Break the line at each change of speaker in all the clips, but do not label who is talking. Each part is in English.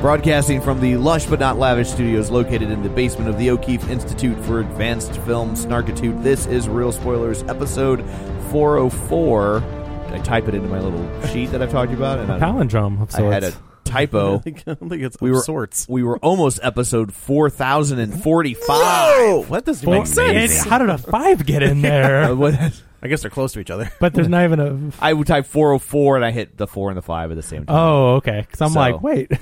Broadcasting from the lush but not lavish studios located in the basement of the O'Keefe Institute for Advanced Film Snarkitude, this is Real Spoilers, episode 404. I type it into my little sheet that I've talked to you about, and I,
palindrome of
I
sorts.
had a typo.
think, I think it's
We were
sorts.
We were almost episode 4045. What does
Four, it's, how did a five get in there?
I guess they're close to each other.
but there's not even a.
Uh, I would type 404 and I hit the 4 and the 5 at the same time.
Oh, okay. Because I'm
So-
like, wait.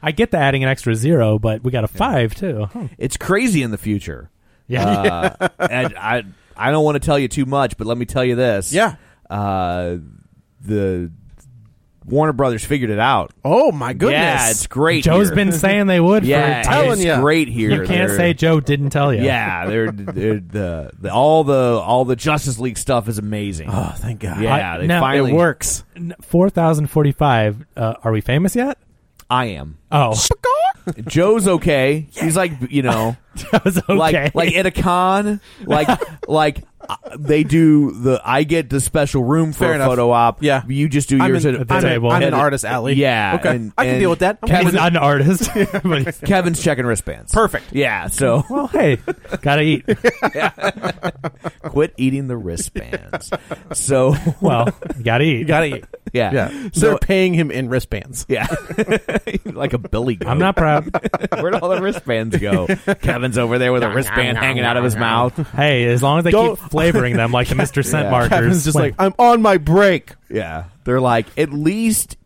I get the adding an extra zero, but we got a five too. Huh.
It's crazy in the future.
Yeah.
Uh, and I I don't want to tell you too much, but let me tell you this.
Yeah.
Uh, the Warner Brothers figured it out.
Oh my goodness!
Yeah, it's great.
Joe's
here.
been saying they would.
yeah,
for 10
it's
telling ya.
great here.
You can't
They're-
say Joe didn't tell you.
Yeah, they're, they're the, the all the all the Justice League stuff is amazing.
oh, thank God.
yeah,
I-
they
now-
finally
It works.
Four thousand forty-five. Uh, are we famous yet?
I am.
Oh,
Joe's okay. He's like you know.
that was okay.
like like at a con, like like uh, they do the I get the special room for
Fair
a
enough.
photo op.
Yeah.
you just do
I'm
yours
in-
at,
at the
at-
table.
I'm
Yeah,
an
the-
artist, alley.
Yeah,
okay,
and-
I can
and
deal with that. I'm
Kevin's
with it.
not an artist. but he's-
Kevin's checking wristbands.
Perfect.
Yeah, so
well, hey, gotta eat.
quit eating the wristbands. So
Well, gotta eat.
Got it.
yeah,
Yeah. So they're
So
paying him in wristbands.
yeah, like a billy. Goat.
I'm not proud.
Where'd all the wristbands go? Kevin's over there with a wristband hanging out of his mouth.
Hey, as long as they
Don't-
keep flavoring them like the Mr. Scent
Yeah.
markers.
Kevin's just
Like,
like, I'm on my break.
Yeah, they're like at least.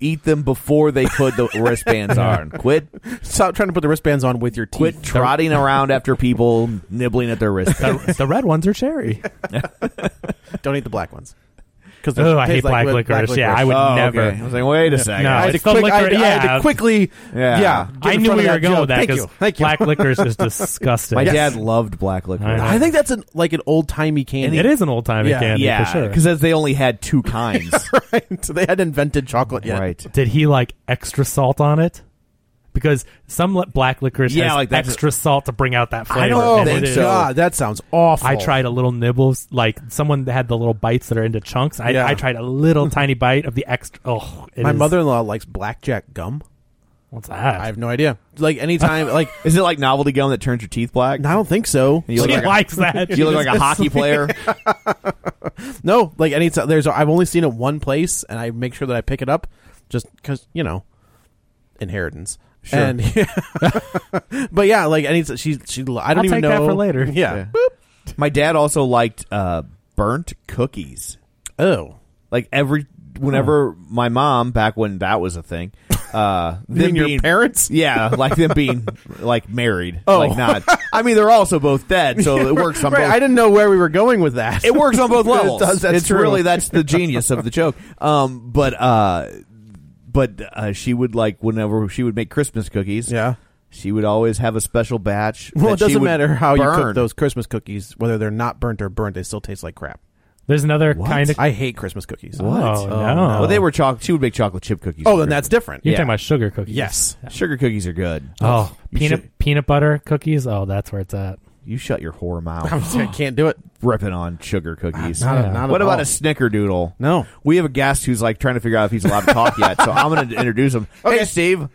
Eat them before they put the wristbands on. Quit,
Stop trying to put the wristbands on with your teeth.
quit trotting around after people, nibbling at their wristbands.
the, the red ones are cherry.
Don't eat the black ones. Because
Oh, I hate black licorice. Yeah, I would
Oh,
never.
okay. I was like, wait a second.
No,
I had to
It's the
quick- I had
licorice-
to- I had
yeah.
to quickly.
Yeah.
Yeah, get
I
in
knew
front
we
of
were going
joke.
with that
Thank you.
because
Thank you.
black licorice is disgusting.
My
Yes.
dad loved black
I
licorice.
know.
I think that's an like an old timey candy.
it is an old timey
Yeah.
candy for
yeah,
sure.
because they only had two kinds.
right. They hadn't invented chocolate yet.
Right.
Did he like extra salt on it? Because some li- black licorice
Yeah,
has
like that's-
extra salt to bring out that flavor.
don't
Oh
and
my
it is-
god, that sounds awful.
I tried a little nibbles, like someone that had the little bites that are into chunks. I,
Yeah.
I tried a little tiny bite of the extra. Oh, it
My
is-
mother-in-law likes blackjack gum.
What's that?
I have no idea. Like anytime, like
Is it like novelty gum that turns your teeth black?
I don't think so.
You look
she
like a-
likes that.
You look like a hockey player.
No, like any time there's I've only seen it one place, and I make sure that I pick it up just because you know inheritance. Sure. And but yeah, like any she she I don't
I'll
even
take that
know
for later.
Yeah.
My dad also liked uh, burnt cookies.
Oh,
Like every whenever my mom back when that was a thing, uh,
you
them
mean your
being-
parents?
Yeah, like them being like married.
Oh.
like not. I mean, they're also both dead, so it works on
right.
both.
I didn't know where we were going with that.
it works on both levels.
does, that's
it's
true.
really that's the genius of the joke. Um, but uh, but uh, she would like whenever she would make Christmas cookies.
yeah.
she would always have a special batch.
Well,
that
it
she
doesn't
would
matter how you
burn.
cook those Christmas cookies, whether they're not burnt or burnt, they still taste like crap.
There's another
What?
kind of.
I hate Christmas cookies.
What? Oh, no.
Well, they were chocolate. She would make chocolate chip cookies.
Oh, then that's different.
You're
yeah.
talking about sugar cookies.
Yes.
sugar cookies are good.
Oh,
You
peanut
should-
peanut butter cookies. Oh, that's where it's at.
You shut your whore
I'm
mouth.
just- I can't do it.
Ripping on sugar cookies.
Not, a, not
what
at
about
all.
a snickerdoodle?
No.
We have a guest who's like trying to figure out if he's allowed to talk yet, so I'm going to introduce him. Hey, Steve.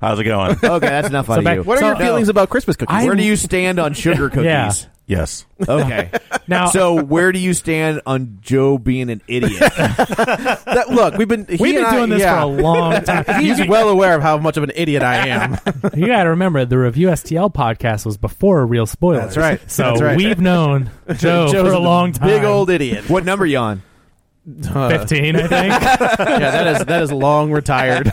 How's it going?
Okay, that's enough out of
back-
you.
What are
So-
your feelings about Christmas cookies?
where do you stand on sugar cookies?
Yeah.
yes.
Okay.
Now,
so where do you stand on Joe being an idiot?
That- look? We've been he
we've been
and I-
doing this
yeah.
for a long time.
He's well aware of how much of an idiot I am.
you got to remember the Review STL podcast was before Real Spoilers.
That's right.
So
That's right.
we've known Joe for
Joe's
a long time.
Big old idiot.
what number you on?
fifteen, I think.
yeah, that is that is long retired.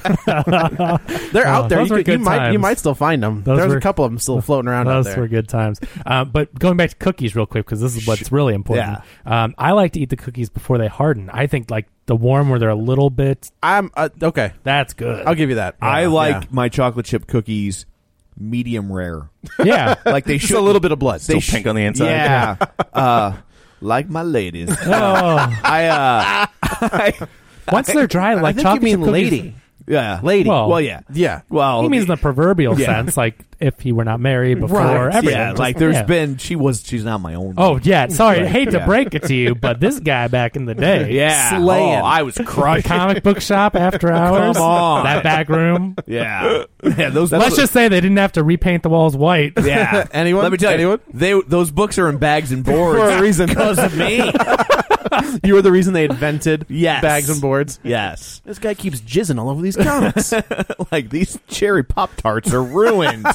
They're out there.
Oh, those
You,
were
could- you
good
might you
times.
might still find them.
Those
There's
were-
a couple of them still floating around out
Those
there.
were good times. Um, but going back to cookies real quick because this is what's really important. Um, I like to eat the cookies before they harden. I think like the warm where they're a little bit.
I'm uh, okay.
That's good.
I'll give you that.
I
Yeah.
like my chocolate chip cookies medium rare.
Yeah.
Like they
Just
should
a little bit of blood.
They
Still pink on the inside?
Yeah. uh, like my ladies.
oh,
I uh
once they're dry, like
think you
chocolate
mean
chip cookies-
lady.
yeah.
Lady. Well-
well yeah.
yeah.
Well,
He means in the proverbial
Yeah.
sense, like if he were not married before
Right.
everything.
yeah,
Just-
like there's
yeah.
been she was she's not my own.
Oh yeah, sorry.
Right,
hate to
yeah.
break it to you, but this guy back in the day,
yeah.
slaying.
Oh, I was
the
crushed.
comic book shop after hours,
on.
that back room.
yeah. Yeah, those
Let's just say they didn't have to repaint the walls white.
yeah.
Anyone?
Let me tell
Anyone?
you, they those books are in bags and boards
For a reason.
because of me.
You were the reason they invented
Yes.
bags and boards.
yes,
This guy keeps jizzing all over these comics, and
like these cherry pop tarts are ruined.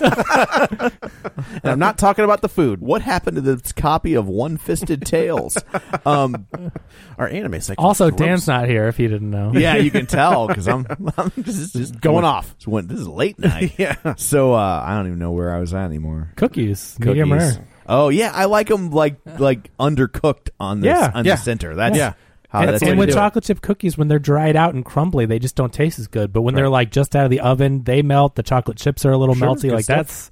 I'm not talking about the food
what happened to this copy of One Fisted Tales? Um,
or anime. Cycle.
Also, Dan's not here if you didn't know.
yeah, you can tell because I'm I'm just, just
Going
went-
off.
just went- this is late night.
Yeah.
So uh, I don't even know where I was at anymore.
Cookies, medium
Cookies.
rare.
Oh yeah, I like them like like undercooked on the
Yeah.
on
Yeah.
the center. That's
Yeah.
how
and
Ah, that's
and
how you
with
do it.
chocolate chip cookies, when they're dried out and crumbly, they just don't taste as good. But when they're like just out of the oven, they melt. The chocolate chips are a little
Sure,
melty.
good
Like
stuff.
that's,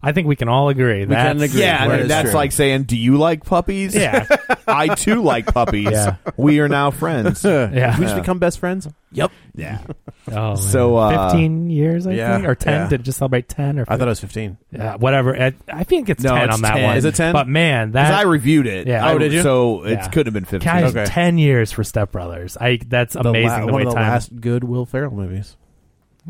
I think we can all agree. We
can agree.
Yeah, I
That
mean,
is
that's
true.
like saying, "Do you like puppies?"
Yeah.
I too like puppies.
Yeah.
We are now friends.
Yeah.
We should become best friends.
yep. Yeah.
Oh,
So,
man.
uh,
15 years, I
yeah,
think, or 10.
yeah.
Did it just celebrate 10 or
I thought it was 15.
yeah, whatever. I, I think it's
No,
10
it's
on that
10.
one.
Is it 10?
But man,
Because
that
I reviewed it.
Yeah.
I-
Oh,
did you?
So it
Yeah.
could have been 15.
guys,
Okay.
10 years for Step Brothers. I that's amazing
la-
the
one
way
of the
time.
last good Will Ferrell movies,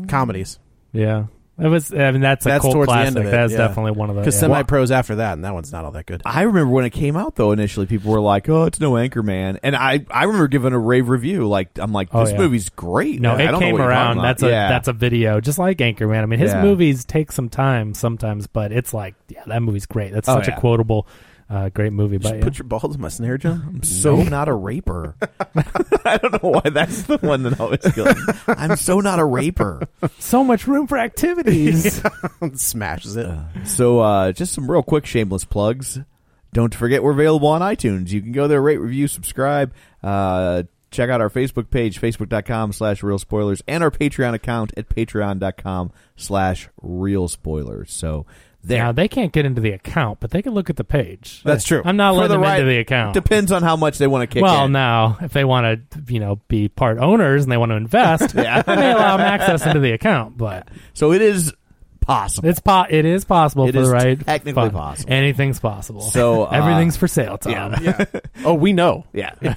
comedies.
yeah. It was I mean that's a
That's
cult
towards the end
classic.
of it,
That's
yeah.
definitely one of those.
Because
yeah.
semi pros after that, and that one's not all that good.
I remember when it came out though. Initially, people were like, "Oh, it's no Anchorman," and I, I remember giving a rave review. Like, I'm like,
Oh,
"This
yeah.
movie's great."
No,
man. I
it
don't know
came
what you're
around.
talking
That's a
about." Yeah.
that's a video, just like Anchorman. I mean, his
Yeah.
movies take some time sometimes, but it's like, yeah, that movie's great. That's
Oh,
such
yeah.
a quotable, uh, great movie. But yeah.
Put your balls in my snare drum.
I'm so not a raper. I don't know why that's the one that always goes. I'm so not a raper.
so much room for activities.
Smashes it.
So, uh, just some real quick shameless plugs. Don't forget we're available on iTunes. You can go there, rate, review, subscribe. Uh, check out our Facebook page, facebook.com slash real spoilers, and our Patreon account at patreon.com slash real spoilers. So there.
Now they can't get into the account, but they can look at the page.
That's true.
I'm not
For
letting
the
them
right-
into the account.
Depends on how much they want to kick
well,
in.
now if they want to, you know, be part owners and they want to invest, they may allow them access into the account. But
So it is possible.
it's po- it is possible
It
for
is
the right
technically
fund.
possible.
Anything's possible.
So, uh,
everything's for sale, Tom.
Oh, we know.
yeah.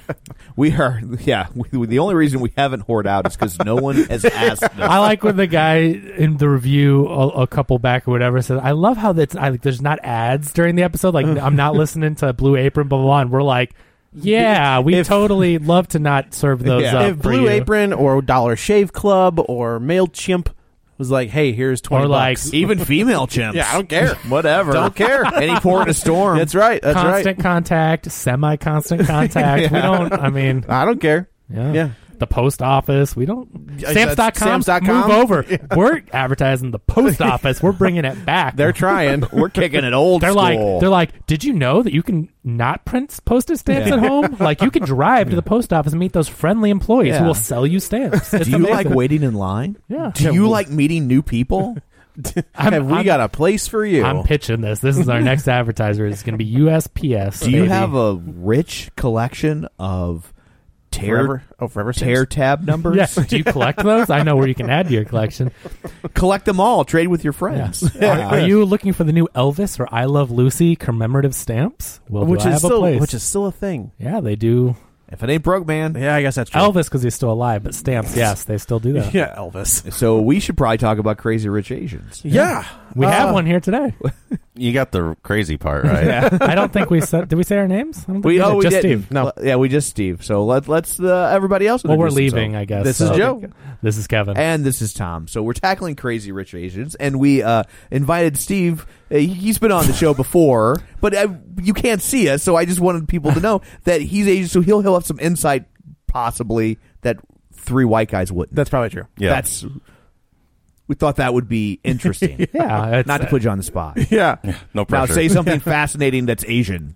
we are, yeah. We, the only reason we haven't hoard out is because no one has asked us.
I like when the guy in the review, a, a couple back or whatever, said, "I love how that's I like. There's not ads during the episode. Like I'm not listening to Blue Apron, blah blah." blah. And we're like, "Yeah, we
If-
totally love to not serve those
Yeah.
up."
if
for
Blue
you.
Apron or Dollar Shave Club or Mailchimp was like, "Hey, here's twenty
Or like-
bucks."
Even female chimps.
Yeah, I don't care.
Whatever.
Don't care.
Any port in a storm.
That's right. That's
constant contact, semi-constant contact. We don't. I mean,
right. I don't care.
yeah.
Yeah.
The post office. We don't.
Yeah,
Stamps.com.
that's stamps.com.
Move over. We're advertising the post office. We're bringing it back.
They're trying.
We're kicking it old
They're like,
school.
they're like, did you know that you can not print postage stamps at home? Like, you can drive to the post office and meet those friendly employees
Yeah.
who will sell you stamps. It's
Do you
amazing.
like waiting in line?
Yeah.
Do you like meeting new people?
I'm-
Have we
I'm-
got a place for you?
I'm pitching this. This is our next advertiser. It's going to be USPS.
Do you
baby.
have a rich collection of
forever.
tear
Oh, forever. Since.
tear tab numbers?
Yes. Do you collect those? I know where you can add to your collection.
Collect them all. Trade with your friends.
Yes. Are, are you looking for the new Elvis or I Love Lucy commemorative stamps? Well, do
which
I
is
have
still
a place?
which is still a thing.
yeah, they do
If it ain't broke, man.
Yeah, I guess that's true.
Elvis because he's still alive, but stamps, yes, they still do that.
Yeah, Elvis.
So we should probably talk about crazy rich Asians.
Yeah,
We have
Uh,
one here today.
You got the crazy part right.
I don't think we said. Did we say our names? I don't think
We,
did.
oh, we
just
didn't.
Steve.
No. Yeah, we just Steve. So let, let's uh, everybody else.
Well, we're
introduce
leaving, I
themselves.
guess.
This is
so.
Joe.
This is Kevin.
And this is Tom. So we're tackling crazy rich Asians, and we uh, invited Steve. Uh, he- he's been on the show before, but uh, you can't see us, so I just wanted people to know that he's Asian, so he'll he'll have some insight possibly that three white guys wouldn't.
That's probably true.
Yeah.
That's we thought that would be interesting.
Yeah, it's-
not to put you on the spot.
Yeah,
no
Now
pressure.
say something fascinating that's Asian.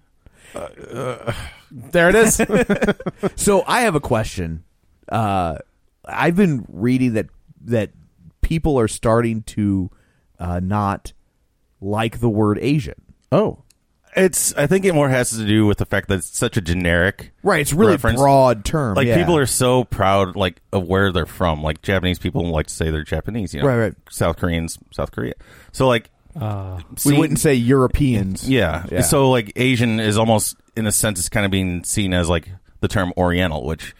there it is.
So I have a question. Uh, I've been reading that that people are starting to uh, not like the word Asian.
oh,
it's. I think it more has to do with the fact that it's such a generic.
Right, it's really
reference.
broad term.
Like
yeah.
people are so proud, like of where they're from. Like Japanese people like to say they're Japanese. You know,
Right, Uh, right.
South Koreans, South Korea. So like,
we
seeing-
wouldn't say Europeans.
Yeah.
Yeah.
So like Asian is almost in a sense it's kind of being seen as like the term Oriental, which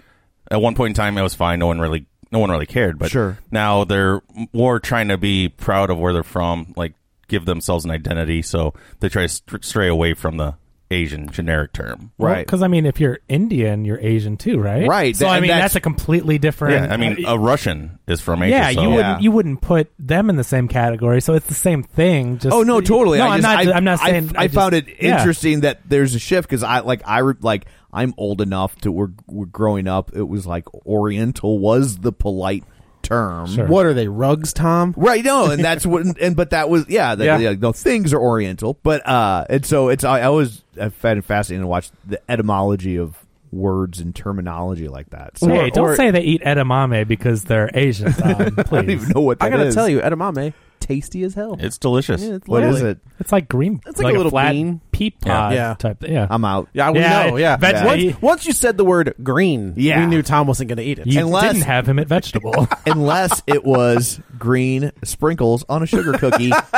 at one point in time it was fine. No one really, no one really cared. But
Sure.
now they're more trying to be proud of where they're from, like give themselves an identity. So they try to st- stray away from the Asian generic term.
right.
Because I mean, if you're Indian, you're Asian too, right?
Right,
So
th-
I
and
mean,
that's-
that's, a completely different.
Yeah. I mean, a Russian is from Asia.
Uh, yeah,
so-
you wouldn't you wouldn't put them in the same category, so it's the same thing. Just
Oh no, totally.
No,
I just,
am not.
I,
am not
I-
saying.
I,
just-
found it
yeah.
interesting that there's a shift because I like I re- like I'm old enough to we're, we're growing up. It was like Oriental was the polite term.
Sure.
what are they rugs, Tom?
Right, no, and that's what, and but that was yeah, that, yeah.
Yeah.
no, things are Oriental, but uh, and so it's I, I always I found it fascinating to watch the etymology of words and terminology like that. So
Hey,
Or-
don't
or-
say they eat edamame because they're Asian. Tom,
I don't even
please.
know what that
I gotta
is.
tell you, edamame, tasty as hell.
It's delicious.
Yeah, it's
what
lovely.
is it?
It's like green.
It's like a little
flat
bean.
pea pod
Yeah.
type. Yeah.
I'm out.
Yeah, we
Yeah,
know. Yeah,
veg-
Once,
yeah.
once you said the word green,
Yeah.
we knew Tom wasn't going to eat it.
you
unless-
didn't have him at vegetable.
Unless it was green sprinkles on a sugar cookie.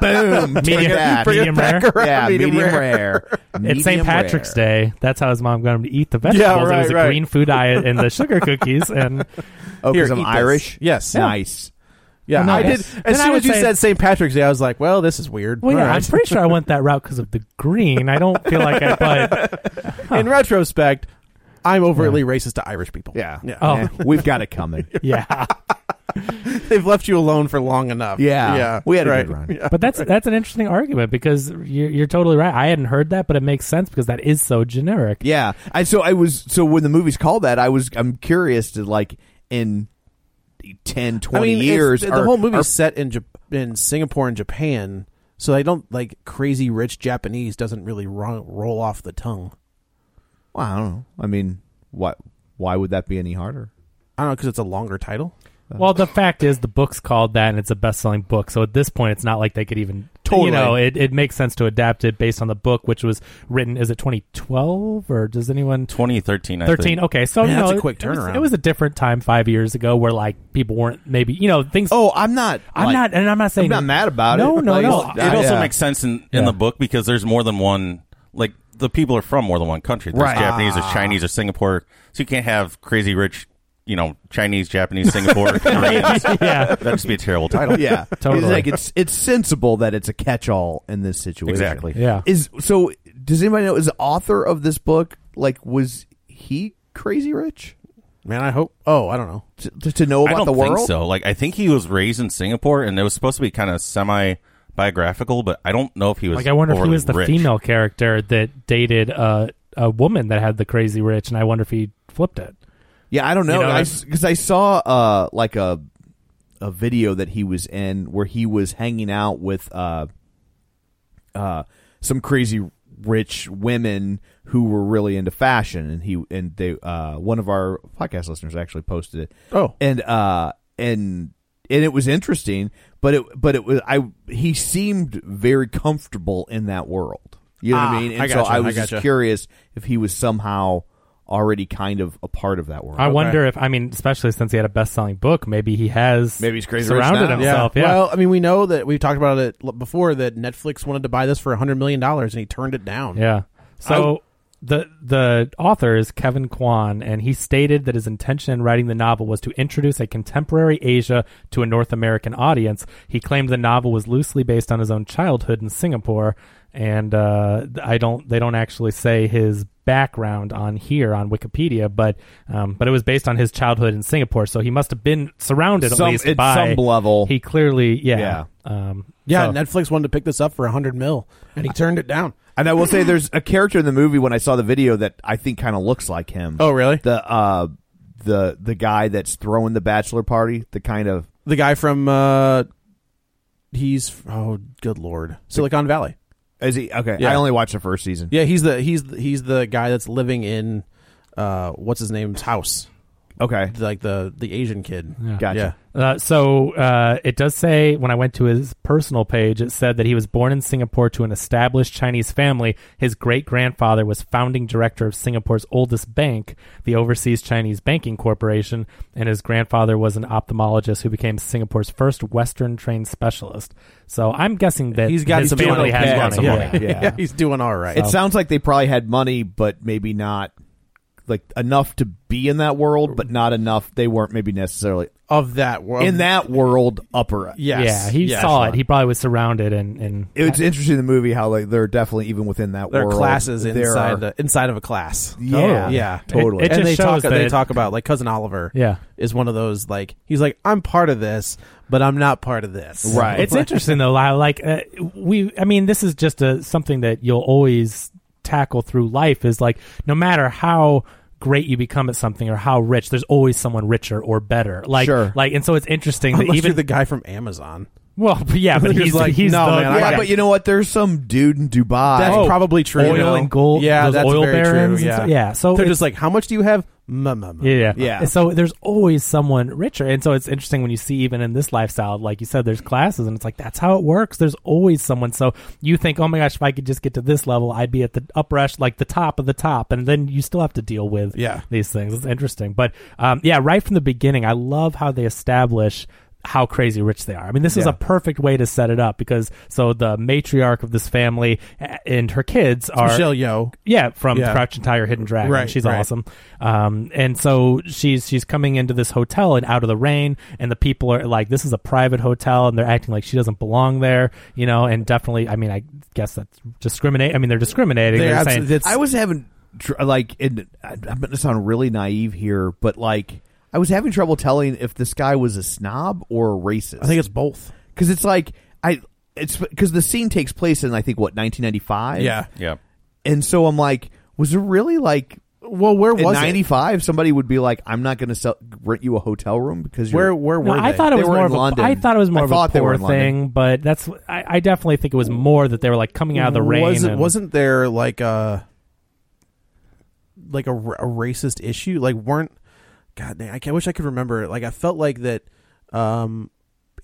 Boom, take
Medium-
that.
medium rare.
Yeah, medium,
Medium
rare.
It's St.
Medium
Patrick's
rare.
Day. That's how his mom got him to eat the vegetables.
Yeah, right,
it was
right.
a green food diet and the sugar cookies. And
Oh,
Here,
because I'm
eat this.
Irish.
Yes.
nice.
yeah,
no,
I did.
yes. Then
As
I
soon
would
as you
say-
said St. Patrick's Day, I was like, "Well, this is weird."
well, yeah,
All
I'm
right.
pretty sure I went that route because of the green. I don't feel like I. But
In retrospect, I'm overtly racist to Irish people.
Yeah.
yeah.
Oh.
Eh, we've got it coming.
yeah,
they've left you alone for long enough.
Yeah.
yeah.
We had a
right.
good run.
Yeah.
but that's that's an interesting argument because you're, you're totally right. I hadn't heard that, but it makes sense because that is so generic.
Yeah, and so I was so when the movie's called that, I was I'm curious to like in 10, 20
I mean, it's-
years.
The
are-
whole movie
are-
is set in Jap- in Singapore and Japan, so they don't like crazy rich Japanese doesn't really ro- roll off the tongue.
well, I don't know. I mean, why why would that be any harder?
I don't know because it's a longer title.
Well, the fact is, the book's called that, and it's a best-selling book. So at this point, it's not like they could even
Totally.
You know, it, it makes sense to adapt it based on the book, which was written. Is it 2012 or does anyone
2013, I think.
13 okay so
Man,
you
that's
know,
a quick
it was-
turnaround.
It, was, a different time five years ago where like people weren't maybe you know things
Oh, I'm not.
i'm
like-
not and i'm not saying
not mad about
no,
it.
no
Like,
no
well,
it
Uh,
also
yeah.
makes sense in, in the book because there's more than one like the people are from more than one country there's
Right.
japanese there's chinese or singapore so you can't have crazy rich you know chinese japanese singapore Koreans.
yeah
that'd just be a terrible title
Yeah,
Totally.
It's like it's it's sensible that it's a catch-all in this situation.
Exactly.
Yeah.
Is so? Does anybody know? Is the author of this book like was he crazy rich
Man, I hope. Oh, I don't know.
to, to know
i
about
don't
the world?
think so like i think he was raised in singapore and it was supposed to be kind of semi biographical but i don't know if he was
like i wonder if he
overly
was the
rich.
female character that dated uh, a woman that had the crazy rich and i wonder if he flipped it
Yeah, I don't know.
You know,
Because I, saw uh, like a a video that he was in where he was hanging out with uh, uh, some crazy rich women who were really into fashion, and he and they uh, one of our podcast listeners actually posted it.
Oh.
and uh, and and it was interesting. but it but it was I he seemed very comfortable in that world. You know what
Ah,
I mean? And
I
so
gotcha,
I
I
was
gotcha.
just curious if he was somehow already kind of a part of that world.
I wonder if I mean, especially since he had a best-selling book, maybe he has
Maybe he's crazy rich
surrounded
now.
himself. Yeah,
Well, I mean, we know that we've talked about it l- before that Netflix wanted to buy this for hundred million dollars and he turned it down.
Yeah. So the the author is Kevin Kwan, and he stated that his intention in writing the novel was to introduce a contemporary Asia to a North American audience. He claimed the novel was loosely based on his own childhood in Singapore, and uh, I don't they don't actually say his background on here on Wikipedia, but um, but it was based on his childhood in Singapore, so he must have been surrounded
Some-
at least
at
by
some level.
He clearly, yeah,
Yeah.
Um,
Yeah,
so-
Netflix wanted to pick this up for hundred mil, and he turned it down.
And I will say, there's a character in the movie when I saw the video that I think kind of looks like him.
Oh, really?
The uh, the the guy that's throwing the bachelor party, the kind of
The guy from uh, he's oh good lord Silicon Valley.
is he okay?
Yeah.
I only watched the first season.
Yeah, he's the he's the, he's the guy that's living in uh, what's his name's house,
Okay,
like the the Asian kid. Yeah.
Gotcha.
Uh, so uh, it does say when I went to his personal page, it said that he was born in Singapore to an established Chinese family. His great grandfather was founding director of Singapore's oldest bank, the Overseas Chinese Banking Corporation, and his grandfather was an ophthalmologist who became Singapore's first Western trained specialist. So I'm guessing that
He's got
his
some money.
family has
Yeah,
money.
yeah,
Yeah.
yeah.
Yeah, he's doing all right.
It sounds like they probably had money, but maybe not like enough to be in that world, but not enough. They weren't maybe necessarily
of that world.
in that world upper.
yes,
Yeah, he
yes.
saw it. He probably was surrounded and, and
It's interesting in the movie how like they're definitely even within that
There are
world.
classes
there
inside
are-
the, inside of a class.
Yeah.
Oh, yeah,
Totally.
It- it
and they
just
talk
shows that
they
it-
talk about like cousin Oliver.
Yeah.
is one of those like he's like I'm part of this, but I'm not part of this.
Right.
It's interesting though. Lyle. Like uh, we, I mean, this is just a something that you'll always tackle through life. Is like no matter how great you become at something or how rich, there's always someone richer or better. Like,
Sure.
like, and so it's interesting that
Unless
even
you're the guy from Amazon.
well, yeah, but
You're
he's
like,
he's
"No,
the,
oh, man, I
Oh, Yeah,
got-
but you know what? There's some dude in Dubai. Oh,
That's probably true.
Oh. oil
you know?
and gold-
Yeah,
those
that's
oil
very true,
barons and
Yeah,
stuff. Yeah, so
they're
it-
just like, how much do you have? Ma, ma, ma.
Yeah, yeah,
Yeah.
And So there's always someone richer, and so it's interesting when you see even in this lifestyle, like you said, there's classes, and it's like that's how it works. There's always someone. So you think, oh my gosh, if I could just get to this level, I'd be at the upresh, like the top of the top, and then you still have to deal with
Yeah.
these things. It's interesting, but um, yeah, right from the beginning, I love how they establish how crazy rich they are. I mean, this is
Yeah.
a perfect way to set it up because so the matriarch of this family a- and her kids are
Michelle Yeoh.
yeah, from
Yeah.
Crouch and Tiger, Hidden Dragon.
Right,
she's
right.
awesome. Um, and so she's she's coming into this hotel and out of the rain, and the people are like, "This is a private hotel," and they're acting like she doesn't belong there, you know. And definitely, I mean, I guess that's discriminate. I mean, they're discriminating.
They're
They're,
abs-
saying,
that's-
I was having tr- like, and I- I'm going to sound really naive here, but like, I was having trouble telling if this guy was a snob or a racist.
I think it's both.
because it's like I, it's because the scene takes place in I think what 1995.
Yeah.
and so I'm like, was it really like?
Well, where
In
was it?
'95, somebody would be like, "I'm not going to sell rent you a hotel room because you're
Where where
No,
were
I
they?
thought it
They
was
were
more
in
of a,
London.
I thought it was more
I
of a
thought they were
poor
in London.
thing, but that's I, I definitely think it was more that they were like coming out of the rain.
Was it,
and-
wasn't there like a like a, r- a racist issue? Like weren't God dang, I, can, I wish I could remember. Like I felt like that um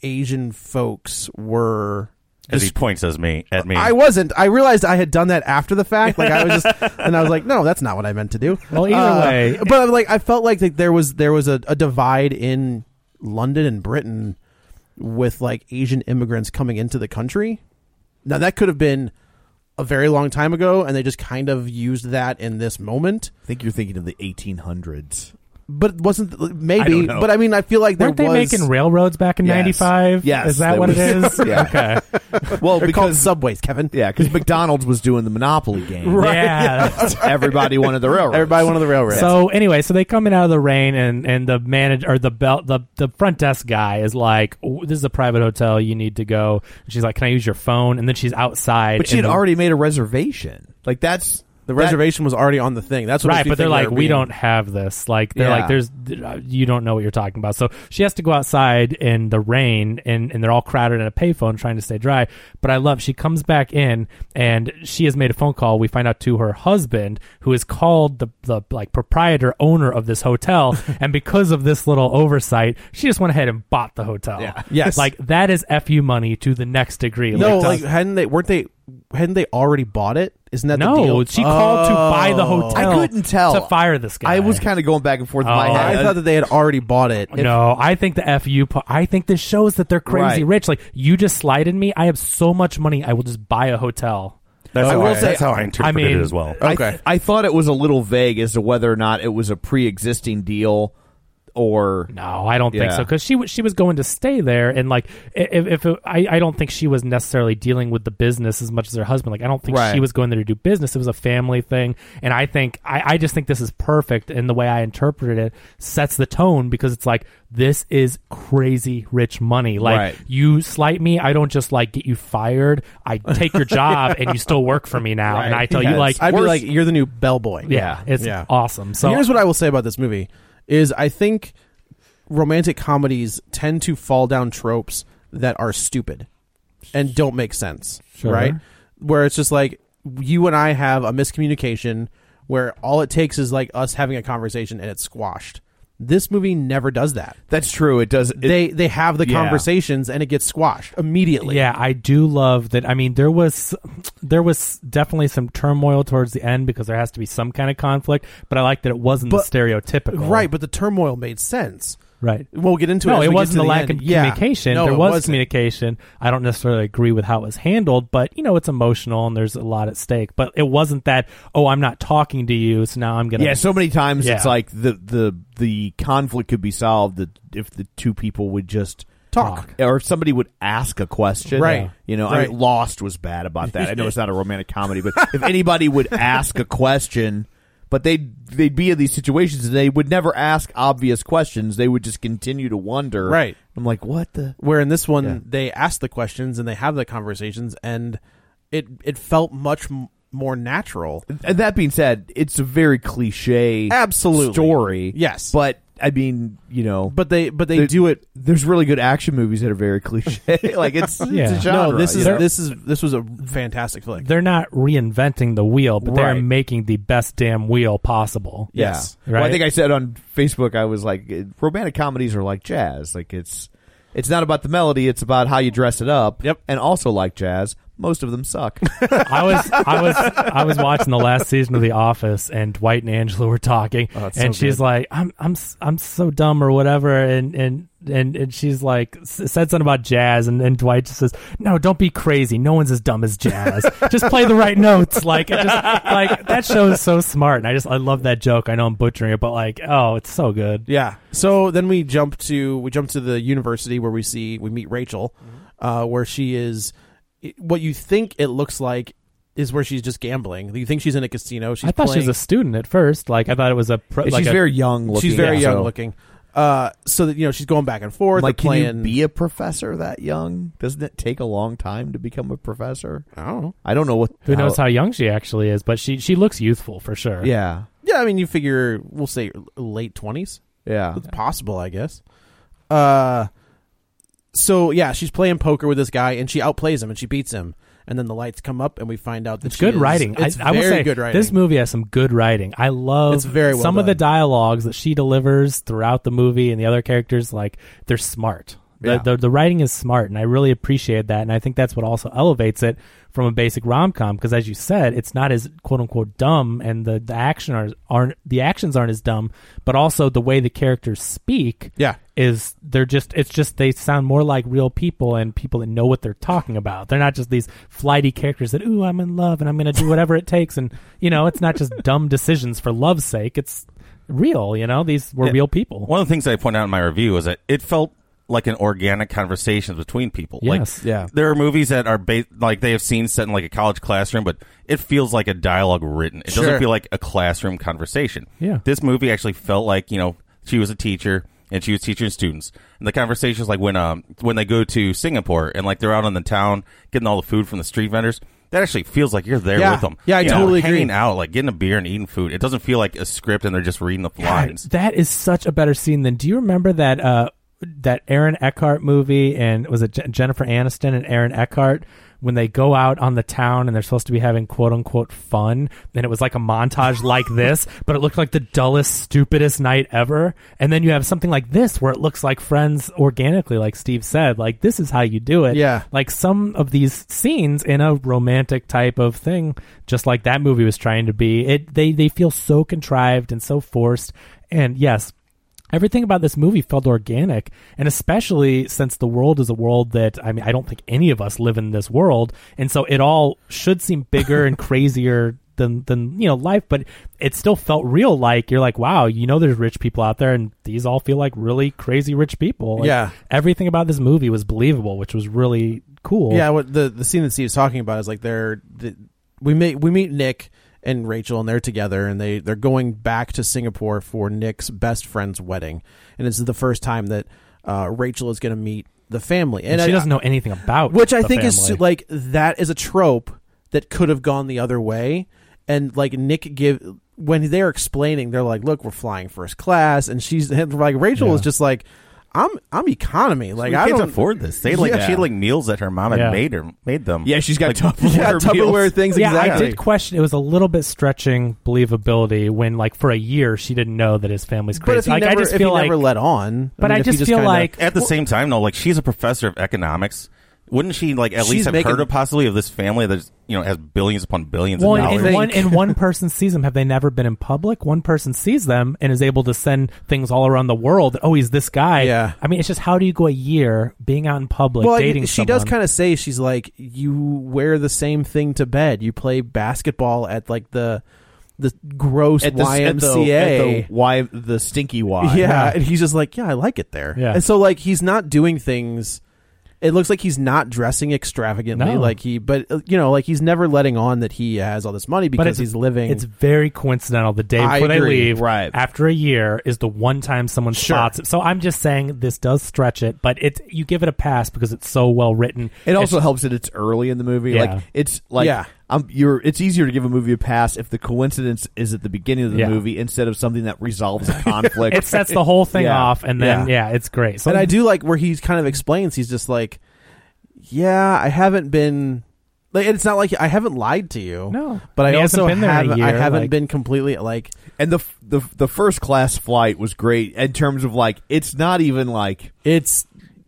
Asian folks were
As he points as me at me.
I wasn't. I realized I had done that after the fact. Like I was just, and I was like, no, that's not what I meant to do.
Well, either
uh,
way-
but I'm like I felt like, like there was there was a, a divide in London and Britain with like Asian immigrants coming into the country. Now that could have been a very long time ago, and they just kind of used that in this moment.
I think you're thinking of the 1800s.
But it wasn't maybe.
know.
but I mean, I feel like there
Weren't they
was
making railroads back in
Yes.
'95?
Yes,
is that
there
what it
was-
is?
Yeah.
Okay,
Well,
they're called
because
subways, Kevin.
yeah, because McDonald's was doing the Monopoly game.
yeah,
Everybody wanted the railroad.
Everybody wanted the railroad.
So anyway, so they come in out of the rain, and and the manager or the belt the the front desk guy is like, "Oh, "This is a private hotel. You need to go." And she's like, "Can I use your phone?" And then she's outside.
But she
in
had
the-
already made a reservation. Like that's
The reservation was already on the thing. That's what
right,
makes me
but they're
think
like, we
being-
don't have this. Like they're
Yeah.
like, there's you don't know what you're talking about. So she has to go outside in the rain, and and they're all crowded in a payphone trying to stay dry. But I love she comes back in, and she has made a phone call. We find out to her husband, who is called the the like proprietor owner of this hotel, and because of this little oversight, she just went ahead and bought the hotel.
Yeah. Yes.
like that is fu money to the next degree.
No,
the-
like hadn't they weren't they hadn't they already bought it? Isn't that the
no,
deal?
she called to buy the
Oh.
hotel. to fire this guy.
I was
kind of going back and forth in my
Oh.
head.
I thought that they had already bought it.
no, I think the fu. po- I think this shows that they're crazy
Right.
rich. Like you just slided me. I have so much money. I will just buy a hotel.
That's,
I
how,
will
I,
say-
that's how I interpreted
mean,
it as well.
I, th- I thought it was a little vague as to whether or not it was a pre-existing deal or
No, I don't think
Yeah.
so. Because she was she was going to stay there, and like i- if, if it, I I don't think she was necessarily dealing with the business as much as her husband. Like I don't think
Right.
she was going there to do business. It was a family thing, and I think I I just think this is perfect, and the way I interpreted it sets the tone because it's like this is crazy rich money. Like
Right.
you slight me, I don't just like get you fired. I take your job, and you still work for me now, and I tell you like
I'd be
worse-
like, you're the new bellboy.
yeah, it's awesome. So
here's what I will say about this movie: is I think romantic comedies tend to fall down tropes that are stupid and don't make sense,
Sure.
right? Where it's just like you and I have a miscommunication where all it takes is like us having a conversation and it's squashed. This movie never does that.
That's true. It does. It,
they they have the
Yeah.
conversations and it gets squashed immediately.
Yeah, I do love that. I mean, there was there was definitely some turmoil towards the end because there has to be some kind of conflict. But I like that it wasn't
But-
the stereotypical,
Right, but the turmoil made sense.
Right.
We'll get into it.
No,
as
it
we get
wasn't
to
the,
the
lack
end.
of
Yeah.
communication.
No,
there
it
was
wasn't.
communication. I don't necessarily agree with how it was handled, but you know, it's emotional and there's a lot at stake. But it wasn't that. Oh, I'm not talking to you, so now I'm gonna.
yeah, so many times it's
Yeah.
like the the the conflict could be solved that if the two people would just
Talk.
or if somebody would ask a question.
Right.
You know, I
Right.
mean, Lost was bad about that. I know it's not a romantic comedy, but if anybody would ask a question, but they would they'd be in these situations and they would never ask obvious questions. They would just continue to wonder.
Right.
I'm like, what the
Where in this one
Yeah.
they ask the questions and they have the conversations and it it felt much m- more natural.
And that being said, it's a very cliche
Absolutely.
story.
Yes.
But I mean, you know,
But they but they
There-
do it.
there's really good action movies that are very cliche. like it's, it's
Yeah.
a genre.
no, this is
you know?
this is this was a fantastic flick.
They're not reinventing the wheel, but they're
Right.
making the best damn wheel possible.
yeah.
yes,
Well, I
right?
think I said on Facebook I was like eh, romantic comedies are like jazz. Like it's it's not about the melody, it's about how you dress it up.
Yep.
And also like jazz, most of them suck.
I was I was I was watching the last season of The Office, and Dwight and Angela were talking,
that's
and
so
she's
good.
like, "I'm I'm s- I'm so dumb or whatever," and and and, and she's like s- said something about jazz, and, and Dwight just says, "No, don't be crazy. No one's as dumb as jazz. just play the right notes." Like it just like that show is so smart, and I just I love that joke. I know I'm butchering it, but like, oh, it's so good.
yeah. So then we jump to we jump to the university where we see we meet Rachel, uh, where she is. it- What you think it looks like is where she's just gambling. You think she's in a casino. She's
I thought she
playing,
was a student at first. Like I thought it was a pro,
And
like
she's
a-
very young looking.
she's very
so-
young looking. Uh, so that you know she's going back and forth.
Like,
they're
can you
playing,
be a professor that young? Doesn't it take a long time to become a professor?
I don't know.
I don't know what.
who knows how young she actually is, but she she looks youthful for sure.
Yeah,
Yeah, I mean, you figure we'll say late twenties.
yeah.
It's possible, I guess. Uh, so yeah, she's playing poker with this guy, and she outplays him, and she beats him, and then the lights come up, and we find out that
It's
she
good
is-
writing.
It's
I, I
very
will say
good writing.
this movie has some good writing. I love
It's very well
some of the
done.
dialogues that she delivers throughout the movie and the other characters. Like they're smart. The,
Yeah.
the, the writing is smart, and I really appreciate that. And I think that's what also elevates it from a basic rom com because, as you said, it's not as quote unquote dumb, and the, the action are, aren't the actions aren't as dumb, but also the way the characters speak
Yeah.
is they're just it's just they sound more like real people and people that know what they're talking about. They're not just these flighty characters that ooh I'm in love and I'm gonna do whatever it takes and you know it's not just dumb decisions for love's sake. It's real, you know. These were real people.
One of the things I point out in my review is that it felt like an organic conversation between people.
Yes.
Like,
Yeah.
There are movies that are ba- like they have scenes set in like a college classroom, but it feels like a dialogue written. It
Sure.
doesn't feel like a classroom conversation.
Yeah.
This movie actually felt like you know she was a teacher and she was teaching students, and the conversation is like when um when they go to Singapore and like they're out on the town getting all the food from the street vendors. that actually feels like you're there
Yeah.
with them.
Yeah, I
You
totally agree.
hanging out, like getting a beer and eating food. It doesn't feel like a script and they're just reading the lines.
That is such a better scene than. Do you remember that uh, that Aaron Eckhart movie and was it Je- Jennifer Aniston and Aaron Eckhart when they go out on the town and they're supposed to be having quote unquote fun? And it was like a montage like this, but it looked like the dullest, stupidest night ever. And then you have something like this where it looks like Friends organically, like Steve said, like this is how you do it.
Yeah.
like some of these scenes in a romantic type of thing just like that movie was trying to be it they they feel so contrived and so forced and yes everything about this movie felt organic and especially since the world is a world that i mean i don't think any of us live in this world and so it all should seem bigger and crazier than than you know life but it still felt real like you're like wow you know there's rich people out there and these all feel like really crazy rich people Like,
Yeah.
everything about this movie was believable, which was really cool.
Yeah, what the the scene that Steve's talking about is like they're the, we meet we meet Nick and Rachel and they're together and they they're going back to Singapore for Nick's best friend's wedding and this is the first time that uh, Rachel is going to meet the family
and, she doesn't know anything about
which I
the
think is
family.
su- like that is a trope that could have gone the other way, and like Nick give when they're explaining, they're like, "Look, we're flying first class," and she's and, like, Rachel is just like, "I'm I'm economy, like
we
I
can't
don't
afford this. They like
Yeah.
she had like meals that her mom had
Yeah.
made her made them.
Yeah, she's got
like,
Tupperware Yeah, meals. Tupperware things,
Yeah, I
exactly.
did question. It was a little bit stretching believability when, like, for a year she didn't know that his family's crazy.
But if he
like,
never,
I just
if
feel
he
like
never let on,
but
mean,
I
if he
just feel
kinda-
like-
at the same time though, like she's a professor of economics. Wouldn't she like at
She's
least have
making-
heard of possibly of this family that's you know has billions upon billions
Well,
of
and-
dollars?
and one and one person sees them. Have they never been in public? One person sees them and is able to send things all around the world. Oh, he's this guy. Yeah. I mean, it's just how do you go a year being out in public
well,
dating?
she does
someone?
kind of say she's like, "You wear the same thing to bed. You play basketball at like the the gross
At the- at the-
YMCA."
at the Y- the stinky Y.
Yeah, and he's just like, yeah, I like it there.
Yeah.
and so like he's not doing things. It looks like he's not dressing extravagantly,
No.
like he, but uh, you know, like he's never letting on that he has all this money
But
because
it's-
he's living.
It's very coincidental. The day
I
before they
agree,
leave, right after a year, is the one time someone spots it. So I'm just saying this does stretch it, but it's you give it a pass because it's so well written.
It also
It's-
helps that it's early in the movie.
Yeah.
Like it's like
Yeah.
I'm you're it's easier to give a movie a pass if the coincidence is at the beginning of the
Yeah.
movie instead of something that resolves a conflict.
It sets the whole thing off, and then yeah, it's great. So
and I do like where he kind of explains. He's just like, "Yeah, I haven't been." Like, it's not like I haven't lied to you.
No,
but I
He hasn't
also
been there in a
haven't. I
year,
haven't
like-
been completely like.
And the f- the the first class flight was great in terms of like it's not even like
it's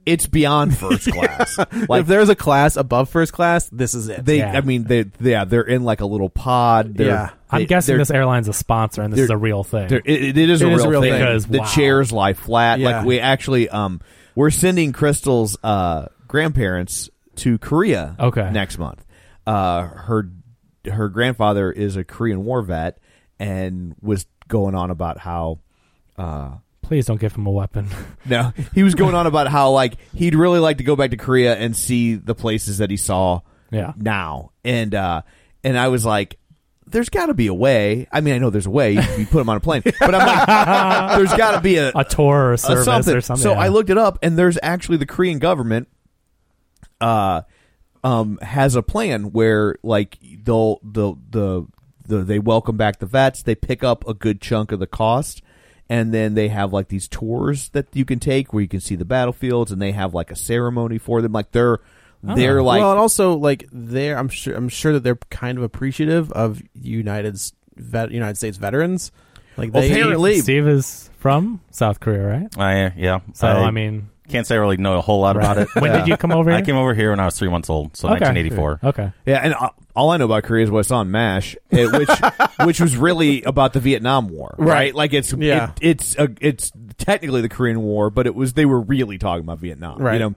it's beyond first class. Like
if there's a class above first class, this is it.
they, I mean, they yeah, they're in like a little pod. They're,
Yeah.
I'm
they-
guessing
they're-
this airline's a sponsor, and this is
they're-
a real thing.
they're- It, it is a real thing.
Because,
the
wow.
chairs lie flat.
Yeah.
Like we actually, um, we're sending Crystal's uh, grandparents to Korea.
Okay.
next month. Uh, her her grandfather is a Korean war vet and was going on about how. Uh,
Please don't give him a weapon.
no, he was going on about how like he'd really like to go back to Korea and see the places that he saw
Yeah.
now. And uh and I was like there's got to be a way. I mean, I know there's a way. You, you put him on a plane, but I'm like, there's got to be a
A tour or
a
service or something.
Uh, So
yeah.
I looked it up, and there's actually the Korean government, uh, um, has a plan where like they'll the the the they welcome back the vets. They pick up a good chunk of the cost, and then they have like these tours that you can take where you can see the battlefields, and they have like a ceremony for them. Like they're
Oh.
they're like
well, and also like they're. I'm sure. I'm sure that they're kind of appreciative of United's vet, United States veterans. Like they
Steve, Steve is from South Korea, right?
I yeah.
So, I mean-
can't say I really know a whole lot about it.
When did you come over
I
here?
came over here when I was three months old, so
Okay.
1984.
Okay.
Yeah, and all- all I know about Korea is what's on Mash, eh, which which was really about the Vietnam War, right?
Right.
Like it's
Yeah.
it- it's a, it's technically the Korean War, but it was they were really talking about Vietnam,
Right.
You know,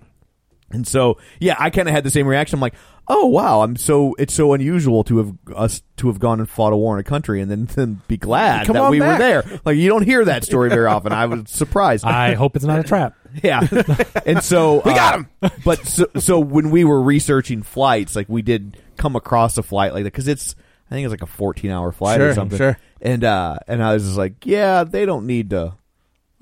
and so yeah, I kind of had the same reaction. I'm like, oh wow, I'm so it's so unusual to have us to have gone and fought a war in a country and then, then be glad
Come
that
on
we
back.
were there. Like you don't hear that story very often. I was surprised.
I hope it's not a trap.
Yeah, and so we got him. but so, so when we were researching flights, like we did come across a flight like that because it's I think it's like a fourteen hour flight or
Sure,
something.
sure.
And uh, and I was just like, yeah, they don't need to.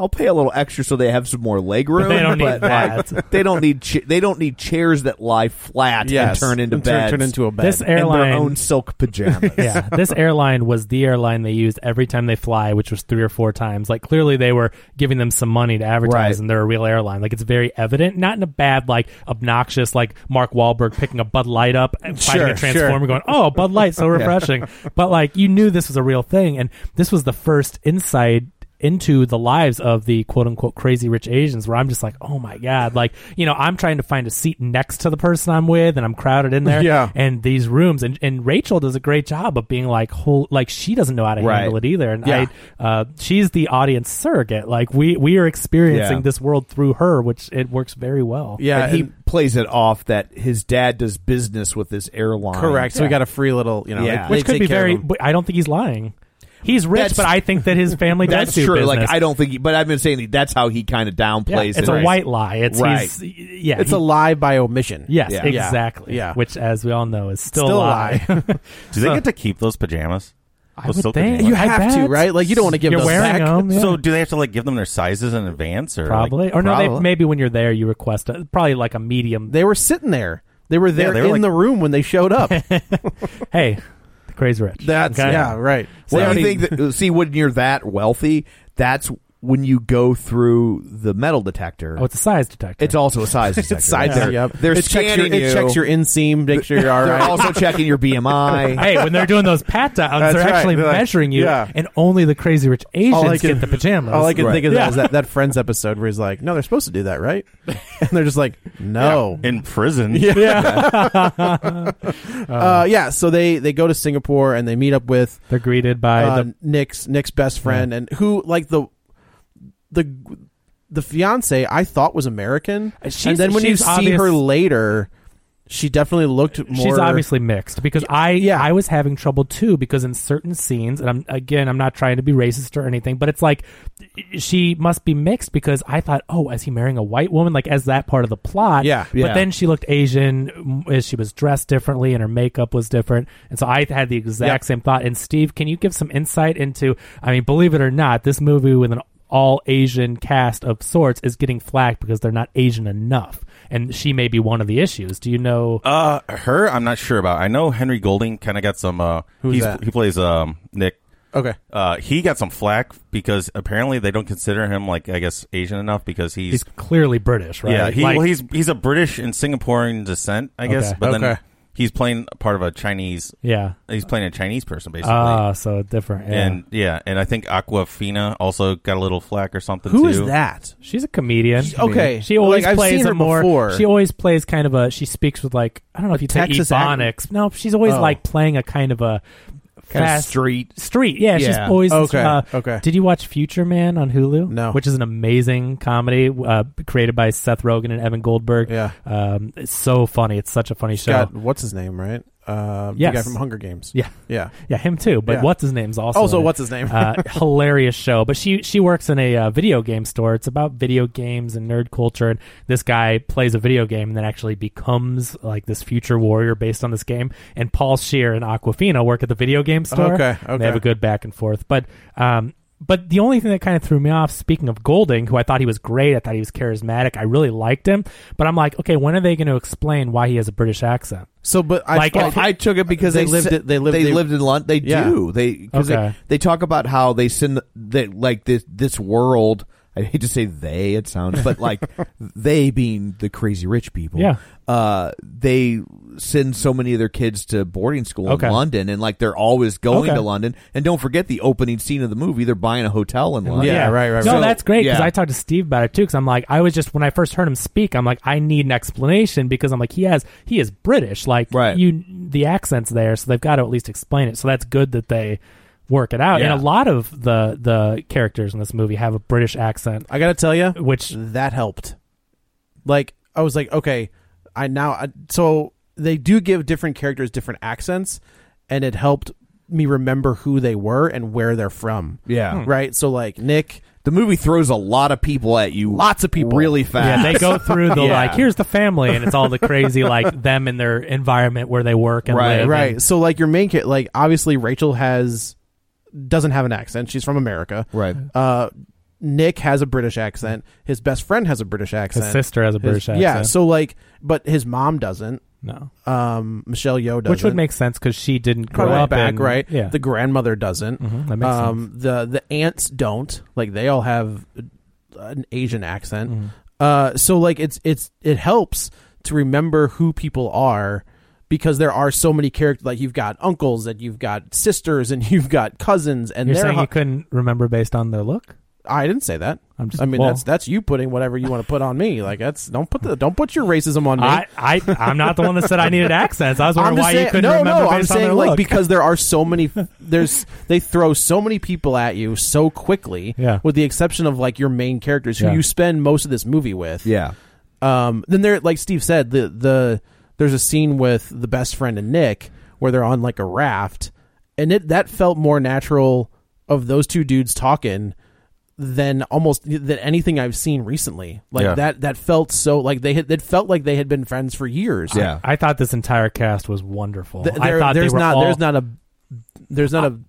I'll pay a little extra so they have some more leg room.
But they don't need
but, like, they don't need cha- they don't need chairs that lie flat
Yes.
and turn into
And turn-
beds.
turn into a bed.
This
in
airline-
their own silk pajamas.
yeah, this airline was the airline they used every time they fly, which was three or four times. Like clearly they were giving them some money to advertise,
Right.
and they're a real airline. Like it's very evident, not in a bad, like obnoxious, like Mark Wahlberg picking a Bud Light up, and
Sure,
fighting a
sure.
transformer, going, "Oh, Bud Light, so refreshing." But like you knew this was a real thing, and this was the first insight into the lives of the quote unquote crazy rich Asians where I'm just like, oh my God. Like, you know, I'm trying to find a seat next to the person I'm with and I'm crowded in there.
Yeah.
And these rooms and, and Rachel does a great job of being like whole like she doesn't know how to
Right.
handle it either. And
Yeah.
I uh she's the audience surrogate. Like we we are experiencing
Yeah.
this world through her, which it works very well.
Yeah,
and he
and-
plays it off that his dad does business with this airline.
correct. So we got a free little, you know,
Yeah.
they-
Which
they
could
take
be
care of
very
them.
but I don't think he's lying. He's rich,
That's-
but I think that his family
That's
does do
true. Like
business.
I don't think, he, but I've been saying that's how he kind of
yeah,
downplays. it.
it's a white lie. It's
Right.
he's, yeah.
It's
he-
a lie by omission.
Yes,
Yeah.
exactly.
Yeah.
Which, as we all know, is still,
Still
a
a
lie.
Do they get to keep those pajamas?
I
Those
would
silk
think.
pajamas?
You have
I
to,
bet.
right? Like, you don't wanna give
You're
those
wearing
back.
them, yeah.
So do they have to like give them their sizes in advance or like-
probably or no? They,
probably.
maybe when you're there, you request a, probably like a medium.
They were sitting there. They were there
they were
in
like-
the room when they showed up.
hey, the crazy rich.
That's
Okay?
yeah, right.
Well,
So-
you think that, uh, see when you're that wealthy, that's when you go through the metal detector.
Oh, it's a size detector.
It's also a size detector.
It's side
They're-
there. Yep.
They're
it checks your,
scanning
It checks
you.
your inseam, make sure you're all
They're
right.
also checking your BMI.
hey, when they're doing those pat downs,
That's
they're
right.
actually
They're like-
measuring you,
yeah.
and only the crazy rich Asians
all I
get
can-
the pajamas.
All I can
Right.
think of
Yeah.
that is that, that Friends episode where he's like, "No, they're supposed to do that, right?" And they're just like, "No."
in prison?
Uh, yeah. So they they go to Singapore and they meet up with
they're greeted by
uh,
the
Nick's Nick's best friend and who like the the the fiance I thought was American,
Uh, she's-
and then when you
she's
see
obvious-
her later, she definitely looked more.
She's obviously mixed because I
Yeah.
I was having trouble too because in certain scenes and I'm again I'm not trying to be racist or anything but it's like she must be mixed because I thought oh is he marrying a white woman like as that part of the plot
Yeah,
but
yeah.
then she looked Asian mm, as she was dressed differently and her makeup was different and so I had the
Yep.
exact same thought and Steve can you give some insight into I mean believe it or not this movie with an all Asian cast of sorts is getting flack because they're not Asian enough and she may be one of the issues do you know
Uh, her, I'm not sure about. I know Henry Golding kind of got some. Uh,
Who's
he's,
that?
He plays um Nick.
okay.
Uh, he got some flack because apparently they don't consider him like I guess Asian enough because he's,
he's clearly British, right?
yeah he,
Like-
well, he's he's a British and Singaporean descent I guess
Okay.
but then
Okay.
he's playing part of a Chinese
yeah.
he's playing a Chinese person basically
Ah, so different. Yeah.
and yeah and I think Aquafina also got a little flack or something
Who
too.
is that?
she's a comedian.
okay.
she always
Like, I've
plays
seen her
a more.
before.
She always plays kind of a. She speaks with like I don't know if you take
Texas accent?
Ebonics. No, she's always
Oh.
like playing a kind of a
Kind of
fast
street.
street. Yeah, she's
Yeah.
always
Okay,
Uh,
okay.
Did you watch Future Man on Hulu?
No.
which is an amazing comedy uh, created by Seth Rogen and Evan Goldberg.
Yeah.
um, it's so funny. It's such a funny show.
Got, what's his name? Right. Uh, the guy
Yes.
from Hunger Games.
yeah.
Yeah.
Yeah, him too. But
Yeah.
what's his name's also
Also,
in it.
what's his name?
uh, hilarious show. But she she works in a uh, video game store. It's about video games and nerd culture. And this guy plays a video game and then actually becomes like this future warrior based on this game. And Paul Shear and Aquafina work at the video game store.
Okay,
And they have
okay.
a good back and forth. But um, but the only thing that kind of threw me off, speaking of Golding, who I thought he was great, I thought he was charismatic, I really liked him. But I'm like, okay, when are they going to explain why he has a British accent?
So, but I
Like,
thought-
I-
I took it because they,
They lived
se-
it- they lived-
they
they-
lived in London. They
Yeah.
do. They because
Okay.
they, they talk about how they send they like this this world. I hate to say they. It sounds, but like they being the crazy rich people.
Yeah.
Uh, they send so many of their kids to boarding school
Okay.
in London, and like they're always going
Okay.
to London. And don't forget the opening scene of the movie. They're buying a hotel in London.
Yeah, right, right,
No,
right.
that's great because
yeah.
I talked to Steve about it too. Because I'm like, I was just when I first heard him speak, I'm like, I need an explanation because I'm like, he has he is British, like
Right.
you the accents there, so they've got to at least explain it. So that's good that they work it out.
Yeah.
And a lot of the the characters in this movie have a British accent,
I gotta tell you,
which
that helped. Like I was like, okay, I now I, so they do give different characters different accents, and it helped me remember who they were and where they're from.
Yeah. Hmm.
right. So like Nick,
The movie throws a lot of people at you.
Lots of people.
Really fast.
yeah, they go through the
Yeah.
like, here's the family, and it's all the crazy like them and their environment where they work and
Right,
live. and-
right. So like your main kid, like obviously Rachel has doesn't have an accent. She's from America.
Right.
Uh, Nick has a British accent. His best friend has a British accent.
sister has a
His-
British
Yeah,
accent.
so like, but his mom doesn't.
No.
Um, Michelle Yeoh doesn't.
Which would make sense because she didn't grow
Probably
up
back,
in-
right?
Yeah.
The um, grandmother doesn't.
Mhm, that makes
The the aunts don't. Like they all have uh, an Asian accent.
Mm.
Uh, so like it's it's it helps to remember who people are because there are so many characters. Like you've got uncles and you've got sisters and you've got cousins and
You're
they're
saying
hu-
you couldn't remember based on their look?
I didn't say that.
I'm just-
I mean,
well-
that's that's you putting whatever you want to put on me. Like that's don't put the don't put your racism on me.
I, I, I'm not the one that said I needed accents. I was
I'm
wondering
just
why
saying,
you couldn't
no,
remember
no. I'm
based on
saying
their
like
look.
because there are so many. There's they throw so many people at you so quickly.
Yeah.
With the exception of like your main characters who
Yeah.
you spend most of this movie with.
Yeah.
Um. Then there, like Steve said, the the there's a scene with the best friend and Nick where they're on like a raft, and it that felt more natural of those two dudes talking than almost than anything I've seen recently. Like
Yeah.
that that felt so like they had it felt like they had been friends for years.
I, I thought this entire cast was wonderful.
Th-
I
there-
thought they
there's
were
not
all-
there's not a there's not a,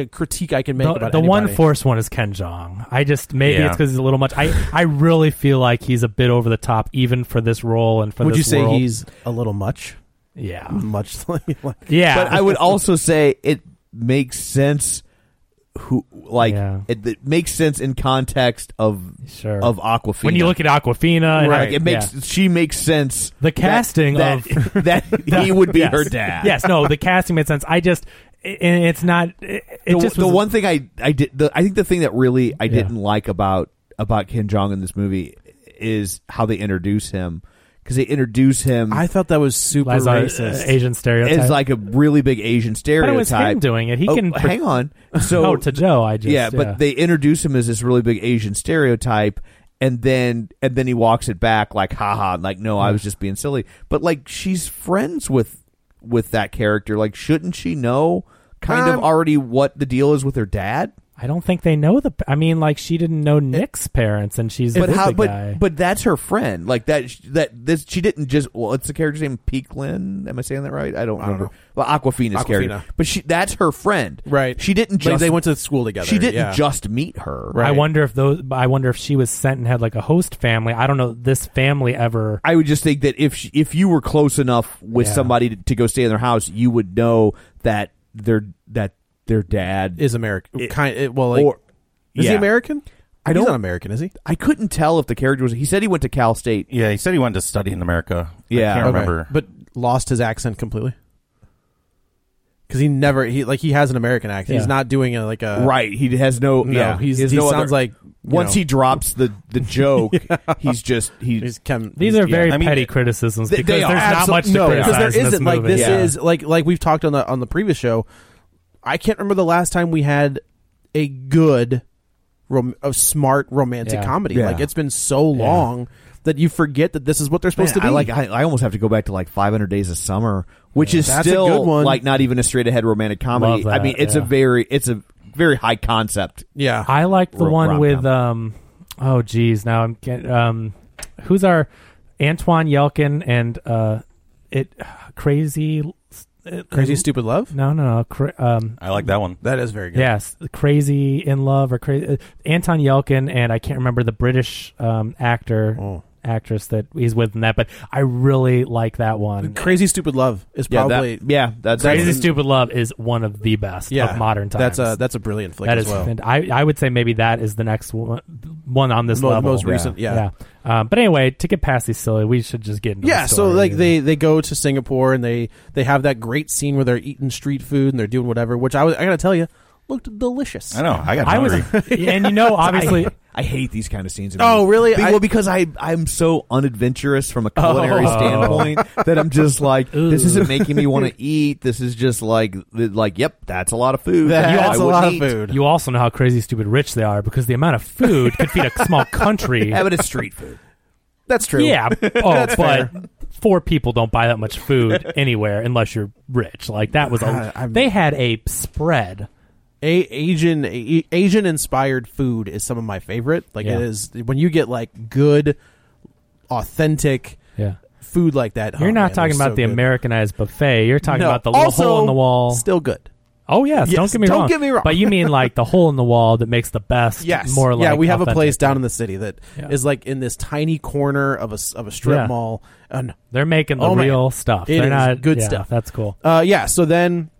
a critique I can make
the,
about
the
anybody.
one forced one is Ken Jong. I just maybe
Yeah.
it's because he's a little much. I I really feel like he's a bit over the top even for this role and for
Would
this
you say
world.
he's a little much?
Yeah,
much like, like-
Yeah.
But I would also say it makes sense. Who like it, it makes sense in context of
sure.
of Aquafina.
When you look at Aquafina, and
right?
I-
it makes
yeah.
she makes sense.
the casting
that,
of
that, that he would be
Yes.
her dad.
Yes, no, the casting made sense. I just it, it's not. It, it
the,
just
the
was-
one thing I I did the, I think the thing that really I didn't like about about Kim Jong in this movie is how they introduce him because they introduce him.
I thought that was super
As a, uh, racist. Asian stereotype.
It's like a really big Asian stereotype.
But it was him doing it. He
Oh,
can pre-
hang on. So
Oh, to Joe, I just-
yeah,
yeah.
but they introduce him as this really big Asian stereotype. And then and then he walks it back like haha like no I was just being silly but like she's friends with with that character like shouldn't she know kind of
Um,
already what the deal is with her dad
I don't think they know the. I mean, like she didn't know Nick's parents, and she's
but
with
how
the
but
guy.
but that's her friend like that that this she didn't just well it's the character's name Peaklin am I saying that right I don't remember well Aquafina's
Aquafina.
character but she that's her friend
Right.
she didn't
Like,
just
they went to school together.
she didn't
yeah.
just meet her
I wonder if those. I wonder if she was sent and had like a host family. I don't know. This family ever.
I would just think that if she, if you were close enough with
Yeah.
somebody to, to go stay in their house you would know that their that their dad
is American. kind it, well, like,
or-
is
yeah.
he American?
I
He's
don't-
not American, is he?
I couldn't tell if the character was he said he went to Cal State
yeah he said he wanted to study in America
Yeah.
I can't
Okay.
remember
But lost his accent completely. Because he never he like he has an American accent. He's
Yeah.
not doing a, like a
right. He has no.
Uh, No,
yeah,
he's-
he, has
he
no other-
sounds like, you
once
know.
he drops the the joke, he's just he,
He's chem-
These
he's-
are very
yeah.
petty criticisms
They-
because
they are
there's not
absolute-
much to
no,
criticize.
because there
in
isn't
this
like
movie.
this is like like we've talked on the on the previous show. I can't remember the last time we had a good, rom- a smart romantic
Yeah.
comedy.
Yeah.
Like it's been so long that you forget that this is what they're supposed
Man,
to be.
I like. I, I almost have to go back to like 500 Days of Summer, which
Yeah.
is
That's a
still
good one.
like not even a straight ahead romantic comedy.
Love
I mean,
that,
it's a
yeah.
very it's a very high concept.
yeah,
I like the
Ro-
one
rom-com.
with um. Oh geez, now I'm getting um. Who's our Antoine Yelkin and uh, it crazy uh,
Crazy
Mm-hmm.
Stupid Love.
No, no, no. Cra- um,
I like that one
That is very good.
Yes, Crazy in Love or Crazy uh, Anton Yelkin and I can't remember the British um, actor
Oh.
actress that he's with in that, but I really like that one.
Crazy Stupid Love is
Yeah, that-
probably
yeah, that's
Crazy
that's-
Stupid Love is one of the best
Yeah,
of modern times.
that's a- that's a brilliant flick
That
as
is
well.
fant- I I would say maybe that is the next one, one on this
Mo-
level.
most recent, yeah.
Um, but anyway, to get past these silly, we should just get into
yeah
The
so
story.
like they they go to singapore and they they have that great scene where they're eating street food and they're doing whatever which i was i gotta tell you looked delicious
I know I got
I was-
hungry
and you know obviously.
I, I hate these kind of scenes. in
Oh,
movies.
really?
Be-
I-
well, because I I'm so unadventurous from a culinary
Oh.
standpoint that I'm just like, this
Ooh.
isn't making me want to eat. This is just like like, yep, that's a lot of food.
That's
I
a
wouldn't
lot of
eat.
food.
You also know how crazy, stupid rich they are because the amount of food could feed a small country.
Having a street food.
that's true
Yeah. Oh,
That's
but
fair.
four people don't buy that much food anywhere unless you're rich. Like that was
God,
a.
I'm-
they had a spread.
a asian a, asian inspired food is some of my favorite like
Yeah.
it is when you get like good authentic
Yeah.
food like that
You're
oh, man,
not talking
they're
about
so
the
good.
Americanized buffet. You're talking
No,
about the little
also,
hole in the wall.
still good
Oh yes,
Yes,
don't get me
don't
wrong.
get me wrong.
but you mean like the hole in the wall that makes the best?
Yes,
more like
yeah. We have a
authentic.
place down in the city that is
Yeah.
like in this tiny corner of a s- of a strip
Yeah.
mall, and
They're making the
Oh, man.
real stuff.
It
They're
is
not
good
yeah,
stuff.
That's cool.
Uh, yeah. So then,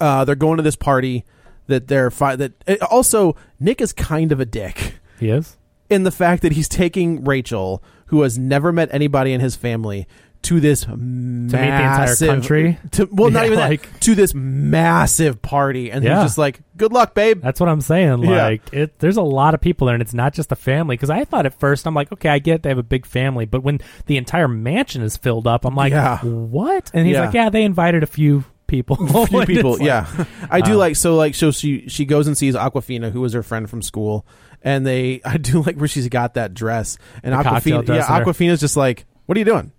uh, they're going to this party that they're fi- that it, also Nick is kind of a dick
He is.
in the fact that he's taking Rachel, who has never met anybody in his family, to this to
the entire
massive
country?
To, well, not
Yeah,
even
like-
that. To this massive party, and
Yeah.
he's just like, "Good luck, babe."
That's what I'm saying.
Yeah.
Like, it, there's a lot of people there, and it's not just the family. Because I thought at first, I'm like, okay, I get they have a big family, but when the entire mansion is filled up, I'm like,
Yeah.
what? And he's
Yeah.
like, yeah, they invited a few people.
A few
And
people.
it's like-
yeah, I do
Wow.
like so like so she she goes and sees Aquafina, who was her friend from school, and they I do like where she's got that dress and
The cocktail
Aquafina.
dress
yeah,
in there.
Aquafina's just like, what are you doing?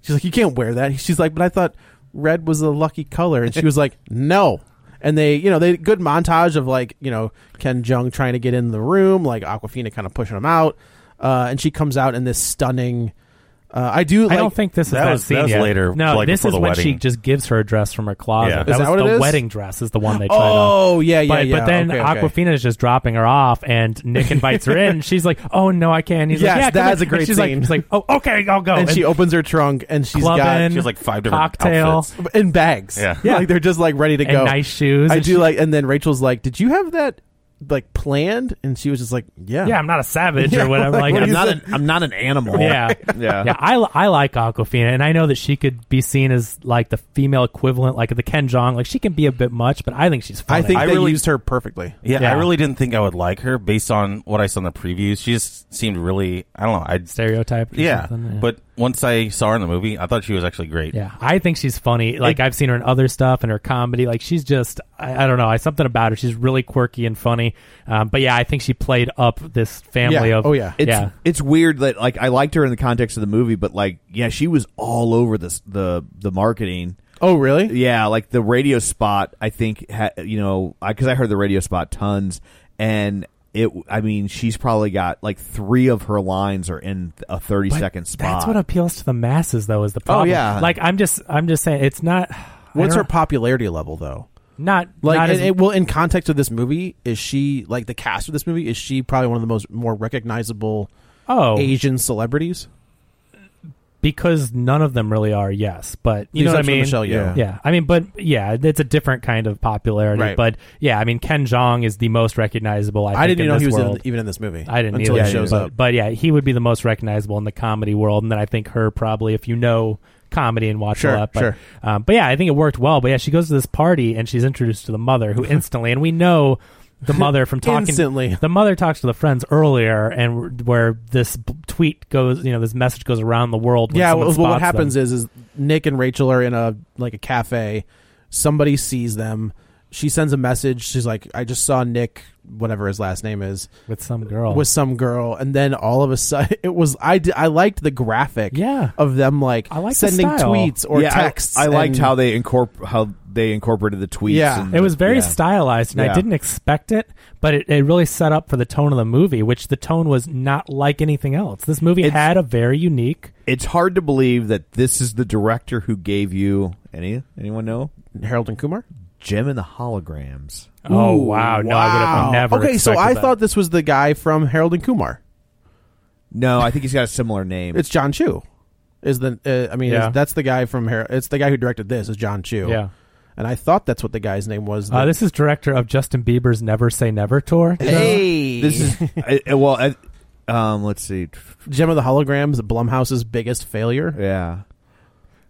She's like, you can't wear that. She's like, but I thought red was the lucky color, and she was like, no. And they, you know, they good montage of like you know Ken Jung trying to get in the room, like Aquafina kind of pushing him out, uh, and she comes out in this stunning. Uh, I do. Like,
I don't think this is
That
that,
was- that
scene
was
yet.
later,
No,
like,
this
before
is
the
when she
wedding.
just gives her dress from her closet.
Yeah.
That
Is
was
that what
the
it is?
wedding dress is the one they tried on.
Oh yeah, yeah,
but,
yeah.
But then
okay, okay.
Aquafina is just dropping her off, and Nick invites her in. She's like, "Oh no, I can't." And He's
Yes,
like, "Yeah, come
that
in."
is a great
and she's
scene.
Like, she's like, "Oh, okay, I'll go."
and she opens her trunk and she's got
clubbing,
She has like five different
cocktail.
outfits.
in bags.
Yeah.
Yeah.
like they're just like ready to
And
go.
nice shoes,
I
and
do
she-
like, and then Rachel's like, "Did you have that like planned?" And she was just like, "Yeah,
yeah, I'm not a savage
Yeah,
or whatever. Like,
what
I'm
is
not.
it?
an, I'm not an animal.
Yeah.
Yeah.
yeah. I, I like Aquafina, and I know that she could be seen as like the female equivalent, like the Ken Jong. Like she can be a bit much, but I think she's funny.
I think
I
they
really-
used her perfectly."
Yeah,
Yeah.
I really didn't think I would like her based on what I saw in the previews. She just seemed really, I don't know. I
stereotype. or
yeah,
something,
but once I saw her in the movie, I thought she was actually great.
Yeah, I think she's funny. Like I've seen her in other stuff and her comedy. Like she's just, I, I don't know, I something about her. She's really quirky and funny. Um, but yeah, I think she played up this family
Yeah.
of.
Oh, yeah.
It's,
yeah.
it's weird that like I liked her in the context of the movie, but like yeah, she was all over this the the marketing.
Oh, really?
Yeah, like the radio spot. I think ha, you know because I, heard the radio spot tons, and it. I mean, she's probably got like three of her lines are in a thirty second
But
spot.
That's what appeals to the masses, though, is the problem.
yeah.
Like I'm just, I'm just saying, it's not.
Oh, What's her
her
popularity level though?
not
Like,
not
and,
as,
and- well, in context of this movie, is she like the cast of this movie? Is she probably one of the most more recognizable
oh
Asian celebrities?
because none of them really are. Yes, but
The
you know what I
exception of
mean.
Michelle Yeoh.
yeah. I mean, but yeah, it's a different kind of popularity.
Right.
But yeah, I mean, Ken Jong is the most recognizable. I,
I,
think,
didn't
in
even know
this
he was
world.
in, even in this movie.
I didn't
until
either,
he shows
but,
up.
But yeah, he would be the most recognizable in the comedy world, and then I think her probably if you know comedy and watch
Sure,
a lot. But,
sure.
um, but yeah, I think it worked well. But yeah, she goes to this party and she's introduced to the mother, who instantly, and we know the mother from talking
Instantly.
The mother talks to the friends earlier, and where this b- tweet goes, you know, this message goes around the world. When
yeah
someone
well, well, what
spots them.
happens is is nick and rachel are in a like a cafe somebody sees them she sends a message she's like i just saw nick whatever his last name is
with some girl.
with some girl and then all of a sudden it was i did, i liked the graphic
Yeah.
of them like
I like the
sending
style.
tweets or
yeah, I-
texts
I, liked
and-
how they incorpor- how they incorporated the tweets.
Yeah.
and-
It was very
yeah.
stylized, and
Yeah.
I didn't expect it, but it, it really set up for the tone of the movie, which the tone was not like anything else. This movie
It's-
had a very unique.
It's hard to believe that this is the director who gave you any anyone know
harold and kumar
Jim and the Holograms.
oh
Ooh,
wow! No, I would
wow.
have never.
okay so
expected
i
that.
thought this was the guy from harold and kumar
No, I think he's got a similar name.
it's john chu is the uh, i mean
Yeah.
is- that's the guy from harold it's the guy who directed this is john chu
Yeah.
and i thought that's what the guy's name was
Uh,
that-
this is director of Justin Bieber's "Never Say Never" tour.
Hey, this is I, I- well. I, um, let's see.
Gem of the Holograms, Blumhouse's biggest failure.
Yeah,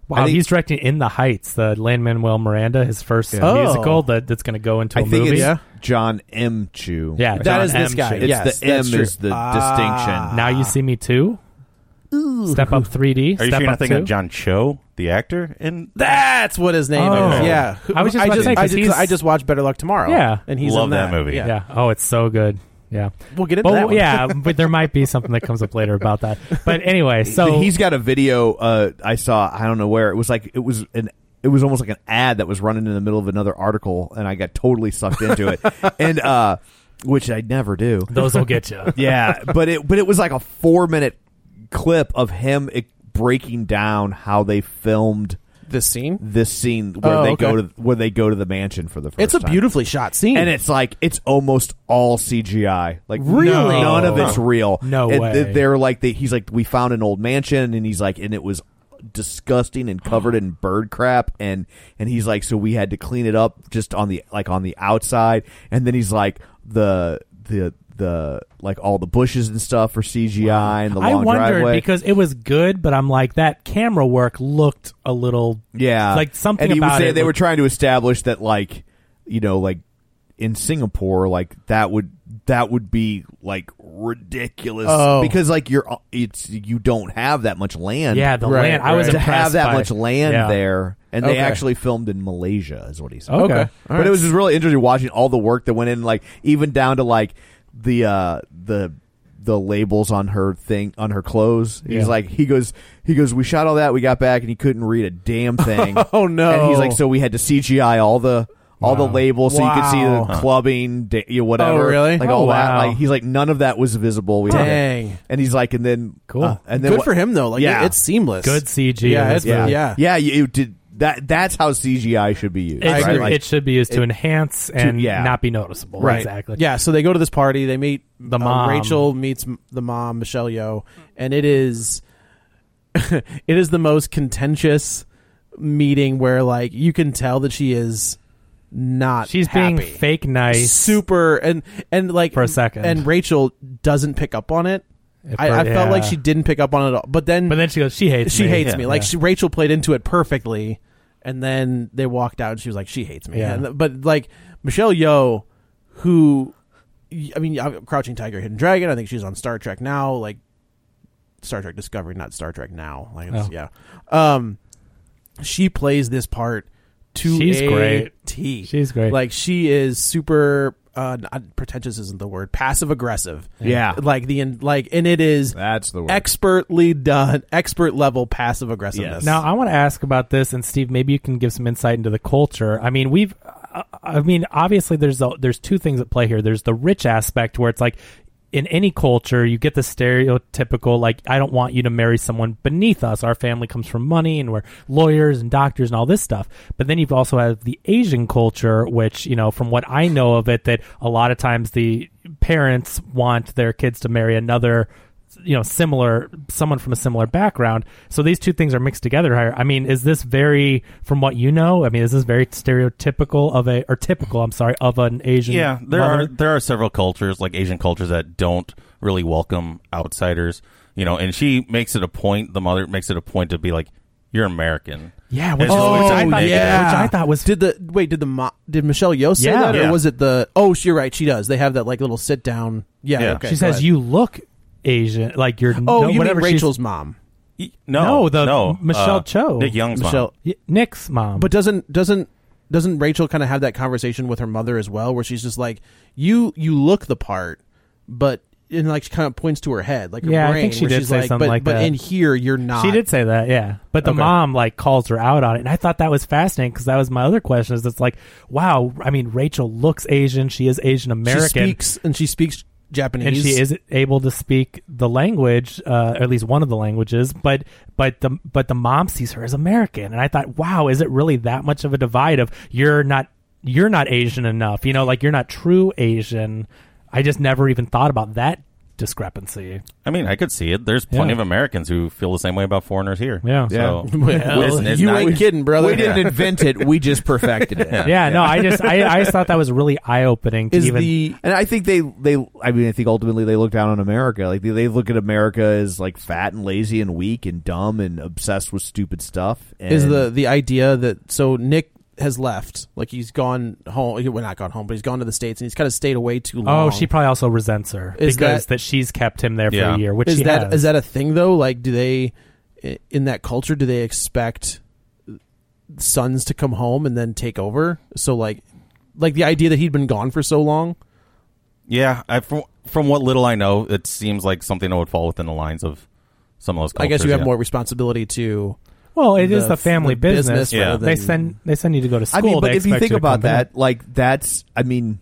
Wow,
I think-
he's directing "In the Heights," the Lin Manuel Miranda, his first
Yeah.
Oh.
musical that, that's going to go into a
I think
movie.
it's
Yeah.
John M. Chu.
Yeah,
Right.
That
John
is this
M.
guy.
Chu.
it's
yes,
the M
that's true. Ah.
is the distinction.
Now you see me too. Step up 3D.
Are you
Step
sure you're
up
not thinking
Two.
of John Cho, the actor? And
That's what his name
Oh.
is. Yeah,
I was just about to say,
I
'cause
just,
he's-
I just watched Better Luck Tomorrow.
Yeah.
and he's
Love
in
that movie.
Yeah.
yeah. Oh, it's so good. Yeah.
we'll get into
But
that. one.
yeah, but there might be something that comes up later about that. But anyway, so
So he's got a video. Uh, I saw. I don't know where it was. Like it was an. It was almost like an ad that was running in the middle of another article, and I got totally sucked into it. and uh, which I never do.
those will get you.
yeah, but it but it was like a four minute clip of him e- breaking down how they filmed
This scene.
This scene where
Oh,
they
okay.
go to where they go to the mansion for the first.
It's a
time.
beautifully shot scene.
and it's like it's almost all CGI. Like
Really?
none- none of
No.
it's real.
No
And
way.
th- They're like they, he's like we found an old mansion, and he's like, and it was disgusting and covered in bird crap, and and he's like, so we had to clean it up just on the like on the outside, and then he's like the the the like all the bushes and stuff are CGI and the
I
long
wondered
driveway.
because it was good, but I'm like that camera work looked a little
Yeah,
like something
And he was
about
saying
it
they were
looked-
trying to establish that, like, you know, like in Singapore, like that would that would be like ridiculous
Oh.
because like you're it's you don't have that much land.
Yeah, the Right, land- I was
to
impressed
have that
by-
much land
yeah.
there, and they
Okay.
actually filmed in Malaysia, is what he said.
Okay. Okay. All
but
right.
it was just really interesting watching all the work that went in, like even down to like the uh the the labels on her thing on her clothes. He's
Yeah.
like he goes he goes we shot all that we got back and he couldn't read a damn thing.
Oh, no.
And he's like so we had to CGI all the all the labels so you could see
Wow.
the
Huh.
clubbing da- you know, whatever.
Oh, really?
Like
Oh,
all
wow.
that like he's like none of that was visible. We had to-
Dang.
And he's like and then cool. Uh, and then
Good
what-
for him, though. Like, it- it's seamless. Good CG Yeah, in this it's- movie.
yeah.
yeah.
Yeah, you, you did that that's how CGI should be used.
It,
right?
should-
Like-
it should be used to
it-
enhance
to-
and
yeah.
not be noticeable. Exactly.
Yeah. So they go to this party. They meet the
mom.
Rachel meets m- the mom, Michelle Yeoh, and it is it is the most contentious meeting where like you can tell that she is not
She's
happy.
being fake nice.
super and and like for a
second.
and rachel doesn't pick up on it
If
I,
her-
I felt like
yeah.
she didn't pick up on it at all. But then, but then
she goes, she hates
she
me."
hates
Yeah.
me. Like
Yeah.
she, Rachel played into it perfectly, and then they walked out, and she was like, she hates me.
Yeah.
And- but like Michelle Yeoh, who, I mean, I'm- Crouching Tiger, Hidden Dragon. I think she's on Star Trek now. Like Star Trek Discovery, not Star Trek now. Like it's,
Oh.
yeah, um, she plays this part to
She's
a
great.
T.
She's great.
Like she is super. Uh, not- pretentious isn't the word. Passive aggressive.
Yeah.
Like the in, like, and it is
that's the word.
expertly done, expert level passive aggressiveness.
Now I want to ask about this, and Steve, maybe you can give some insight into the culture. I mean, we've, uh, I mean, obviously there's a, there's two things at play here. There's the rich aspect where it's like. In any culture, you get the stereotypical like, "I don't want you to marry someone beneath us. Our family comes from money, and we're lawyers and doctors and all this stuff." But then you've also have the Asian culture, which you know, from what I know of it, that a lot of times the parents want their kids to marry another you know similar someone from a similar background so these two things are mixed together here i mean is this very from what you know i mean is this very stereotypical of a or typical i'm sorry of an asian
Yeah, there
mother?
are there are several cultures like Asian cultures that don't really welcome outsiders. You know, and she makes it a point. The mother makes it a point to be like, "You're American."
oh, yeah
And
which,
Oh,
so
which
it's
I
a
thought,
negative.
which I thought was
did the wait did the mo- did Michelle Yeoh say
Yeah.
that or
Yeah.
was it the oh she- you're right she does they have that like little sit down yeah, okay,
she
go
says
ahead.
you look asian like you're
oh
no,
you mean
whatever she's-
Rachel's mom
no,
the
no,
michelle
uh,
cho
Nick Young's mom.
Michelle
Y- Nick's mom
but doesn't doesn't doesn't Rachel kind of have that conversation with her mother as well where she's just like you you look the part but and like she kind of points to her head like her
yeah
brain,
i think she
where
did
she's
say
like,
something
but,
like
but
that
in here you're not
she did say that yeah but the
Okay.
mom like calls her out on it and i thought that was fascinating because that was my other question is it's like wow i mean rachel looks asian she is asian american
she speaks and she speaks Japanese
and she is able to speak the language, uh, or at least one of the languages. But but the but the mom sees her as American, and I thought, wow, is it really that much of a divide of you're not you're not Asian enough? You know, like you're not true Asian. I just never even thought about that discrepancy.
I mean, I could see it. There's plenty of
Yeah.
Americans who feel the same way about foreigners here.
Yeah.
so
Yeah. Well,
you
not-
ain't kidding, brother. We didn't
Yeah.
invent it, we just perfected it.
Yeah, no, I just I, I just thought that was really eye opening.
is
even,
the and I think they they I mean I think ultimately they look down on America like they, they look at America as like fat and lazy and weak and dumb and obsessed with stupid stuff and
is the the idea that so Nick has left, like he's gone home. Well, not gone home, but he's gone to the states, and he's kind of stayed away too long.
oh, she probably also resents her
Is
because
that-
that, she's kept him there for
Yeah.
a year, which
is
she
that
has.
is that a thing though? Like, do they i- in that culture do they expect sons to come home and then take over? So like, like the idea that he'd been gone for so long.
Yeah, I, from from what little I know, it seems like something that would fall within the lines of some of those. Cultures,
I guess you have
yeah.
more responsibility to.
Well, it is the family business.
rather
Yeah.
than-
they send they send you to go to school.
I mean, but
They
if you
expect
think
to
about
come back.
that, like that's, I mean,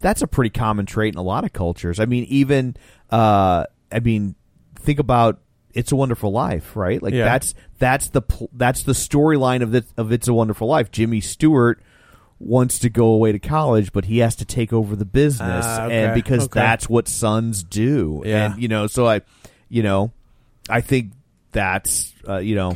that's a pretty common trait in a lot of cultures. I mean, even, uh, I mean, think about It's a Wonderful Life, right? Like
Yeah.
that's that's the pl- that's the storyline of the of It's a Wonderful Life. Jimmy Stewart wants to go away to college, but he has to take over the business,
Ah,
and
okay,
because
okay.
that's what sons do.
Yeah.
and you know, so I, you know, I think that's uh, you know.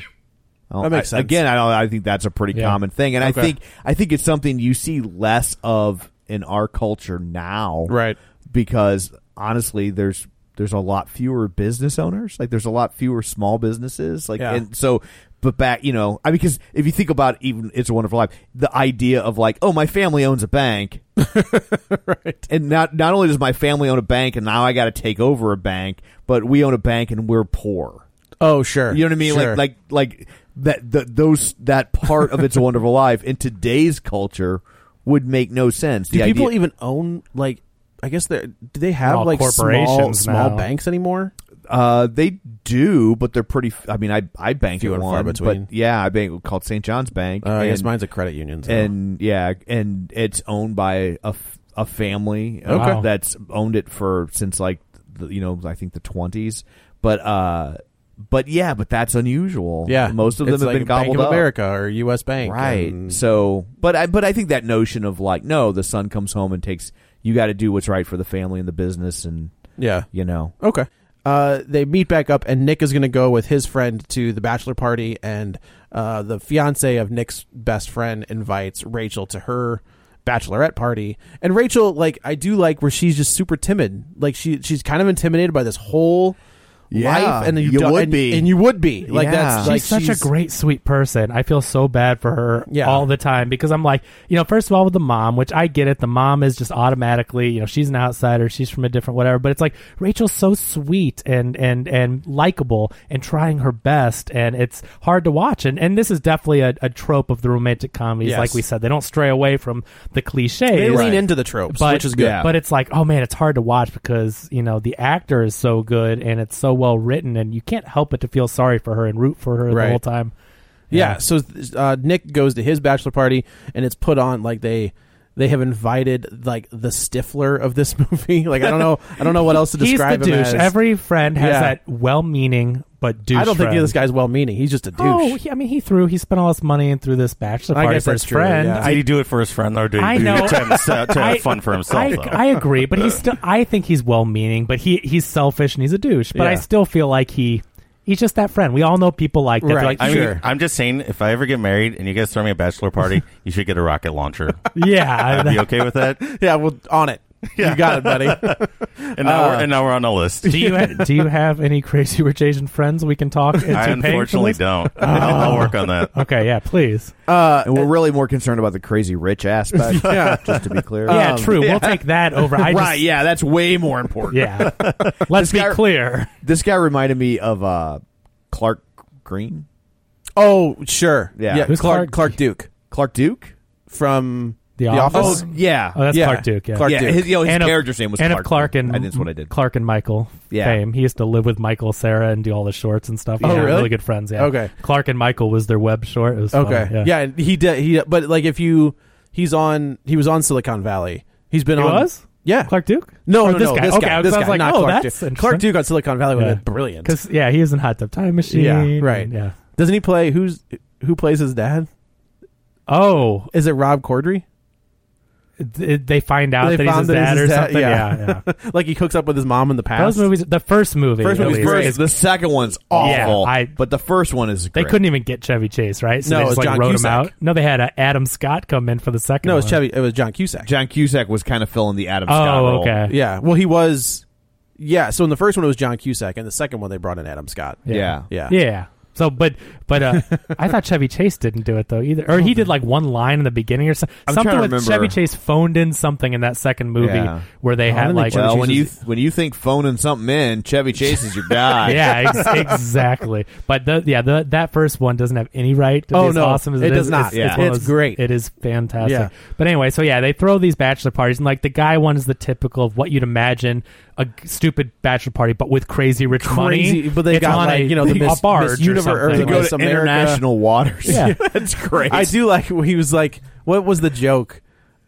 I don't-
That makes
I-
sense.
Again, I, I think that's a pretty
Yeah.
common thing, and
Okay.
I think I think it's something you see less of in our culture now,
Right.
Because honestly, there's there's a lot fewer business owners. Like there's a lot fewer small businesses. Like
Yeah.
and so, but back, you know, I mean, because if you think about even it's a wonderful life, the idea of like, oh, my family owns a bank, right? And not not only does my family own a bank, and now I got to take over a bank, but we own a bank and we're poor.
Oh, sure.
You know what I mean?
Sure.
Like like like that the, those that part of It's a Wonderful Life in today's culture would make no sense.
Do
The
people
idea-
even own like? I guess they do. They have
Well,
like small
corporations
small
now.
banks anymore.
uh, they do, but they're pretty. f- I mean, I I bank
Few
at
and
one,
far between.
but yeah, I bank called St. John's Bank.
Uh, I guess
and-
mine's a credit union. so-
and yeah, and it's owned by a, f- a family uh,
Okay. Wow.
that's owned it for since like the, you know I think the twenties, but uh, but yeah, but that's unusual.
yeah,
most of them
It's
have
like
been gobbled
Bank of
up.
America or U.S. Bank,
right?
and-
So, but I but I think that notion of like, no, the son comes home and takes. You got to do what's right for the family and the business, and
Yeah.
you know,
Okay. Uh, they meet back up, and Nick is going to go with his friend to the bachelor party, and uh, the fiance of Nick's best friend invites Rachel to her bachelorette party. And Rachel, like, I do like where she's just super timid. Like she she's kind of intimidated by this whole
Yeah,
life, and
you
don't-
would
and-
be.
and you would be like that's
she's
like
such a great sweet person. I feel so bad for her
Yeah.
all the time because I'm like, you know, first of all with the mom, which I get it, the mom is just automatically, you know, she's an outsider, she's from a different whatever, but it's like Rachel's so sweet and and and likable and trying her best and it's hard to watch. And and this is definitely a, a trope of the romantic comedies
Yes.
like we said. They don't stray away from the cliches.
They lean Right. into the tropes,
but,
which is good. Yeah.
But it's like, oh man, it's hard to watch because you know the actor is so good and it's so well written, and you can't help but to feel sorry for her and root for her
Right.
the whole time.
Yeah. so uh, Nick goes to his bachelor party, and it's put on like they they have invited like the Stifler of this movie. like I don't know, I don't know what else to
He's
describe
the
him
douche.
as.
Every friend has
Yeah.
that well-meaning but douche.
I don't think
friend.
this guy's well-meaning. He's just a douche.
Oh, he, I mean, he threw. He spent all his money and threw this bachelor
I
party
guess
for
that's
his
true,
friend.
yeah.
Did he do it for his friend, or did
I
he do
know.
it to, himself, to
I-
have fun for himself?
I,
though?
I agree, but he's still. I think he's well meaning, but he he's selfish and he's a douche. But I
Yeah.
still feel like he he's just that friend. We all know people like that. They're Like,
I mean,
sure.
I'm just saying, if I ever get married and you guys throw me a bachelor party, you should get a rocket launcher.
yeah,
I'd be okay with that.
yeah, well, on it. You got it, buddy.
And now, we're, and now we're on a list.
Uh, Do you ha- do you have any crazy rich Asian friends we can talk? Into
I
paying for
unfortunately
this? Uh,
don't. I'll, I'll work on that.
Okay, yeah, please.
Uh,
and we're really more concerned about the crazy rich aspect.
Yeah.
just to be
Um,
clear. Um,
Yeah, true. We'll take that over. I just-
right? Yeah, that's way more important.
Yeah. Let's be clear.
This guy reminded me of uh, Clark Green.
Oh, sure.
Yeah.
Who's Clark? Clark Duke.
Clark Duke
from The,
Office?
Office.
Oh, yeah.
Oh, that's
Yeah.
Clark Duke. Yeah,
Clark Yeah, Duke. his- you know, his
And of-
character's name was
and
Clark
of Clark
Duke.
and
I just what I did.
Clark and Michael
Yeah.
fame. He used to live with Michael, Sarah, and do all the shorts and stuff.
Oh,
They were
really?
Really good friends. Yeah.
Okay.
Clark and Michael was their web short. It was funny,
Okay. Yeah. and he did. He but like if you, he's on. He was on Silicon Valley. He's been
He
on.
was?
Yeah.
Clark Duke.
No,
Or
no,
this
no,
guy.
This
Okay,
guy.
I was-
This
I was
guy,
like,
not
oh,
Clark
that's
Duke.
interesting.
Clark Duke on Silicon Valley would have
Yeah.
been brilliant.
Because yeah, he is in Hot Tub Time Machine.
Yeah. Right.
Yeah.
Doesn't he play who's who plays his dad?
Oh,
is it Rob Corddry?
Th- They find out that he's his
found it's
dad or
his dad-
something. Yeah. yeah.
like he hooks up with his mom in the past.
Those movies, the first movie,
First
at
movie's
least,
great.
is-
The second one's
Yeah,
awful,
I-
but the first one is
They
great.
couldn't even get Chevy Chase, right? So
No,
they
it was
just like
John
wrote
Cusack.
him out. No, they had uh, Adam Scott come in for the second.
No,
one.
it's Chevy. It was John Cusack.
John Cusack was kind of filling the Adam
Oh,
Scott role.
okay.
Yeah. Well, he was. Yeah. So in the first one it was John Cusack, and the second one they brought in Adam Scott.
Yeah.
Yeah.
yeah. So, but but uh, I thought Chevy Chase didn't do it though either, or he did like one line in the beginning or so,
I'm
something.
trying to
with
remember.
Chevy Chase phoned in something in that second movie
Yeah. Oh,
where
Oh,
they had like
well, when you when you think phoning something in, Chevy Chase is your guy.
yeah, ex- exactly. But the, yeah, the, that first one doesn't have any right to
Oh,
be as
no,
awesome as it,
it
is.
does not.
It's,
Yeah.
one of
It's
those-
great.
It is fantastic.
Yeah.
But anyway, so yeah, they throw these bachelor parties, and like the guy one is the typical of what you'd imagine a g- stupid bachelor party, but with crazy rich money.
Crazy, but they
It's
got
on
like
a,
you know the
a
Miss,
barge
Miss
or
Universe or
something.
the Miss
to
America.
international waters.
Yeah.
that's great.
I do like when he was like, what was the joke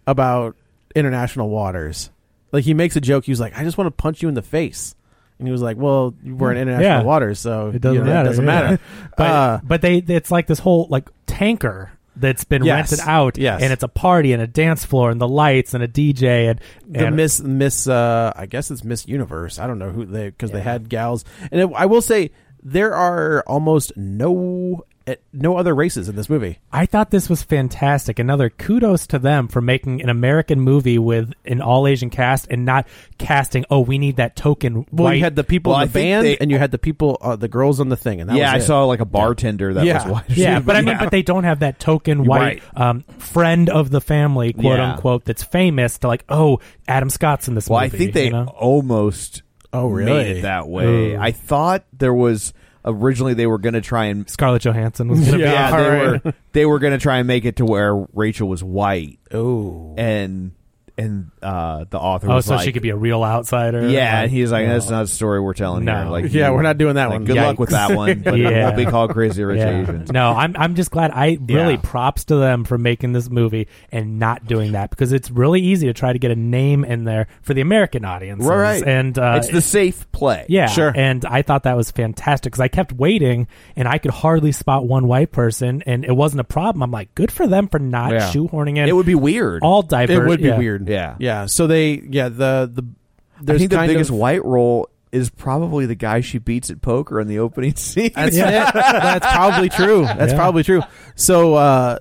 about international waters? Like he makes a joke. He was like, I just want to punch you in the face. And he was like, "Well, we're in international
Hmm. Yeah.
waters, so
it doesn't
you know,
matter.
It doesn't
yeah.
matter."
but,
Uh,
but they, it's like this whole like tanker that's been
Yes.
rented out,
Yes.
and it's a party and a dance floor and the lights and a DJ and,
the
and
Miss Miss uh I guess it's Miss Universe. I don't know who they because they had gals, and it, I will say there are almost no eh, no other races in this movie.
I thought this was fantastic. Another kudos to them for making an American movie with an all Asian cast and not casting. Oh, we need that token.
Well,
white.
you had the people in the band, and you had the people uh, the girls on the thing, and that
Yeah,
was
I
it.
saw,
like a bartender that
yeah.
was white.
yeah, but I mean, but they don't have that token white
Right.
um, friend of the family, quote
Yeah.
unquote, that's famous. To like, oh, Adam Scott's in this
Well,
movie.
I think they
you know?
almost
oh
really?
made it that way.
Ooh.
I thought there was originally they were going to try and
Scarlett Johansson was gonna be
yeah,
in it.
they
Alright.
were they were going to try and make it to where Rachel was white.
Oh,
and and uh, the author.
Oh,
was
so
like,
she could be a real outsider.
Yeah, and he's like,
no.
that's not a story we're telling
No.
here. Like,
Yeah,
you-
we're not doing that
like,
one.
Good luck with that
Yikes.
one. But
Yeah.
it won't be called Crazy Rich
Yeah.
Asians.
No, I'm I'm just glad I really
Yeah.
props to them for making this movie and not doing that because it's really easy to try to get a name in there for the American audience.
Right, right.
And uh,
It's the safe play.
Yeah,
Sure.
And I thought that was fantastic because I kept waiting and I could hardly spot one white person and it wasn't a problem. I'm like, good for them for not
Yeah.
shoehorning in.
It would be weird.
All diverse.
It would be
yeah.
weird. yeah. So they yeah the the
I
there's
think the
kind
biggest
of,
white role is probably the guy she beats at poker in the opening scene.
That's it. That's probably true. That's probably true. So uh,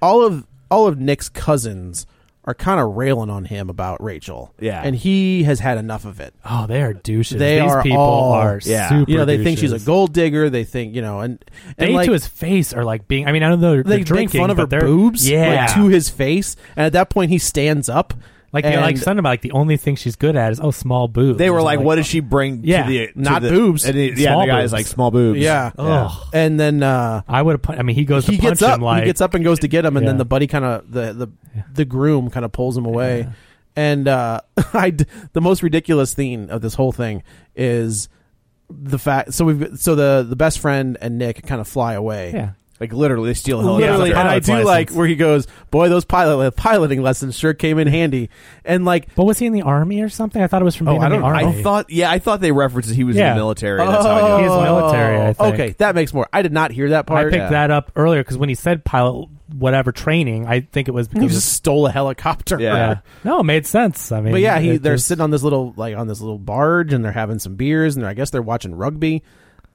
all of all of Nick's cousins are kind of railing on him about Rachel.
Yeah.
and he has had enough of it.
Oh, they are douches.
They
These
are
people
all-
are
yeah.
super.
You know, they think she's a
douches.
gold digger. They think you know, and, and
They
like,
to his face are like being. I mean, I don't know.
they
They drinking,
make fun of
but
her
they're-
boobs.
Yeah,
like, to his face, and at that point he stands up.
Like they like
and-
something about like the only thing she's good at is oh small boobs.
They were
Or
like,
something
"What
does she
to
bring
the- to the- and it- yeah, the guy's like, small boobs. Yeah.
Ugh.
and then uh,
oh, I would have. I mean, he goes.
he
to
gets
punch
up.
Him, like,
he gets up and goes to get him, and then
Yeah.
the buddy kind of the the the groom kind of pulls him away. And uh, I d- the most ridiculous thing of this whole thing is the fact. So we've so the the best friend and Nick kind of fly away.
Yeah.
Like literally, they steal
a
Literally,
helicopter.
and I
Pilot's
do like
license.
where he goes, boy, those pilot piloting lessons sure came in handy. And like,
but was he in the army or something? I thought it was from
Oh,
being
I
in the
don't. know.
army.
I thought
yeah, I thought they referenced that he was in the military.
Oh,
That's how I knew.
He's military, I think.
Okay, that makes more. I did not hear that
I
part.
picked that up earlier because when he said pilot whatever training, I think it was because
He just stole a helicopter.
Yeah. No, it made sense. I mean,
but yeah, he,
it
they're
just-
sitting on this little like on this little barge, and they're having some beers, and they're, I guess they're watching rugby.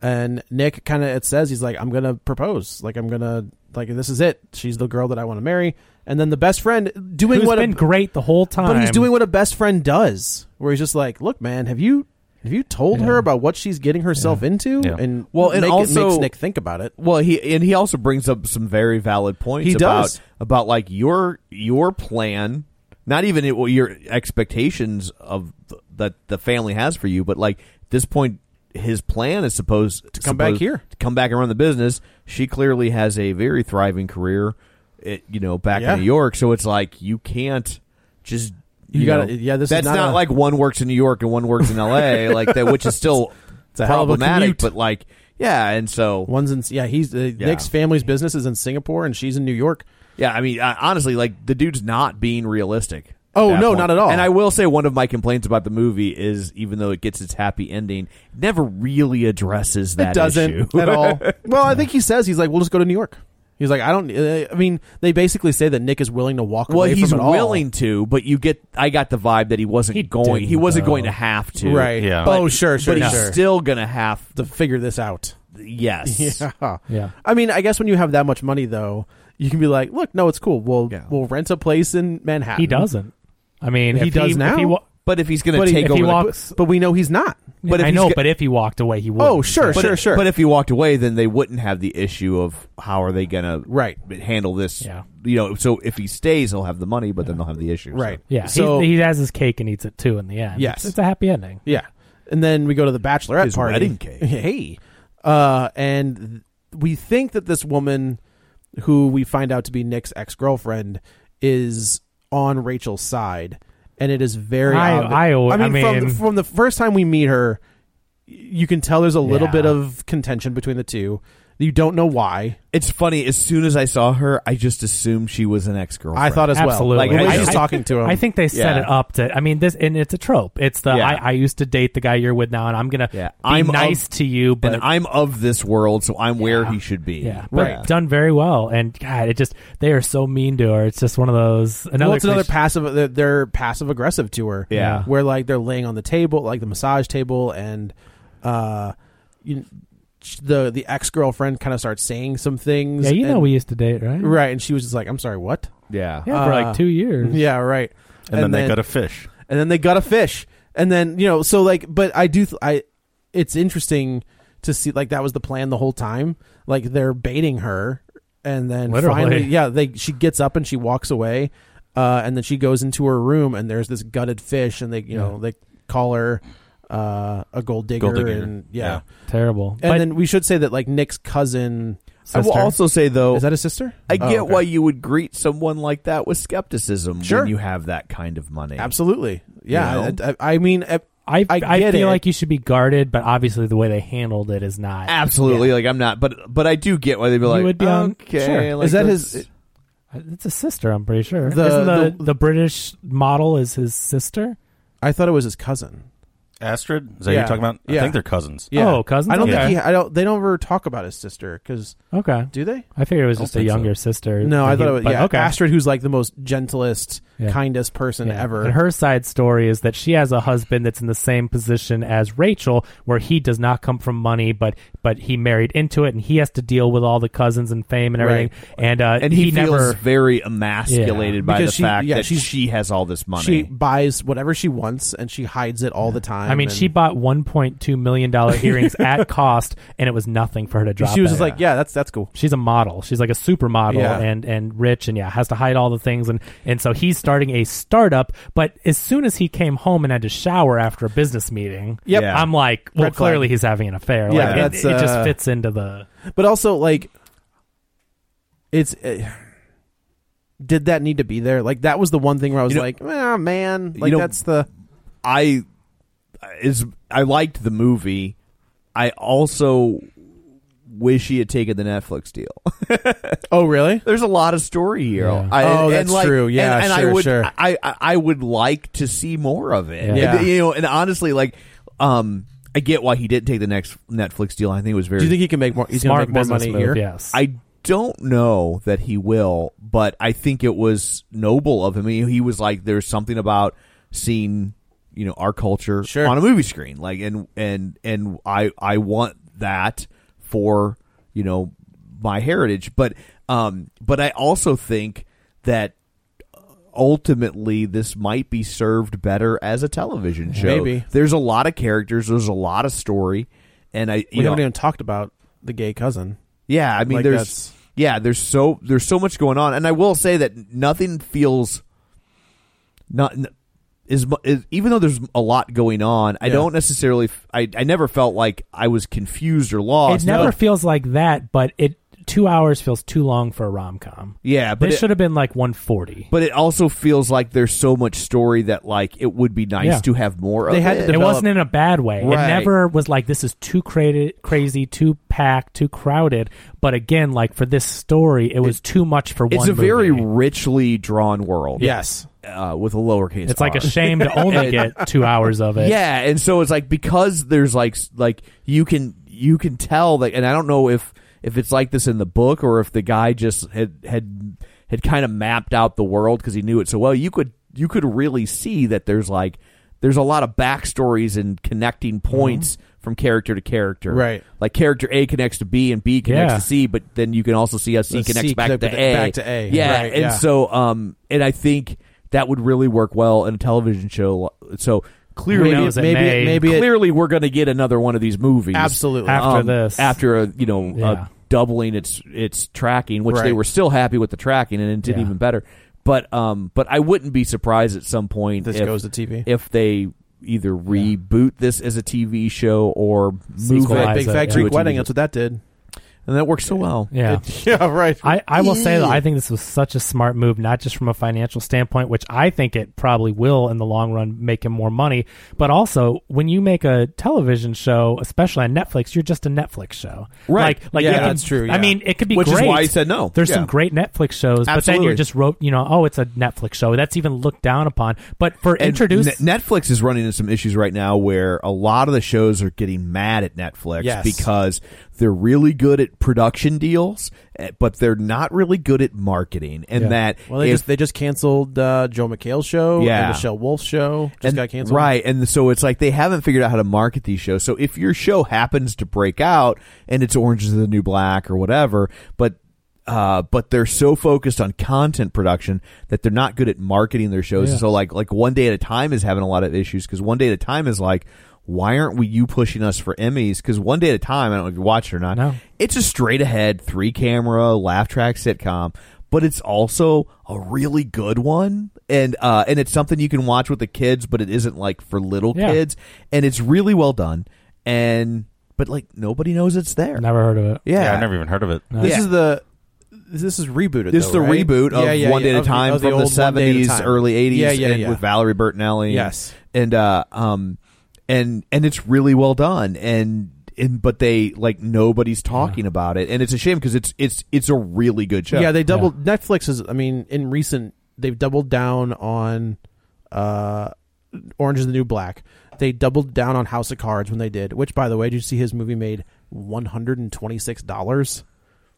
And Nick kind of it says he's like, I'm gonna propose, like I'm gonna like this is it. She's the girl that I want to marry. And then the best friend doing
who's
what
been
a,
great the whole time.
but he's doing what a best friend does, where he's just like, look, man, have you have you told her about what she's getting herself into?
Yeah.
And
Well, and
make-
also-
it makes Nick think about it.
Well, he and he also brings up some very valid points.
He
about,
does.
about like your your plan, not even it, well, your expectations of th- that the family has for you, but like at this point, his plan is supposed to
come back here.
to come back and run the business. She clearly has a very thriving career, it, you know, back
Yeah.
in New York. So it's like you can't just.
You
You,
gotta-
know,
yeah, this is
that's
not a-
like one works in New York and one works in L.A. like that, which is still
It's a hell of a
problematic.
commute.
But like, yeah, and so
One's in yeah, he's uh,
Yeah.
Nick's family's business is in Singapore, and she's in New York.
Yeah, I mean, I, honestly, like the dude's not being realistic.
Oh,
at that
no, not at all.
And I will say one of my complaints about the movie is even though it gets its happy ending, it never really addresses that
it doesn't
issue.
at all. Well, I think he says he's like, we'll just go to New York. He's like, I don't. Uh, I mean, they basically say that Nick is willing to walk
well,
away
he's
from it all.
willing to, but you get I got the vibe that he wasn't going he
didn't,
wasn't
though.
going to have to.
right?
Yeah.
oh, sure, sure,
but
sure.
he's still going to have
to figure this out.
yes.
Yeah.
Yeah.
I mean, I guess when you have that much money, though, you can be like, look, no, it's cool. We'll we'll rent a place in Manhattan.
He doesn't. I mean,
He
if
does
he,
now.
If he wa-
But if he's going
But
to
he-
take
if
over
he
the-
walks-
But we know he's not.
But if
I
he's
know,
go-
but if he walked away, he would.
Oh, sure,
but
sure,
if-
sure.
But if he walked away, then they wouldn't have the issue of how are they going to
Right.
handle this.
Yeah.
You know, so if he stays, he'll have the money, but then they'll have the issue. so.
Right.
Yeah,
So-
he, he has his cake and eats it too in the end.
Yes.
it's, it's a happy ending.
Yeah. And then we go to the bachelorette
His
party.
wedding cake.
Hey. Uh, and th- we think that this woman, who we find out to be Nick's ex girlfriend, is on Rachel's side. And it is very.
I-
obvi-
I al- I
from,
mean-
the, from the first time we meet her, you can tell there's a little
Yeah.
bit of contention between the two. You don't know why.
It's funny. As soon as I saw her, I just assumed she was an ex girlfriend.
I thought as well.
Absolutely.
Like,
I-
she's
I-
talking to him.
I think they set
Yeah.
it up to. I mean, this and it's a trope. It's the
Yeah.
I, I used to date the guy you're with now, and I'm gonna be
I'm of-
nice to you, but
and I'm of this world, so I'm where he should be.
yeah, but done very well. And God, it just they are so mean to her. It's just one of those another.
well, it's another
cliche-
passive. They're, they're passive aggressive to her.
Yeah.
where like they're laying on the table, like the massage table, and uh, you, the the ex girlfriend kind of starts saying some things.
yeah, you know
and-
we used to date, right?
right, and she was just like, "I'm sorry, what?" Uh,
Yeah,
Yeah, for like two years.
Yeah, right.
And then they got a fish.
and then they got a fish, and then you know, so like, but I do, th- I, it's interesting to see like that was the plan the whole time. Like they're baiting her, and then
Literally.
finally, yeah, they she gets up and she walks away, uh, and then she goes into her room, and there's this gutted fish, and they you know they call her. Uh, a gold digger,
Gold digger.
and yeah,
Terrible.
and
But-
then we should say that like Nick's cousin.
I will also say though,
is that a sister?
I
Oh,
get
okay.
why you would greet someone like that with skepticism
Sure.
when you have that kind of money.
Absolutely, yeah.
You know?
I, I- I mean, I
I I,
get
feel
it.
like you should be guarded, but obviously the way they handled it is not.
Absolutely, like I'm not, but but I do get why they'd be like,
would be on-
okay,
sure.
like,
Is that
let's-
his-
Uh, It's a sister, I'm pretty sure.
The-
Isn't the,
the-
the British model is his sister?
I thought it was his cousin.
Astrid? Is that
Yeah.
you're talking about?
Yeah.
I think they're cousins.
Yeah.
Oh, cousins?
I don't
Okay.
think he. I don't. They don't ever talk about his sister because
Okay.
do they?
I figured it was
I don't
just a
think so.
younger sister.
No, I
And he-
thought it was
but
yeah.
Okay.
Astrid, who's like the most gentlest,
Yeah.
kindest person
Yeah.
ever.
And her side story is that she has a husband that's in the same position as Rachel, where he does not come from money, but but he married into it, and he has to deal with all the cousins and fame and everything. And uh,
and he, feels
never
very emasculated
Yeah.
by
Because
the
she-
fact
yeah,
that
she's-
she has all this money.
she buys whatever she wants and she hides it all the time.
I mean,
and
she bought one point two million dollar earrings at cost, and it was nothing for her to drop.
she was
it.
just like, yeah, that's that's cool.
she's a model. She's like a supermodel
Yeah.
and and rich and yeah, has to hide all the things and and so he's starting a startup. But as soon as he came home and had to shower after a business meeting,
Yep.
Yeah.
I'm like, well,
Red flag.
clearly he's having an affair.
Yeah,
like, it-
that's,
it, just
uh,
fits into the.
But also, like, it's. eh, did that need to be there? Like that was the one thing where I was
You know-
like, ah, man,
You
like
know-
that's the
I is I liked the movie. I also wish he had taken the Netflix deal.
oh really?
There's a lot of story here.
Yeah.
I,
Oh,
and,
that's
like-
true. Yeah,
and, and I
sure,
would,
sure.
I, I I would like to see more of it.
Yeah.
And, you know, and honestly, like, um, I get why he didn't take the next Netflix deal. I think it was very.
Do you think he can make more? He's gonna
Smart
make more
business
money
move,
here.
yes.
I don't know that he will, but I think it was noble of him. He, he was like, "There's something about seeing, you know, our culture
Sure.
on a movie screen, like, and and and I I want that for you know my heritage, but um, but I also think that ultimately this might be served better as a television show.
Maybe.
there's a lot of characters, there's a lot of story, and I you
We
know,
haven't even talked about the gay cousin.
yeah, I mean,
Like,
there's
that's-
yeah, there's so there's so much going on, and I will say that nothing feels not n- is, mu- is even though there's a lot going on. I
Yeah.
don't necessarily. f- I I never felt like I was confused or lost.
it never
No.
feels like that, but it two hours feels too long for a rom com.
yeah, but
This
it,
should have been like 140.
but it also feels like there's so much story that like it would be nice
Yeah.
to have more.
They
of
had
it.
to
it
develop-
wasn't in a bad way. It
Right.
never was like this is too cra- crazy, too packed, too crowded. But again, like for this story, it was too much for
It's
one.
a very
movie.
richly drawn world.
Yes.
uh, with a lowercase.
It's, like a
r.
shame to only get two hours of it.
Yeah, and so it's like because there's like s- like you can you can tell that, and I don't know if if it's like this in the book or if the guy just had had had kind of mapped out the world because he knew it so well. You could you could really see that there's like there's a lot of backstories and connecting points. From character to character,
Mm-hmm. Right.
Like character A connects to B and B connects
Yeah.
to C, but then you can also see how C
The
connects
C
back to
connect-
A,
back to A,
yeah.
right,
and
yeah.
so, um, and I think that would really work well in a television show. So clearly,
Who knows, it
maybe
may-
maybe it,
clearly we're going to get another one of these movies
Absolutely.
After this.
Um, after a you know
Yeah.
a doubling its its tracking which they
Right.
were still happy with the tracking and it did
Yeah.
even better but um but I wouldn't be surprised at some point
This
if,
goes to TV.
if they either reboot this as a TV show or move
Sequelize
it
Big
it,
Fat
yeah.
Greek
Which
Wedding.
is-
That's what that did.
and that works so well.
Yeah.
yeah, right.
I, I will say
Yeah.
that I think this was such a smart move, not just from a financial standpoint, which I think it probably will in the long run make him more money, but also when you make a television show, especially on Netflix, you're just a Netflix show.
Right.
Like, like
Yeah,
it can-
that's true, yeah.
I mean, it could be
Which is
great.
why I said no.
There's
Yeah.
some great Netflix shows, but then
Absolutely.
you're just wrote, you know, oh, it's a Netflix show. That's even looked down upon. But for
And
introduce,
Ne- Netflix is running into some issues right now where a lot of the shows are getting mad at Netflix
Yes.
because they're really good at production deals, eh, but they're not really good at marketing. And that
well, they
if-
just they just canceled uh, Joe McHale's show,
Yeah.
and Michelle Wolf's show just
and-
got canceled,
Right. And so it's like they haven't figured out how to market these shows. So if your show happens to break out and it's Orange is the New Black or whatever, but uh, but they're so focused on content production that they're not good at marketing their shows.
Yeah.
So like like one day at a time is having a lot of issues because one day at a time is like, why aren't we you pushing us for Emmys? Because one day at a time, I don't know if you watch it or not. It's a straight ahead three camera laugh track sitcom, but it's also a really good one, and uh, and it's something you can watch with the kids, but it isn't like for little
Yeah.
kids, and it's really well done, and but like nobody knows it's there.
Never heard of it.
Yeah,
I've never even heard of it.
This
Yeah.
is the this is rebooted.
This is
though,
the
right?
reboot of
Yeah, yeah,
One Day
yeah,
at a
of the-
Time
of
from the
old One Day at a
seventies,
Time.
early eighties,
Yeah, yeah,
and
yeah.
with Valerie Bertinelli.
Yes.
and uh, um, and and it's really well done, and. And, but they like nobody's talking about it, and it's a shame because it's it's it's a really good show.
Uh-huh. Yeah, they doubled. Netflix is. I mean, in recent, they've doubled down on uh, Orange is the New Black. They doubled down on House of Cards when they did. Which, by the way, did you see his movie made one hundred and twenty six dollars?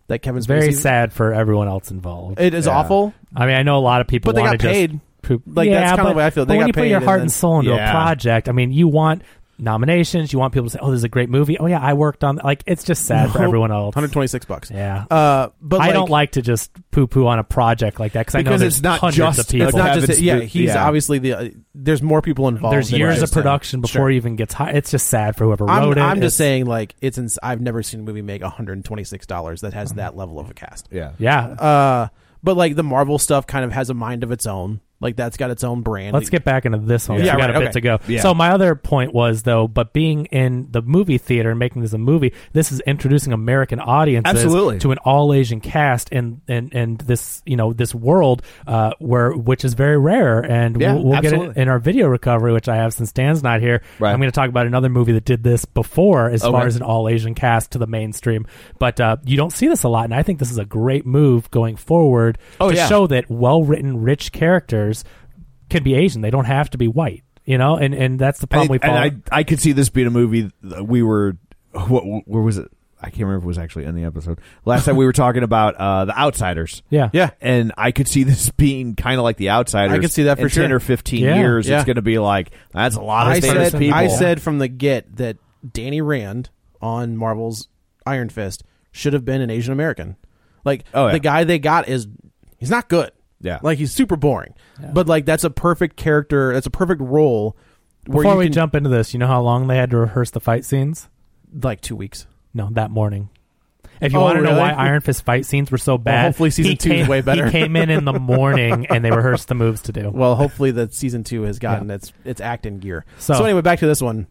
That Kevin's
very sad for everyone else involved.
It is Yeah. awful.
I mean, I know a lot of people,
But they
wanna
got paid.
just poop-
Like,
yeah,
that's kinda
but,
the way I feel. They
but when
got
you put
paid
your
and
heart
then-
and soul into
Yeah.
a project, I mean, you want nominations. You want people to say, "Oh, this is a great movie." Oh yeah, I worked on. Like, it's just sad for
No.
everyone else.
One hundred twenty six bucks.
Yeah,
uh, but
I
like-
don't like to just poo poo on a project like that because I know there's hundreds of people.
It's not just yeah. He's obviously the. uh, there's more people involved.
there's
than
years of
just him.
production before
Sure.
he even gets hired. It's just sad for whoever
I'm,
wrote it.
I'm just
It's-
saying, like it's. Ins- I've never seen a movie make 126 dollars that
Uh-huh.
has that level of a cast.
Yeah,
Yeah.
Uh, but like the Marvel stuff kind of has a mind of its own. Like that's got its own brand.
Let's get back into this one. 'cause
Yeah,
we got
right,
a bit
okay.
to go.
Yeah.
So my other point was though, but being in the movie theater and making this a movie, this is introducing American audiences
Absolutely.
to an all Asian cast and and and this you know this world uh, where which is very rare, and
Yeah,
we'll, we'll get it
absolutely.
in our video recovery, which I have since Dan's not here.
Right.
I'm going to talk about another movie that did this before, as
Okay.
far as an all Asian cast to the mainstream, but uh, you don't see this a lot, and I think this is a great move going forward
Oh,
to
yeah.
show that well written, rich characters can be Asian. They don't have to be white, you know? And and that's the problem
and,
we fall
and I I could see this being a movie that we were what where was it? I can't remember if it was actually in the episode. Last time we were talking about uh, the Outsiders.
Yeah.
Yeah.
And I could see this being kind of like the Outsiders.
I could see that for
in
sure.
ten or fifteen
Yeah.
years.
Yeah.
It's going to be like that's a lot of
I
famous
said,
people.
I said from the get that Danny Rand on Marvel's Iron Fist should have been an Asian American. Like
Oh, yeah.
the guy they got is he's not good.
Yeah.
Like he's super boring. But like that's a perfect character, that's a perfect role where
Before
you
we
can,
jump into this, you know how long they had to rehearse the fight scenes?
Like two weeks.
No, that morning. If you
Oh,
want to know
really?
why Iron Fist fight scenes were so bad,
hopefully season
he
two is
came-
way better.
He came in in the morning and they rehearsed the moves to do.
Well, hopefully that season two has gotten its its acting gear. So,
So-
anyway, back to this one.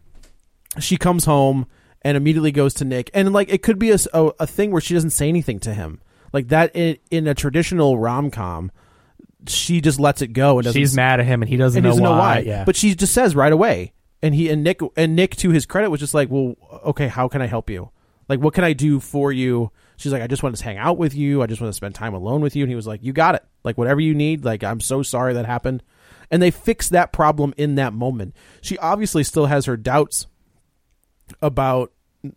She comes home and immediately goes to Nick, and like it could be a, s- a- a thing where she doesn't say anything to him, like that in, in a traditional rom com. She just lets it go and doesn't.
She's
s-
mad at him and he doesn't
and
know
doesn't know
why,
why.
yeah.
But she just says right away, and he and Nick and Nick to his credit was just like, well, okay, how can I help you? Like, what can I do for you? She's like, I just want to hang out with you. I just want to spend time alone with you. And he was like, you got it. Like whatever you need. Like I'm so sorry that happened. And they fixed that problem in that moment. She obviously still has her doubts about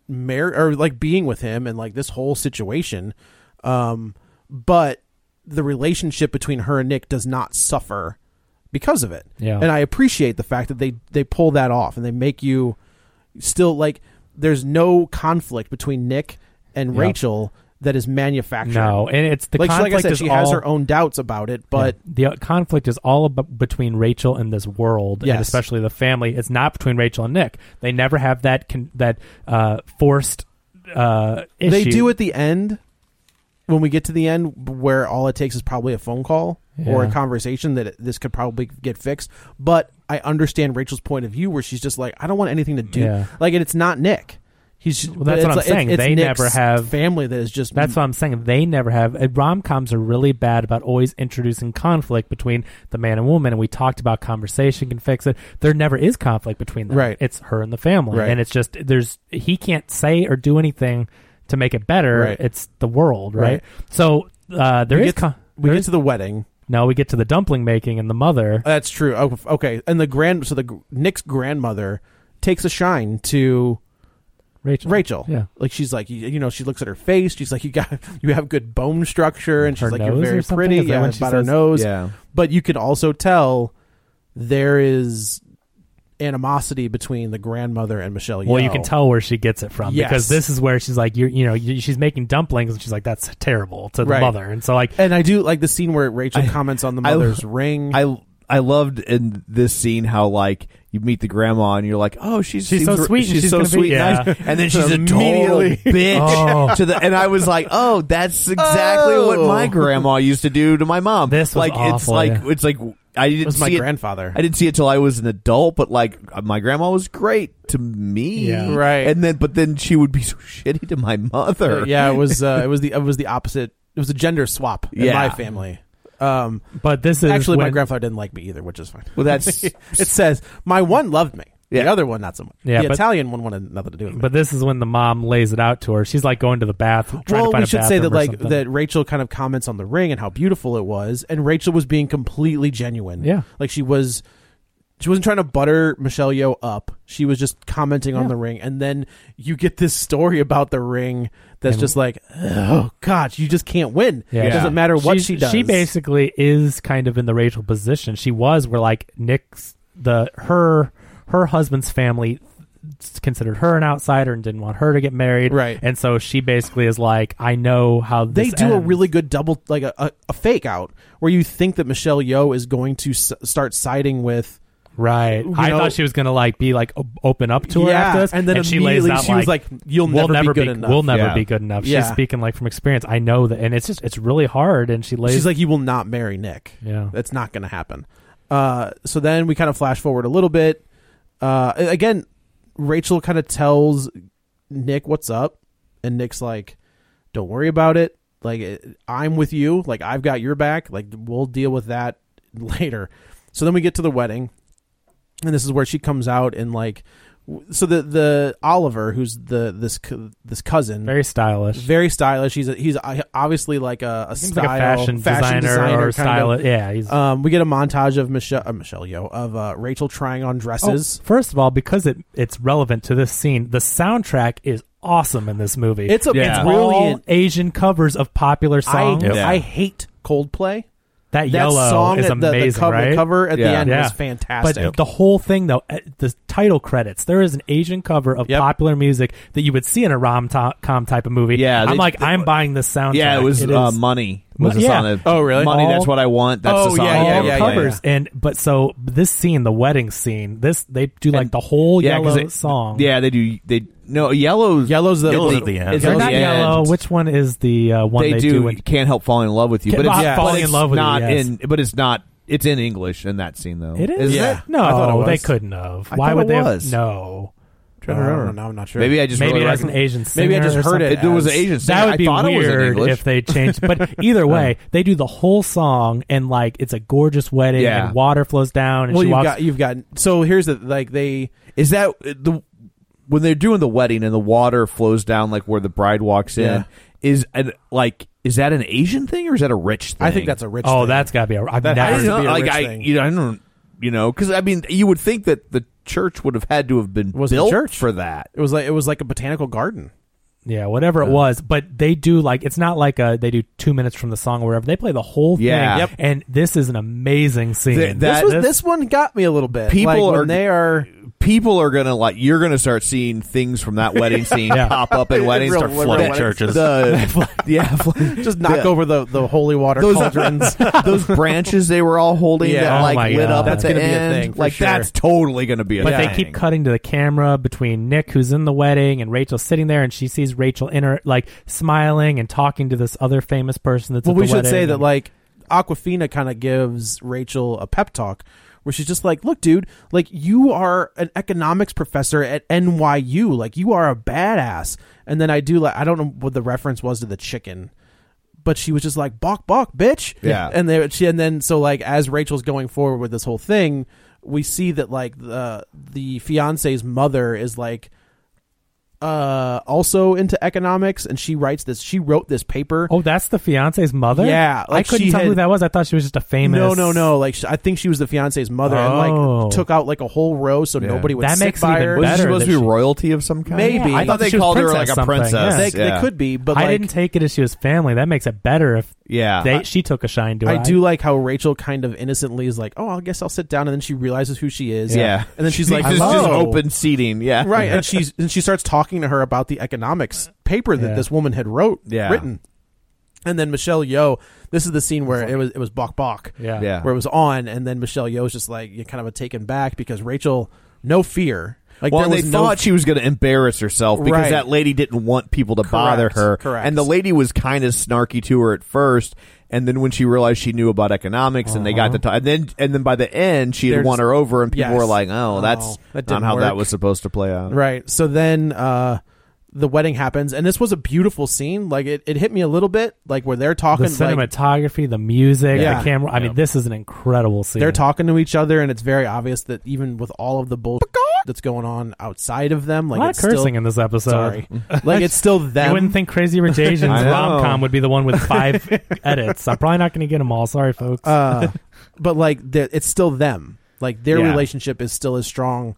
marriage or like being with him and like this whole situation. Um, but the relationship between her and Nick does not suffer because of it.
Yeah.
And I appreciate the fact that they they pull that off and they make you still like there's no conflict between Nick and
Yeah.
Rachel that is manufactured.
No, and it's- the
like, she- like I
conflict
said,
is
she has
all-
her own doubts about it, but
Yeah. the uh, conflict is all about between Rachel and this world,
Yes.
and especially the family. It's not between Rachel and Nick. They never have that con- that uh, forced uh, issue.
They do at the end when we get to the end where all it takes is probably a phone call or a
Yeah.
conversation that it- this could probably get fixed. But I understand Rachel's point of view where she's just like, I don't want anything to do
Yeah.
like, and it's not Nick.
He's well, that's
it's
what I'm
like-
saying.
it's-
they
it's
never
Nick's
have
family that is just.
That's what I'm saying. They never have. uh, Rom-coms are really bad about always introducing conflict between the man and woman. And we talked about conversation can fix it. There never is conflict between them.
Right.
It's her and the family,
Right.
and it's just there's he can't say or do anything to make it better.
Right.
It's the world, right?
Right.
So uh, there is.
get to-
con-
we
there
get
is-
to the wedding.
No, we get to the dumpling making and the mother.
That's true. Oh, okay, and the grand so the gr- Nick's grandmother takes a shine to
Rachel.
Rachel,
Yeah.
like she's like you, you know she looks at her face. She's like you got you have good bone structure, and she's
Her
like you're
nose or
very
something?
pretty.
Is that
Yeah,
when she
about her
says-
nose.
Yeah.
but you can also tell there is animosity between the grandmother and Michelle.
Well, you
Yeoh.
can tell where she gets it from
Yes.
because this is where she's like, you you know, you, she's making dumplings and she's like, that's terrible to the
Right.
mother, and so like,
and I do like the scene where Rachel comments on the
I-
mother's ring.
I I loved in this scene how like you meet the grandma and you're like, oh, she's
She's so sweet and
she's,
she's
so
gonna be-
sweet, and
yeah.
nice. and then she's a
Immediately.
total bitch
Oh.
to the. And I was like, oh, that's exactly what
Oh.
my grandma used to do to my mom. This
was
like it's
awful,
like
yeah.
it's like I didn't
It was
see
my
it-
grandfather.
I didn't see it till I was an adult, but like my grandma was great to me,
Yeah.
Right.
And then, but then she would be so shitty to my mother.
Uh, yeah, it was uh, it was the it was the opposite. It was a gender swap in
Yeah.
my family. Um,
but this is
actually, my
when-
grandfather didn't like me either, which is fine.
Well, that's-
it says my one loved me,
Yeah.
the other one not so much.
Yeah,
the
but-
Italian one wanted nothing to do with me.
But this is when the mom lays it out to her. She's like going to the bath. Trying
well,
to find
we
a
should say
bathroom
that
or
like
something.
that Rachel kind of comments on the ring and how beautiful it was, and Rachel was being completely genuine.
Yeah.
like she was, she wasn't trying to butter Michelle Yeoh up. She was just commenting on
Yeah.
the ring, and then you get this story about the ring that's just like, oh god, you just can't win.
Yeah.
It doesn't matter what
She's-
she does.
She basically is kind of in the Rachel position. She was where like Nick's the her her husband's family considered her an outsider and didn't want her to get married.
Right.
And so she basically is like, I know how
they
this
do a
ends.
really good double, like a, a, a fake out where you think that Michelle Yeoh is going to s- start siding with.
Right.
you
I
know-
thought she was going to like be like o- open up to her
Yeah,
after this,
and then
she lays
immediately
out
she was like, "You'll
we'll
never be good enough."
We'll never
Yeah.
be good enough."
Yeah.
She's speaking like from experience. I know that, and it's just it's really hard. And she lays
She's like, you will not marry Nick.
Yeah.
That's not going to happen. Uh, so then we kind of flash forward a little bit. Uh, again, Rachel kind of tells Nick what's up, and Nick's like, don't worry about it. Like, it- I'm with you. Like, I've got your back. Like, we'll deal with that later. So then we get to the wedding, and this is where she comes out and, like, w- so the, the Oliver, who's the this co- this cousin,
very stylish.
very stylish. He's a, he's a- obviously like a, a
Seems
style,
like a fashion, designer, or
kind
stylist.
of.
Yeah, he's
Um, we get a montage of Michelle, uh, Michelle Yeoh of uh, Rachel trying on dresses.
Oh, first of all, because it it's relevant to this scene, the soundtrack is awesome in this movie.
It's a
It's all
brilliant.
Asian covers of popular
I,
songs.
I hate Coldplay.
Oh, that
That
yellow
song
is
at the,
amazing,
the cover,
right?
cover at the end was fantastic.
But the whole thing, though, uh, the title credits, there is an Asian cover of
Yep.
popular music that you would see in a rom to- com type of movie.
Yeah,
I'm
they-
like,
they-
I'm buying this soundtrack.
Yeah, it was
It
uh,
is-
money.
Mo-
Was the
yeah.
song that-
Oh, really?
Money.
All-
that's what I want. That's
Oh,
the song.
yeah, yeah,
that they
yeah,
were
yeah,
playing.
covers and but so this scene, the wedding scene, this they do like the whole
Yeah, 'cause
yellow
they-
song.
Yeah, they do. They no yellows.
Yellow's the- Yellow's
they-
at the
end.
It's
Or
at
not
the end.
yellow. Which one is the uh, one
they,
they,
do.
when-
can't help falling in love with you, but
Can't
it's,
Not
yeah.
Fall
but
in
it's
Love With You,
not
yes.
in. But it's not. It's in English in that scene though.
It is.
Isn't
Yeah.
it?
No,
I thought it was.
they couldn't have.
I
Why
thought
would
it
they? have-
was.
No.
I don't know. Now I'm not sure.
Maybe I just
Maybe
really
as an
recognize-
Asian singer.
Maybe I just
or
heard
something.
it
It was an
as-
Asian. singer.
That would
I
be
thought it was in
weird
English. Uh.
if they changed. But either way, they do the whole song and like it's a gorgeous wedding
Yeah.
and water flows down and
Well,
she
you've
walks.
got you've got. So here's the like they.
Is that uh, the when they're doing the wedding and the water flows down like where the bride walks in?
Yeah.
Is an, like is that an Asian thing or is that a rich thing?
I think that's a rich.
oh,
thing.
that's got to be. A, I've
That
never.
I
has to
don't know.
be a
Like
rich
I,
thing.
you know, I don't, you know, because I mean, you would think that the church would have had to have been
Was the
built
church.
for that.
it was like it was like a botanical garden.
Yeah, whatever it was, but they do like it's not like uh they do two minutes from the song or whatever. They play the whole
Yeah.
thing,
Yep.
and this is an amazing scene.
Th- that-
This was this one got me a little bit.
People
Like, when
are-
they are
People are gonna like you're gonna start seeing things from that wedding scene
Yeah.
pop up at weddings,
Real-
start
real
flooding
weddings.
Churches.
The, uh, yeah, flooding-
just knock
the-
over the the holy water
Those-
cauldrons.
those branches they were all holding
Yeah.
that
Oh
like
my
lit
God.
up
That's
at the
gonna be a
end.
thing, for
like
sure.
that's totally gonna be a
But
thing.
they keep cutting to the camera between Nick, who's in the wedding, and Rachel sitting there, and she sees Rachel in her like smiling and talking to this other famous person. That's
well,
at the
we should
wedding,
say that
and-
like Aquafina kind of gives Rachel a pep talk where she's just like, "Look, dude, like you are an economics professor at NYU, like you are a badass." And then I do like I don't know what the reference was to the chicken, but she was just like, "Bok bok, bitch."
Yeah.
And then she and then so like as Rachel's going forward with this whole thing, we see that like the the fiance's mother is like uh also into economics and she writes this she wrote this paper
oh that's the fiance's mother
yeah
I couldn't
she
tell who
had-
that was. I thought she was just a famous.
no no no like she, i think she was the fiance's mother and
Oh.
like took out like a whole row so nobody would
That
sit
makes it
by
even
her
Was she better supposed that to be she-
royalty of some kind?
maybe
Yeah, I thought
they
she was
called her,
princess
like, a
something,
princess,
yeah.
They- they yeah. could be, but,
I
like-
didn't take it as she was family. That makes it better if
Uh,
Yeah.
they, she took a shine to it.
I do like how Rachel kind of innocently is like, "Oh, I guess I'll sit down," and then she realizes who she is.
Yeah.
and then she's like,
This is just
"Oh."
open seating. Yeah.
right?" And she's and she starts talking to her about the economics paper that
Yeah.
this woman had wrote
Yeah.
written. And then Michelle Yeoh, this is the scene where it was it was Bok Bok,
Yeah. Yeah.
where it was on, and then Michelle Yeoh's just like you kind of taken back because Rachel, no fear, like
well,
there
and they
was no
thought she was going to embarrass herself because
Right.
that lady didn't want people to bother her.
correct.
And the lady was kind of snarky to her at first, and then when she realized she knew about economics, and they got to talk, and then and then by the end she
Uh-huh.
had
There's-
won her over, and people
Yes.
were like, "Oh,
Oh,
that's
that
not
didn't
how that
work.
was supposed to play out."
Right. So then uh the wedding happens and this was a beautiful scene. Like it, it hit me a little bit, like where they're
the
talking like
cinematography, the music,
Yeah.
the camera. I mean, this is an incredible scene.
they're talking to each other and it's very obvious that even with all of the bullshit that's going on outside of them, like
a lot of
it's
cursing
still,
in this episode.
Sorry. Like it's still them.
I wouldn't think Crazy Rich Asians
I know.
rom com would be the one with five edits. I'm probably not going to get them all. Sorry, folks.
uh, but like they're- it's still them. Like their
Yeah.
relationship is still as strong,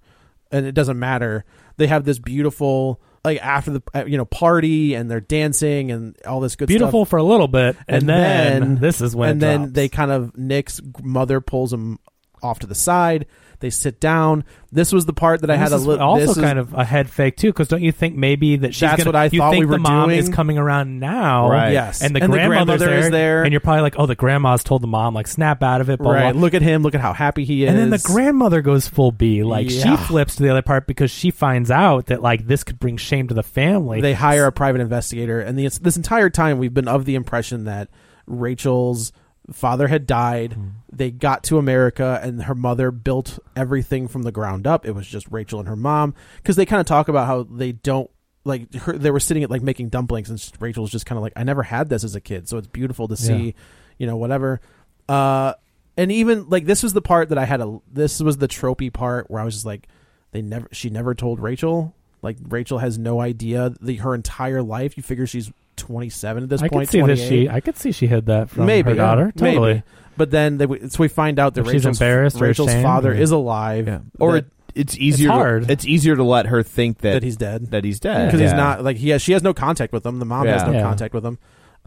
and it doesn't matter. They have this beautiful like after the uh, you know party and they're dancing and all this good
Beautiful
stuff.
for a little bit, and, then, this is when.
and
it
then
drops.
they kind of Nick's mother pulls him off to the side. They sit down. This was the part that I
And
had a
this is
little
also
this is-
kind of a head fake too, because don't you think maybe that she's
That's
gonna,
what I
you
thought
think
we
the
were
mom
doing.
is coming around now,
Right. Yes.
And the,
And the
grandmother's
grandmother is there.
and you're probably like, oh, the grandma's told the mom like, snap out of it, blah,
right.
blah.
Look at him. Look at how happy he is.
And then the grandmother goes full B, like
Yeah.
she flips to the other part because she finds out that like this could bring shame to the family.
they hire a private investigator, and the, this entire time we've been of the impression that Rachel's father had died.
Hmm.
They got to America, and her mother built everything from the ground up. It was just Rachel and her mom because they kind of talk about how they don't like her, they were sitting at like making dumplings, and Rachel's just kind of like, "I never had this as a kid, so it's beautiful to see."
Yeah.
you know, whatever. Uh, and even like this was the part that I had a this was the tropey part where I was just like, they never she never told Rachel. Like Rachel has no idea the her entire life. You figure she's twenty seven at this
I
point.
could see that
28.
she. I could see she hid that from
maybe
her daughter.
yeah, maybe.
Totally.
But then they, w- so we find out that
If she's
Rachel's,
embarrassed or
Rachel's
ashamed,
father
yeah.
is alive,
Or
that-
it, it's easier.
hard.
To, it's easier to let her think that,
That he's dead.
That he's dead
because he's
Yeah.
not like he has. She has no contact with him. The mom has
Yeah.
no
Yeah.
contact with him.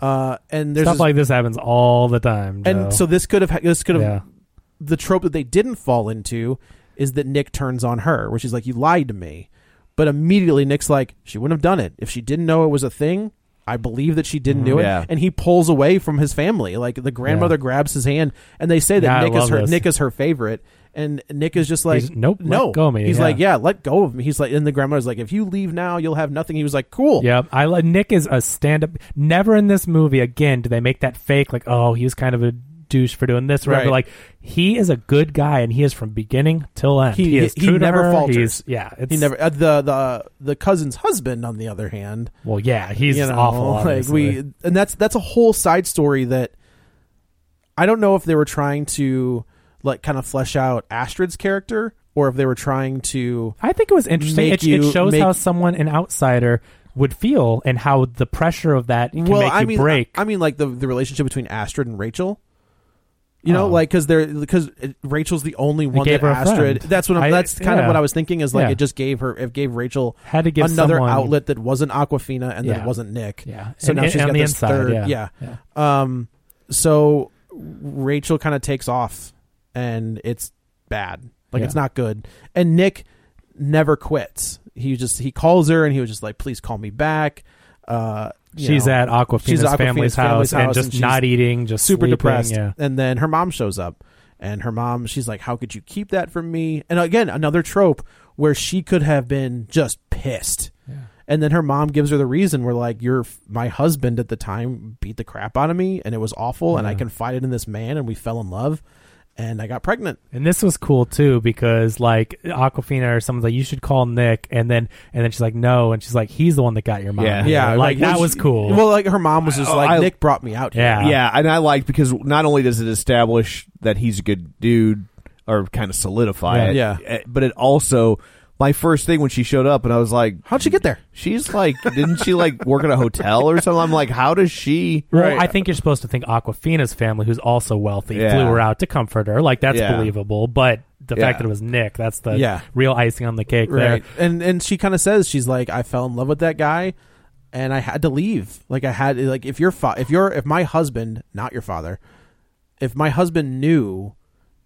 Uh, and there's
Stuff
this-
like this happens all the time. Joe.
and so this could have this could have
Yeah.
the trope that they didn't fall into is that Nick turns on her, which is like you lied to me. But immediately Nick's like, she wouldn't have done it if she didn't know it was a thing. I believe that she didn't
Mm-hmm.
do it,
Yeah.
and he pulls away from his family. Like the grandmother grabs his hand, and they say that
Yeah, I
Nick is
love
her
this.
Nick is her favorite, and Nick is just like,
He's, nope, let
no,
go of me,
He's
yeah.
like, yeah, let go of me. He's like, and the grandmother's like, if you leave now, you'll have nothing. He was like, cool,
Yep. I li- Nick is a stand up. Never in this movie again do they make that fake like, oh, he was kind of a douche for doing this. or Whatever.
Right.
Like he is a good guy, and he is from beginning till end.
He,
is
he,
true to
never
her.
falters.
He's- yeah. It's,
he never. Uh, the the the cousin's husband, on the other hand,
Well, yeah, he's
you know,
awful.
Like we,
obviously.
and that's that's a whole side story that I don't know if they were trying to like kind of flesh out Astrid's character or if they were trying to.
I think it was interesting.
make
It,
you-
it shows
make-
how someone an outsider would feel and how the pressure of that can
well,
make
I
you
mean,
break.
I, I mean, like the the relationship between Astrid and Rachel. You know,
Oh.
like because they're because Rachel's the only one
gave
that
her a
Astrid.
friend.
That's what I'm,
I-
that's kind of
yeah.
what I was thinking is like
Yeah.
it just gave her it gave Rachel
Had to give
another
someone-
outlet that wasn't Aquafina and that
Yeah.
it wasn't Nick.
Yeah.
So
And-
now
and-
she's
and
got
on the
this
inside,
third.
yeah.
Yeah. Um. So Rachel kind of takes off, and it's bad. Like it's
Yeah.
not good. And Nick never quits. He just he calls her and he was just like, "Please call me back." Uh, you
She's
know,
at Aquafina's
she's at
family's house and just
she's
not eating, just
super
sleeping,
depressed.
yeah.
And then her mom shows up, and her mom, she's like, "How could you keep that from me?" And again, another trope where she could have been just pissed. And then her mom gives her the reason where like your my husband at the time beat the crap out of me and it was awful and I confided in this man and we fell in love and I got pregnant.
And this was cool too because like Aquafina or someone's like, you should call Nick, and then and then she's like, no, and she's like, he's the one that got your mom.
Yeah,
here."
yeah,
like,
well,
that was
she-
cool.
Well, like her mom was just
Oh,
like,
I-
Nick brought me out here.
Yeah.
yeah, and I liked because not only does it establish that he's a good dude or kind of solidify
Right.
it,
Yeah.
eh, but it also my first thing when she showed up and I was like,
how'd she get there?
She's like, didn't she like work at a hotel or something? I'm like, how does she?
Well, I think you're supposed to think Aquafina's family, who's also wealthy,
Yeah.
flew her out to comfort her. Like that's
Yeah.
believable, but the
Yeah.
fact that it was Nick, that's the
Yeah.
real icing on the cake
right.
there.
And and she kind of says she's like, I fell in love with that guy, and I had to leave. Like I had like if your fa- if your if my husband, not your father, if my husband knew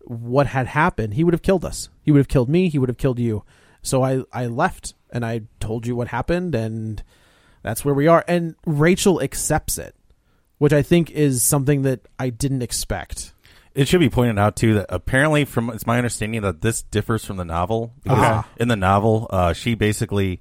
what had happened, he would have killed us. He would have killed me. He would have killed you. So I I left and I told you what happened, and that's where we are. And Rachel accepts it, which I think is something that I didn't expect.
It should be pointed out too that apparently, from it's my understanding that this differs from the novel. Because
Uh-huh.
Ah.
In the novel, uh, she basically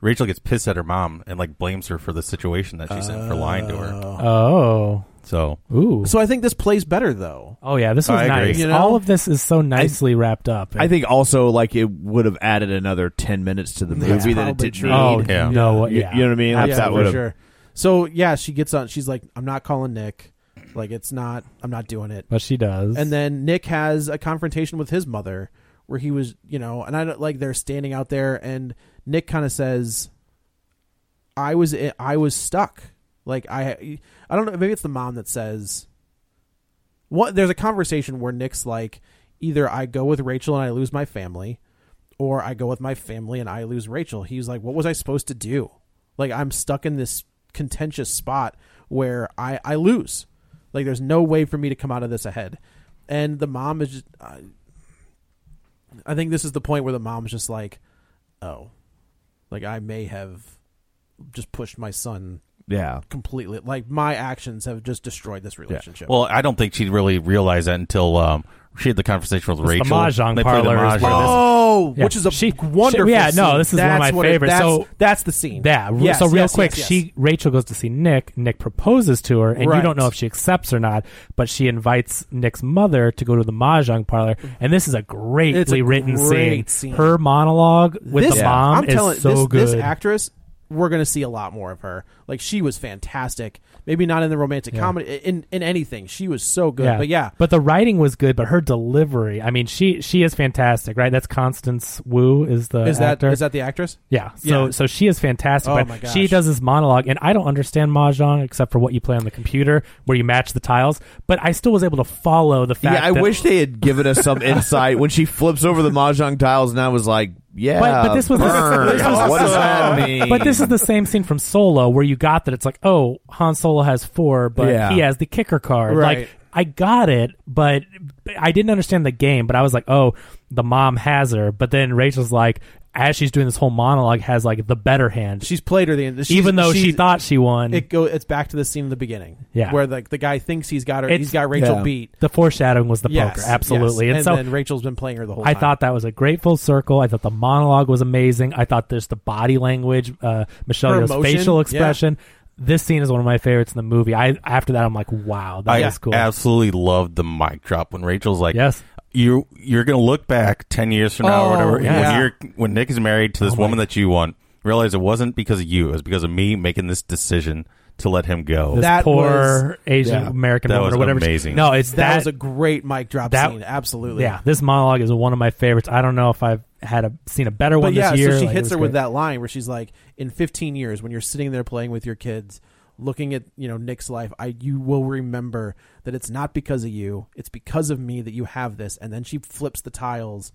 Rachel gets pissed at her mom and like blames her for the situation that she's in for lying to her.
Oh,
So
ooh,
So I think this plays better though.
oh yeah, this was
I agree.
nice.
You
know?
All of this is so nicely wrapped up.
I think also like it would have added another ten minutes to the
That's
movie that it
probably
didn't
true.
need.
Oh, Yeah. no,
You-
yeah.
you, know what I mean? Like,
yeah,
that
for
would have.
sure. So yeah, she gets on. She's like, "I'm not calling Nick. Like, it's not. I'm not doing it."
but she does.
And then Nick has a confrontation with his mother, where he was, you know, and I don't like they're standing out there, and Nick kind of says, "I was, I was stuck. Like, I, I don't know. Maybe it's the mom that says, what? There's a conversation where Nick's like, either I go with Rachel and I lose my family, or I go with my family and I lose Rachel. He's like, what was I supposed to do? Like, I'm stuck in this contentious spot where I, I lose. Like, there's no way for me to come out of this ahead. And the mom is just, I, I think this is the point where the mom's just like, oh, like I may have just pushed my son
Yeah.
completely. Like, my actions have just destroyed this relationship.
Well, I don't think she really realized that until um, she had the conversation with
It's
Rachel.
the mahjong
They played the
parlor.
mahjong.
is where this-
Oh,
Yeah.
which is a
She-
wonderful.
she- yeah, no,
scene.
this is one of
That's
my
what it-
favorites.
that's-
So-
that's the scene.
Yeah. re-
Yes,
so real
yes,
quick,
yes, yes.
she Rachel goes to see Nick. Nick proposes to her, and you
Right.
don't know if she accepts or not. But she invites Nick's mother to go to the mahjong parlor, and this is a greatly written
great
scene.
scene.
Her monologue with
this,
the mom
I'm
is
telling,
so
this,
good.
This actress, we're gonna see a lot more of her. Like she was fantastic. Maybe not in the romantic
Yeah.
comedy, in in anything, she was so good. But yeah,
but the writing was good, but her delivery. I mean, she she is fantastic, right? That's Constance Wu is the
is that is
actor.
that the actress?
Yeah. So
Yeah.
so she is fantastic.
Oh
but
my
she
gosh.
does this monologue and I don't understand mahjong except for what you play on the computer where you match the tiles, but I still was able to follow the fact
Yeah, I
that-
wish they had given us some insight when she flips over the mahjong tiles, and I was like, "Yeah,
But, but this was
burn.
this was
what does that mean?"
But this is the same scene from Solo where you got that it's like, oh, Han Solo has four, but
Yeah.
he has the kicker card.
Right.
Like I got it, but I didn't understand the game. But I was like, oh, the mom has her. But then Rachel's like, as she's doing this whole monologue, has like the better hand,
She's played her the she's-
even though she
she's-
thought she won.
it go. It's back to the scene in the beginning,
Yeah.
where like the guy thinks he's got her.
It's-
he's got Rachel
Yeah.
beat.
The foreshadowing was the poker, absolutely.
Yes.
And,
And,
so
then Rachel's been playing her the whole.
I
time.
thought that was a great full circle. I thought the monologue was amazing. I thought there's the body language, uh, Michelle
Her
Yeoh's
emotion,
facial
yeah.
expression. This scene is one of my favorites in the movie. I after that, I'm like, wow, that
I
was cool.
absolutely loved the mic drop when Rachel's like,
Yes.
you you're gonna look back ten years from now
Oh,
or whatever and
yeah.
when you're when Nick is married
Oh
to this woman that you want, realize it wasn't because of you, it was because of me making this decision to let him go.
this
that
poor Asian
yeah.
American
That
woman
was
or whatever.
amazing.
No, it's
that
that.
was a great mic drop
that-
scene. Absolutely.
yeah, this monologue is one of my favorites. I don't know if I've had a seen a better
But
one
yeah,
this year.
so she
Like, it
hits
was
her with
great.
that line where she's like, "In 15 years, when you're sitting there playing with your kids, looking at you know Nick's life, I you will remember that it's not because of you, it's because of me that you have this." And then she flips the tiles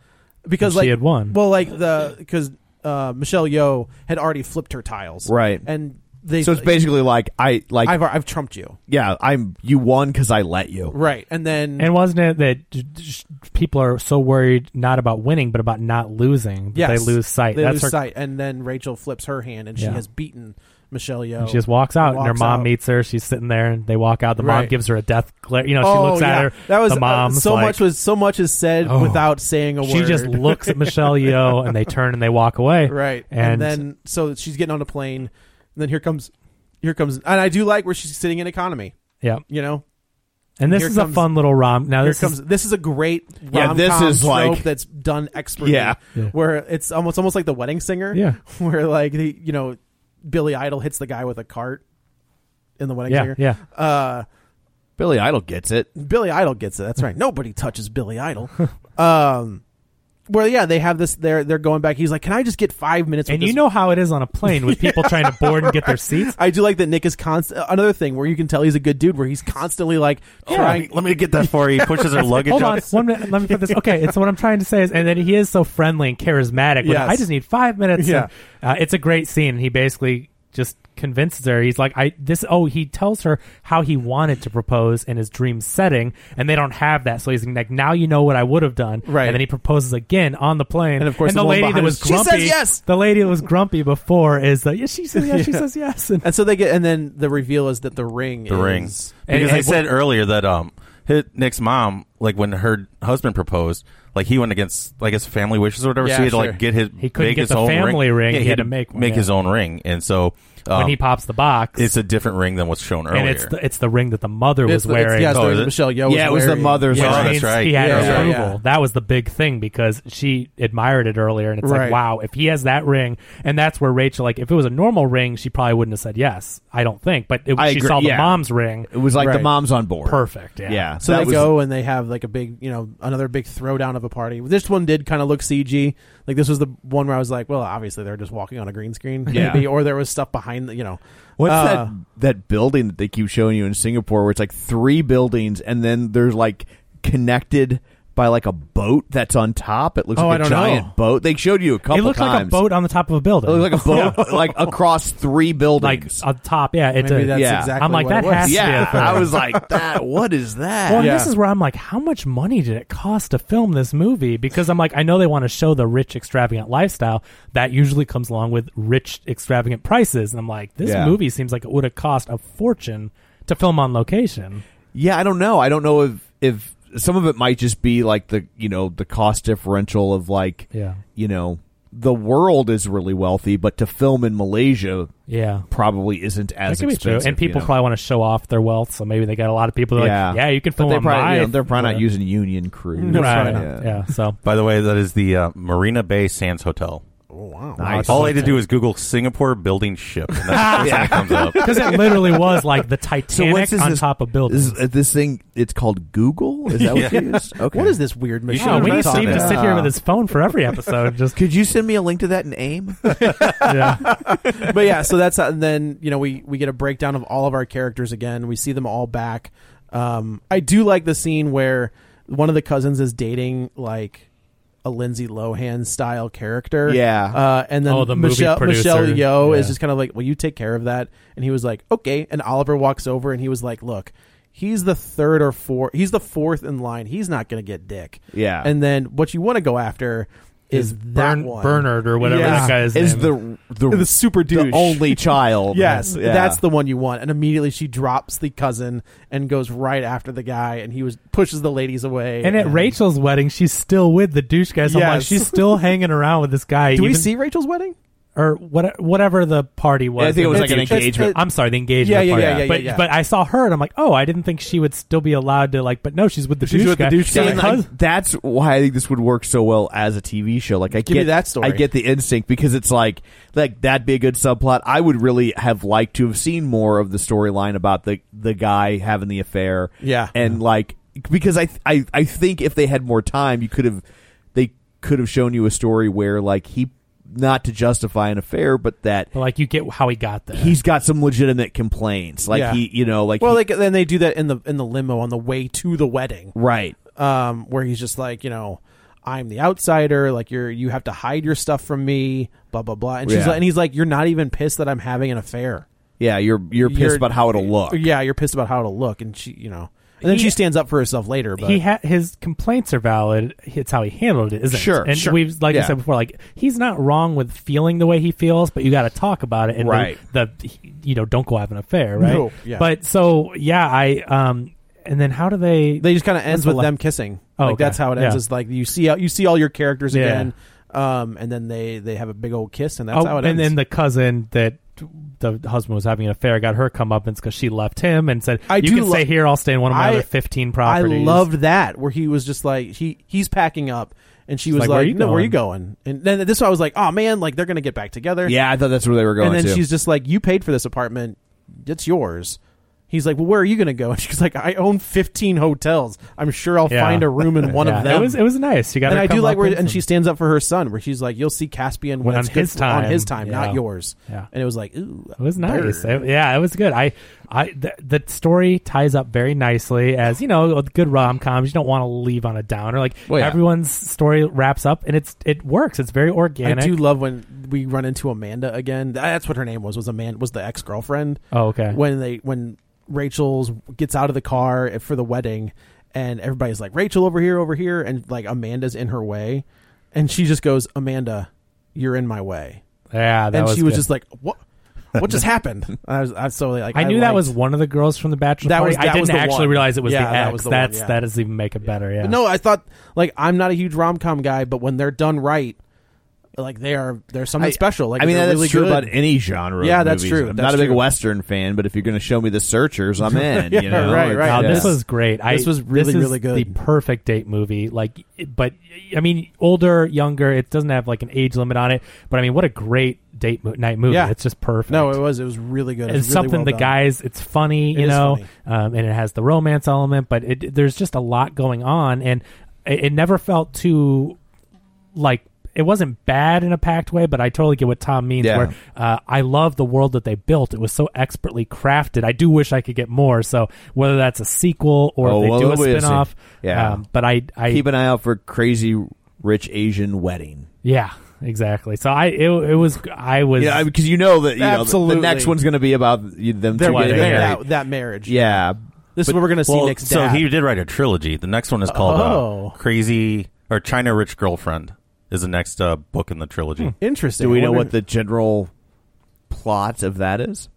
because
And
like
she had won.
Well, like the because uh, Michelle Yeoh had already flipped her tiles,
Right.
And they
so it's basically like I like
I've I've trumped you,
yeah I'm you won because I let you
right? And then
And wasn't it that j- j- people are so worried not about winning but about not losing? that
yes,
they lose sight.
They
That's
lose
her
sight, and then Rachel flips her hand, and
Yeah.
she has beaten Michelle Yeoh.
And she just walks out, and her
walks
mom
out.
meets her. She's sitting there, and they walk out. The mom
Right.
gives her a death glare. You know, she
Oh,
looks at
yeah.
her.
That was
the
uh,
mom.
so much was so much is said
Oh.
without saying a
She
word.
just looks at Michelle Yeoh, and they turn and they walk away.
right,
and,
and, then so she's getting on a plane, and then here comes, here comes, and I do like where she's sitting in economy.
yeah,
You know,
And this
Here
is a
comes-
fun little rom. Now
here
this
comes
is
this is a great
Yeah,
rom-com
this is
trope
like-
that's done expertly.
Yeah. Yeah.
where it's almost almost like the wedding singer.
Yeah.
where like the you know, Billy Idol hits the guy with a cart in the wedding
Yeah,
singer.
yeah.
uh,
Billy Idol gets it.
Billy Idol gets it. That's right. Nobody touches Billy Idol. um, where yeah, they have this. They're they're going back. He's like, can I just get five minutes?
and
with
you
this
know how it is on a plane with people trying to board and get their seats.
I do like that Nick is constant. Another thing where you can tell he's a good dude, where he's constantly like
Yeah.
trying.
Let me- let me get that
for you. He pushes her luggage
Hold on, one minute. Let me put this. Okay, it's what I'm trying to say is, and then he is so friendly and charismatic. with,
Yes.
I just need five minutes.
Yeah.
and, uh, it's a great scene. He basically just convinces her. He's like, I this. Oh, he tells her how he wanted to propose in his dream setting, and they don't have that. So he's like, now you know what I would have done. Right. And then he proposes again on the plane.
And of course
and
the
the,
woman
lady that
behind
was
us- She says
grumpy.
yes!
The lady that was grumpy before is like, yeah, she says yes. She says yes. And,
so they get, and then the reveal is that the ring,
the
is,
rings because I said earlier that um his, Nick's mom like when her husband proposed like he went against like his family wishes or whatever
Yeah,
so he had to
sure.
like get his
He couldn't
make
get
his
the
own
family ring,
Yeah,
he had to make one, yeah.
his own ring and so um,
when he pops the box,
it's a different ring than what's shown earlier
and it's the, it's the ring that the mother
It's
was
the- it's-
wearing.
yeah, it's the Oh, ring is that it? Michelle Yeoh was Yeah, it was the wearing. mother's
Which
ring.
means
Oh, That's right.
He had
Yeah,
her
yeah,
approval.
yeah.
That was the big thing because she admired it earlier, and it's
Right.
like, wow, if he has that ring, and that's where Rachel, like, if it was a normal ring, she probably wouldn't have said yes. I don't think, but it,
I
she
agree,
saw the
yeah.
mom's ring.
It was like the Right. mom's
on board.
Perfect. Yeah.
So they go and they have like a big, you know, another big throwdown of a party. This one did kind of look CG. Like this was the one where I was like, well, obviously they're just walking on a green screen,
Yeah.
maybe, or there was stuff behind, the, you know.
What's
Uh,
that that building that they keep showing you in Singapore where it's like three buildings and then there's like connected by like a boat that's on top. It looks
Oh, I
like a
don't
giant
know.
boat. They showed you a couple
It looked
times.
like a boat on the top of a building.
It looked like a boat like across three
like
buildings.
on top. Yeah, it
Maybe
did.
that's Yeah. exactly
I'm like
what
that
it was.
has to be.
Yeah,
a thing.
I was like, that- what is that?
Well, and
Yeah.
this is where I'm like, how much money did it cost to film this movie? Because I'm like, I know they want to show the rich, extravagant lifestyle that usually comes along with rich, extravagant prices, and I'm like, this
Yeah.
movie seems like it would have cost a fortune to film on location.
Yeah, I don't know. I don't know if if some of it might just be like the you know the cost differential of like
Yeah.
you know the world is really wealthy, but to film in Malaysia,
Yeah.
probably isn't as
that could be true,
expensive.
and people
you know?
probably want to show off their wealth, so maybe they got a lot of people. that are like, yeah, you can
But
film
they
on
probably,
my.
you know, they're probably not
Yeah.
using union crews.
Right. Yeah. So
by the way that is the uh, Marina Bay Sands Hotel oh
wow
Nice.
all I had to do is Google Singapore building ship and that's the first thing that comes up
because it literally was like the
So
Titanic
what's this,
on
this-
top of buildings.
Is, uh, this thing, it's called Google. Is that what
Yeah.
you used? Okay.
What is this weird machine?
Yeah, Oh, we need Steve to sit here with his phone for every episode. Just
Could you send me a link to that in AIM?
but yeah, so that's uh, and then you know we we get a breakdown of all of our characters again. We see them all back. Um, I do like the scene where one of the cousins is dating like a Lindsay Lohan style character.
Yeah.
uh, and then
Oh, the movie
Michelle
producer.
Michelle Yeoh is
Yeah.
just kind of like, "Will you take care of that?" And he was like, "Okay." And Oliver walks over and he was like, "Look." He's the third or fourth. He's the fourth in line. He's not going to get dick.
Yeah.
And then what you want to go after is,
Is
that
Bern-
one.
Bernard or whatever that guy's
is
name.
the, the,
The super douche.
the only child.
Yes,
Yeah.
that's the one you want. And immediately she drops the cousin and goes right after the guy, and he was pushes the ladies away.
And at Rachel's wedding, she's still with the douche guys. I'm like,
Yes.
she's still hanging around with this guy.
do we
even-
see Rachel's wedding?
or what, whatever the party was?
I think it was like an
It's- it's-
engagement.
I'm sorry, the engagement.
Yeah, yeah,
party.
yeah, yeah, yeah,
But
yeah.
but I saw her and I'm like, oh, I didn't think she would still be allowed to like. But no, she's with the
She's
douche
with the
guy.
douche
So
guy.
the
And,
Yeah.
cous-
like, that's why I think this would work so well as a TV show. Like I
Give me
get
that story.
I get the instinct because it's like like that'd be a good subplot. I would really have liked to have seen more of the storyline about the the guy having the affair.
Yeah.
and like because I I I think if they had more time, you could have they could have shown you a story where like he not to justify an affair, but that
but, like you get how he got there.
he's got some legitimate complaints. Like
Yeah.
he you know like
Well,
he-
like then they do that in the in the limo on the way to the wedding,
right.
um, where he's just like, you know, I'm the outsider. Like you're you have to hide your stuff from me. Blah blah blah. And she's
Yeah.
like, and he's like, you're not even pissed that I'm having an affair.
Yeah, you're you're pissed
You're-
about how it'll look.
Yeah, you're pissed about how it'll look, and she, you know, and then
He-
she stands up for herself later. But
he had his complaints are valid. It's how he handled it, isn't
Sure,
it? And
sure.
we've like I
Yeah.
said before, like he's not wrong with feeling the way he feels, but you got to talk about it. And
Right.
The, the you know don't go have an affair, right?
No, yeah.
But so yeah, I um and then how do they?
they just kind of ends
the
with
la-
them kissing.
Oh,
like
okay.
that's how it ends.
Yeah.
Is like you see you see all your characters
Yeah.
again, um, and then they they have a big old kiss, and that's
oh,
how it
and
ends.
then the cousin that the husband was having an affair, got her comeuppance because she left him and said,
I
"You
do
can
lo-
stay here. I'll stay in one of my other fifteen properties."
I loved that where he was just like he he's packing up and she
She's
was
like,
like,
"Where you
no, where are you
going?"
going? And then this I was like, oh man, like they're gonna get back together.
Yeah, I thought that's where they were going,
And then
too.
she's just like, you paid for this apartment, it's yours. He's like, well, where are you gonna go? And she's like, I own fifteen hotels. I'm sure I'll
Yeah.
find a room in one
Yeah.
of them.
It was- it was nice. You got
And
her
I do
come
like
up
where,
with
and
some-
she stands up for her son, where she's like, you'll see Caspian when
on
it's good-
his time.
on his time, not
Yeah.
yours.
Yeah.
And it was like, ooh,
It was nice.
bird.
It- yeah, it was good. I, I, th- the story ties up very nicely as you know, with good rom coms. You don't want to leave on a downer. Like
Well, yeah.
everyone's story wraps up, and it's it works. It's very organic.
I do love when we run into Amanda again. That's what her name was. Was Amanda was the ex girlfriend.
Oh, okay.
When they when Rachel's gets out of the car eh, for the wedding, and everybody's like Rachel over here, over here, and like Amanda's in her way, and she just goes Amanda, you're in my way.
Yeah, that
and
was
she was
good.
just like what. What just happened? And I was, I was so like
I knew that
liked-
was one of the girls from the Bachelor
That
party.
was- that
I didn't
was the
actually
one.
realize it was
Yeah,
the
that
ex.
was the one,
That's
yeah.
that doesn't even make it better. Yeah.
But no, I thought like I'm not a huge rom com guy, but when they're done right, like they are they're something
I-
special. Like
I mean,
they're
that's
really
true
good.
about any genre. of
Yeah, that's
movies.
true.
I'm
That's
not a big
true.
Western fan, but if you're going to show me the Searchers, I'm in. you know?
right,
It's-
right.
yeah.
This was great.
This was really,
is
really good.
The perfect date movie. Like, but I mean, older, younger. It doesn't have like an age limit on it. But I mean, what a great date mo- night movie.
Yeah.
It's just perfect.
No, it was it was really good. It
it's
was really
something
well
the
done.
guys it's funny
It
you
is
know
funny.
Um, and it has the romance element but it, there's just a lot going on and it, it never felt too like it wasn't bad in a packed way, but I totally get what Tom means.
Yeah.
Where uh, I love the world that they built; it was so expertly crafted. I do wish I could get more. So whether that's a sequel or
Oh,
if they
well,
do a
we'll see.
spinoff,
Yeah.
Um, but I, I
Keep an eye out for Crazy Rich Asian Wedding.
yeah, exactly. So I, it, it was, I was,
Yeah, because you know that you know, the- the,
Absolutely.
next one's going to be about you- them
Their
two
wedding,
getting married.
that, that marriage.
Yeah,
This is what we're gonna see
Well,
next.
so
dad.
he did write a trilogy. The next one is called uh,
Oh.
Crazy or China Rich Girlfriend is the next uh, book in the trilogy.
interesting.
Do we
I
know
wonder-
what the general plot of that is?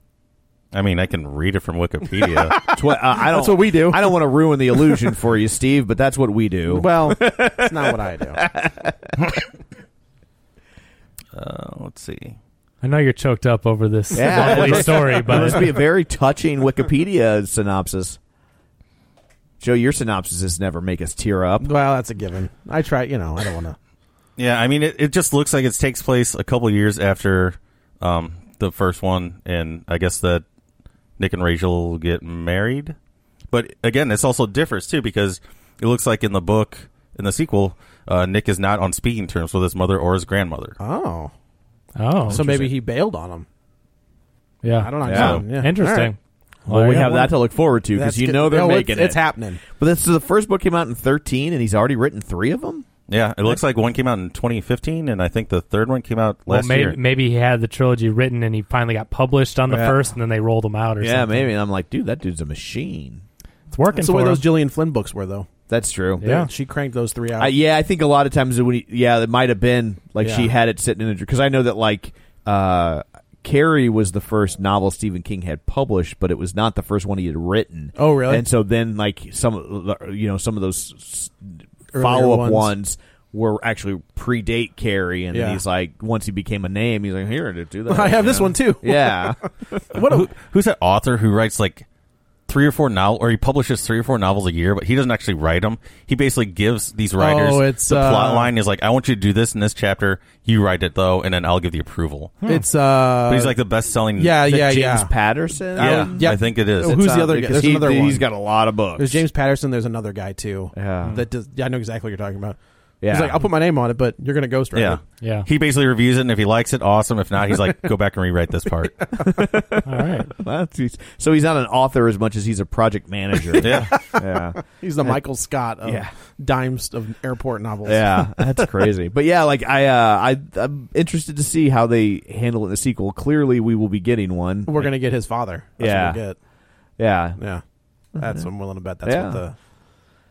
I mean, I can read it from Wikipedia.
Tw- uh, I don't,
That's what we do.
I don't want to ruin the illusion for you, Steve, but that's what we do.
Well, it's not what I do.
uh, let's see.
I know you're choked up over this
Yeah.
lovely story,
it must be
but
a very touching Wikipedia synopsis. Joe, your synopsis is never make us tear up.
Well, that's a given. I try. You know, I don't want to.
Yeah, I mean, it, it just looks like it takes place a couple years after um, the first one, and I guess that Nick and Rachel get married. But again, this also differs too because it looks like in the book in the sequel, uh, Nick is not on speaking terms with his mother or his grandmother.
Oh,
oh,
so maybe he bailed on him.
yeah,
I don't know.
Yeah.
Yeah.
interesting.
All right.
Well, we
yeah.
have that to look forward to because
That's
you
good.
know they're
No, it's-
making it.
It's happening.
But this is the first book came out in 13, and he's already written three of them.
Yeah, it looks like one came out in 2015, and I think the third one came out
Well,
last
maybe,
year.
maybe he had the trilogy written and he finally got published on the
Yeah.
first, and then they rolled him out or
yeah,
something.
maybe. And I'm like, dude, that dude's a machine.
it's working
That's the
for
way
him.
those Gillian Flynn books were, though.
That's true.
Yeah.
she cranked those three out.
I, yeah, I think a lot of times when he, yeah, it might have been like she
Yeah.
had it sitting in a because I know that like uh, Carrie was the first novel Stephen King had published, but it was not the first one he had written.
Oh, really?
And so then like some of the- you know some of those
Earlier
follow up
ones.
ones. were actually predate Carrie, and
Yeah.
he's like once he became a name, he's like here to do that.
I have
you
this
know?
one, too.
Yeah,
what a,
Who's that author who writes like three or four novels, or he publishes three or four novels a year, but he doesn't actually write them. He basically gives these writers
Oh, it's,
the
uh,
plot line is like, I want you to do this in this chapter. You write it though, and then I'll give the approval.
it's uh.
but he's like the best selling.
yeah, yeah,
James
yeah.
Patterson.
yeah,
yeah.
I think it is.
Who's the other guy?
uh, Because
There's
he,
another one.
he's got a lot of books.
There's James Patterson. There's another guy too.
Yeah.
that does, yeah, I know exactly what you're talking about.
Yeah.
He's like, I'll put my name on it, but you're gonna ghostwrite
yeah,
it.
Yeah.
He basically reviews it, and if he likes it, awesome. If not, he's like, go back and rewrite this part.
All right.
That's- he's- so he's not an author as much as he's a project manager.
Yeah.
yeah.
He's the Michael Scott of
Yeah.
dimes of airport novels.
Yeah, that's crazy. But yeah, like I, uh, I, I'm interested to see how they handle it in the sequel. Clearly, we will be getting one.
we're gonna get his father. That's what we
Yeah.
get.
Yeah,
yeah. That's what I'm willing to bet. That's
Yeah.
what the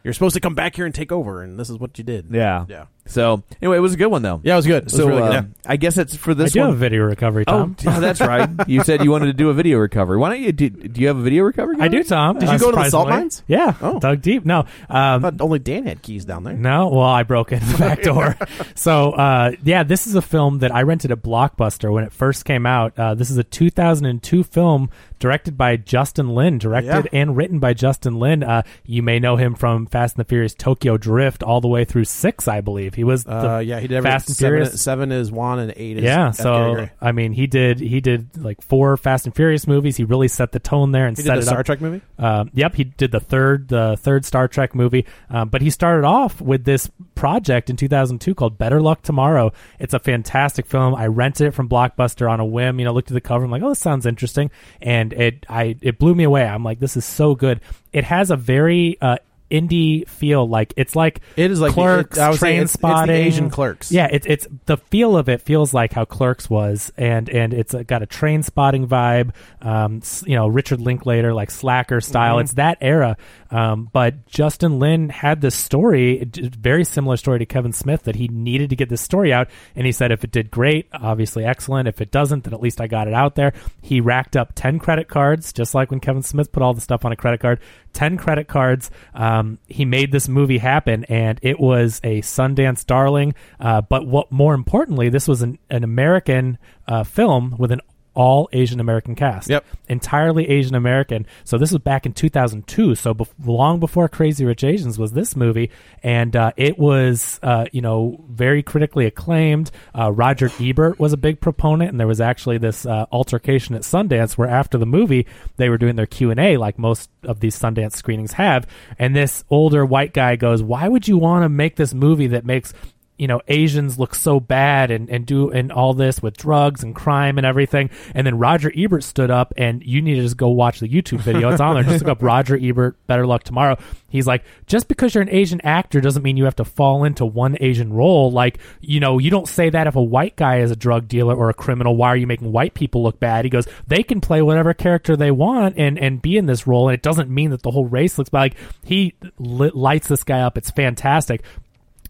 you're supposed to come back here and take over, and this is what you did.
yeah.
yeah.
So anyway, it was a good one though.
Yeah, it was good. It was
so
really good.
um, I guess it's for
I
this
do
one.
have video recovery, Tom.
Oh, yeah, that's right. You said you wanted to do a video recovery. Why don't you do? Do you have a video recovery?
I do, Tom.
Did you go to the salt
Unsurprisingly.
mines?
Yeah,
Oh.
dug deep. No, um,
But only Dan had keys down there.
No, well, I broke in the back door. so, uh, yeah, this is a film that I rented at Blockbuster when it first came out. Uh, this is a 2002 film directed by Justin Lin, directed and written by Justin Lin. Uh, you may know him from Fast and the Furious Tokyo Drift all the way through six, I believe. He was the
Uh, yeah, he did
Fast and
seven,
Furious
Seven is one and eight is
yeah
F.
so
Gary Gray.
i mean he did he did like four fast and furious movies he really set the tone there and
He did
set
the
it
Star
up.
Trek movie?
um, yep he did the third the third star trek movie um, but he started off with this project in 2002 called better luck tomorrow it's a fantastic film i rented it from blockbuster on a whim you know looked at the cover i'm like oh this sounds interesting and it i it blew me away i'm like this is so good it has a very uh indie feel like it's like
It is like the-
clerks
it- I would say
train
it's- it's the Asian
spotting
Clerks.
yeah yeah, it's it's the feel of it feels like how Clerks was, and and it's uh, got a train spotting vibe. Um, s- you know, Richard Linklater like slacker style. It's that era. Um, but Justin Lin had this story, d- very similar story to Kevin Smith, that he needed to get this story out, and he said if it did great, obviously excellent. If it doesn't, then at least I got it out there. He racked up ten credit cards, just like when Kevin Smith put all the stuff on a credit card. Ten credit cards. Um, he made this movie happen, and it was a Sundance darling. Uh, but what more importantly, this was an, an American uh, film with an all Asian American cast.
Yep.
Entirely Asian American. So this was back in 2002. So bef- long before Crazy Rich Asians was this movie. And uh, it was, uh, you know, very critically acclaimed. Uh, Roger Ebert was a big proponent. And there was actually this uh, altercation at Sundance where after the movie, they were doing their Q&A like most of these Sundance screenings have. And this older white guy goes, why would you want to make this movie that makes you know Asians look so bad and and do and all this with drugs and crime and everything. And then Roger Ebert stood up and you need to just go watch the YouTube video. It's on there. Just look up Roger Ebert. Better luck tomorrow. He's like, just because you're an Asian actor doesn't mean you have to fall into one Asian role. Like you know, you don't say that if a white guy is a drug dealer or a criminal. Why are you making white people look bad? He goes, they can play whatever character they want and and be in this role, and it doesn't mean that the whole race looks bad. Like he lit, lights this guy up. It's fantastic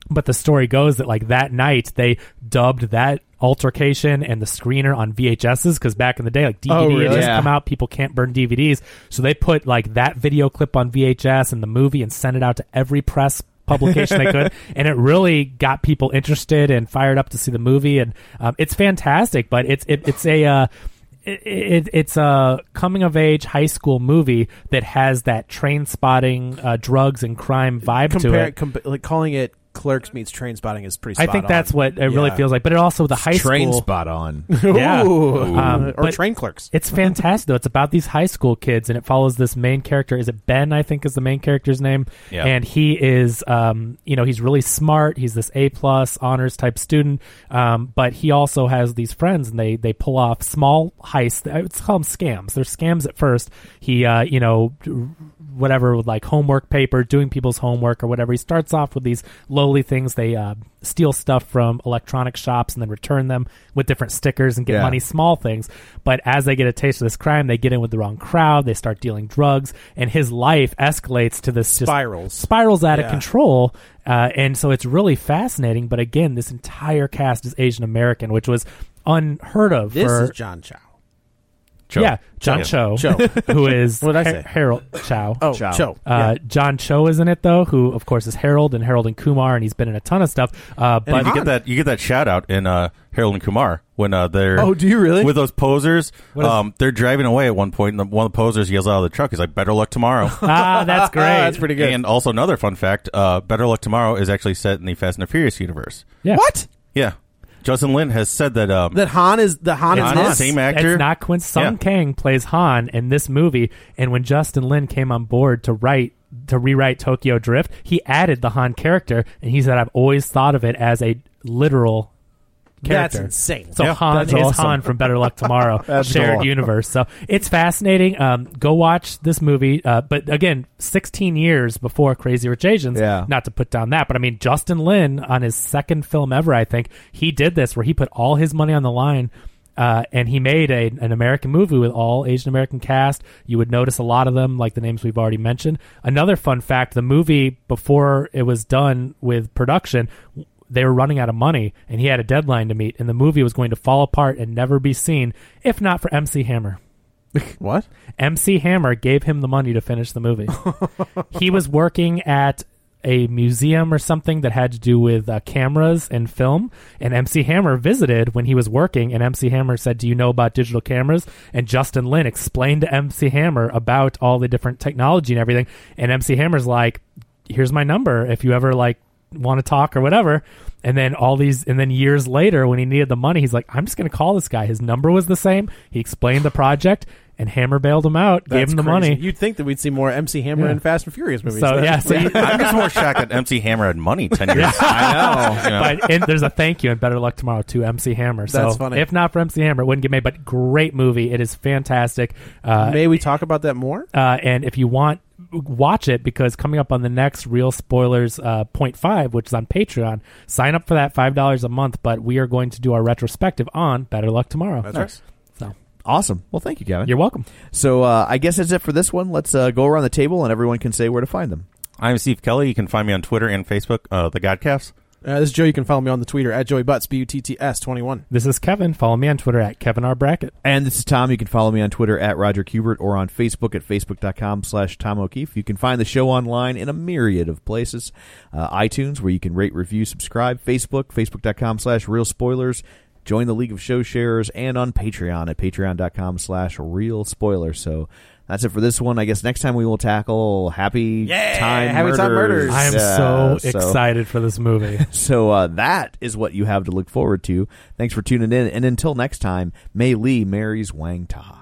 but the story goes that like that night they dubbed that altercation and the screener on VHSs because back in the day like DVD
Oh,
had
really?
just
Yeah.
come out people can't burn DVDs so they put like that video clip on VHS and the movie and sent it out to every press publication they could and it really got people interested and fired up to see the movie and um, it's fantastic but it's it, it's a uh, it, it, it's a coming of age high school movie that has that train spotting, uh, drugs and crime vibe to
Compare
it.
it, compa- like calling it Clerks meets Train Spotting is pretty. Spot
I think
on.
that's what it really
Yeah.
feels like. But it also the high
train
school
spot on.
Yeah.
Ooh.
Um,
or
but-
Train Clerks.
It's fantastic though. It's about these high school kids, and it follows this main character. Is it Ben? I think is the main character's name.
Yeah.
And he is, um, you know, he's really smart. He's this A plus honors type student, um, but he also has these friends, and they they pull off small heists. I would call them scams. They're scams at first. He, uh, you know, whatever with like homework paper, doing people's homework or whatever. He starts off with these lowly things. They uh, steal stuff from electronic shops and then return them with different stickers and get
Yeah.
money small things. But as they get a taste of this crime, they get in with the wrong crowd. They start dealing drugs, and his life escalates to this just-
Spirals.
spirals out of
Yeah.
control. Uh, and so it's really fascinating. But again, this entire cast is Asian American, which was unheard of.
This
for,
is John Chow.
Cho.
yeah, John Cho, who is
What did I say?
Har- Harold Chow.
Oh,
Chow.
Chow.
Uh, John Cho is in it though, who of course is Harold and Harold and Kumar, and he's been in a ton of stuff. Uh, but
And you get that you get that shout out in uh, Harold and Kumar when uh, they're
Oh, do you really?
with those posers?
is-
um, they're driving away at one point, and the, one of the posers yells out of the truck. He's like, "Better luck tomorrow."
ah, that's great.
that's pretty good.
And also another fun fact: uh, "Better Luck Tomorrow" is actually set in the Fast and the Furious universe.
Yeah.
What?
Yeah, Justin Lin has said that. Um,
That Han is the Han
Han
is
is
Han.
the same actor.
It's not Quince. Sung
Yeah.
Kang plays Han in this movie, and when Justin Lin came on board to write to rewrite Tokyo Drift, he added the Han character, and he said, "I've always thought of it as a literal."
That's
Character.
insane.
So
Yeah,
Han
that's
is
awesome.
Han from Better Luck Tomorrow, shared
cool.
universe. So it's fascinating. Um, go watch this movie. Uh, but again, 16 years before Crazy Rich Asians.
Yeah.
Not to put down that, but I mean Justin Lin on his second film ever, I think he did this where he put all his money on the line. Uh, and he made a, an American movie with all Asian American cast. You would notice a lot of them, like the names we've already mentioned. Another fun fact: the movie before it was done with production, they were running out of money and he had a deadline to meet and the movie was going to fall apart and never be seen if not for MC Hammer.
what?
MC Hammer gave him the money to finish the movie. he was working at a museum or something that had to do with uh, cameras and film and MC Hammer visited when he was working and MC Hammer said do you know about digital cameras and Justin Lin explained to MC Hammer about all the different technology and everything and MC Hammer's like here's my number if you ever like want to talk or whatever. And then all these, and then years later, when he needed the money, he's like, I'm just going to call this guy. His number was the same. He explained the project, and Hammer bailed him out, gave
That's
him the
crazy.
money.
You'd think that we'd see more MC Hammer
Yeah.
and Fast and Furious movies.
So,
That's
yeah, so-
pretty-
I'm just more shocked that MC Hammer had money ten years.
Yeah.
I know.
But and there's a thank you and better luck tomorrow to MC Hammer. So
That's funny.
if not for MC Hammer, it wouldn't get made. But great movie. It is fantastic. Uh,
May we talk about that more?
Uh, and if you want, watch it because coming up on the next Real Spoilers uh, point five, which is on Patreon, sign up for that five dollars a month. But we are going to do our retrospective on Better Luck Tomorrow. That's
right.
So
Awesome. Well, thank you, Kevin.
you're welcome.
So uh, I guess that's it for this one. Let's uh, go around the table and everyone can say where to find them.
I'm Steve Kelly. You can find me on Twitter and Facebook, uh, the Godcast.
Uh, this is Joe. You can follow me on the Twitter at Joey Butts, B U T T S 21.
This is Kevin. Follow me on Twitter at Kevin R Brackett.
And this is Tom. You can follow me on Twitter at Roger Kubert or on Facebook at facebook.com slash Tom O'Keefe. You can find the show online in a myriad of places. Uh, iTunes, where you can rate, review, subscribe. Facebook, facebook.com slash Real Spoilers. Join the League of Show Sharers and on Patreon at patreon.com slash Real Spoilers. So that's it for this one. I guess next time we will tackle Happy Time
Happy
Murders.
Time Murders.
I am
Yeah,
so, excited for this movie.
So uh, that is what you have to look forward to. Thanks for tuning in. And until next time, May Lee marries Wang Ta.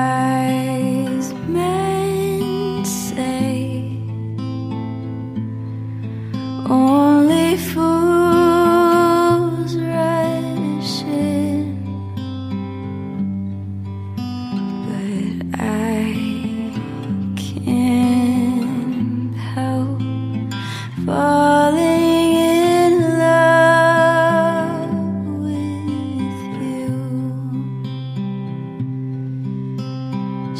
Wise men say only fools rush in, but I can't help falling in love with you.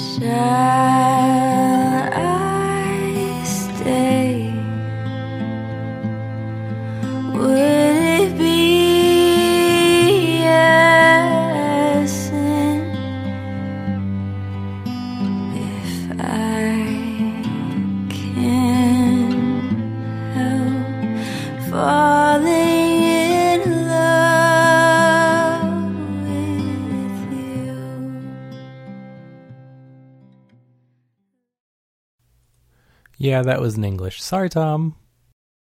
Shall I stay? Would it be a sin if I can help falling in love with you?
Yeah, that was in English. Sorry, Tom.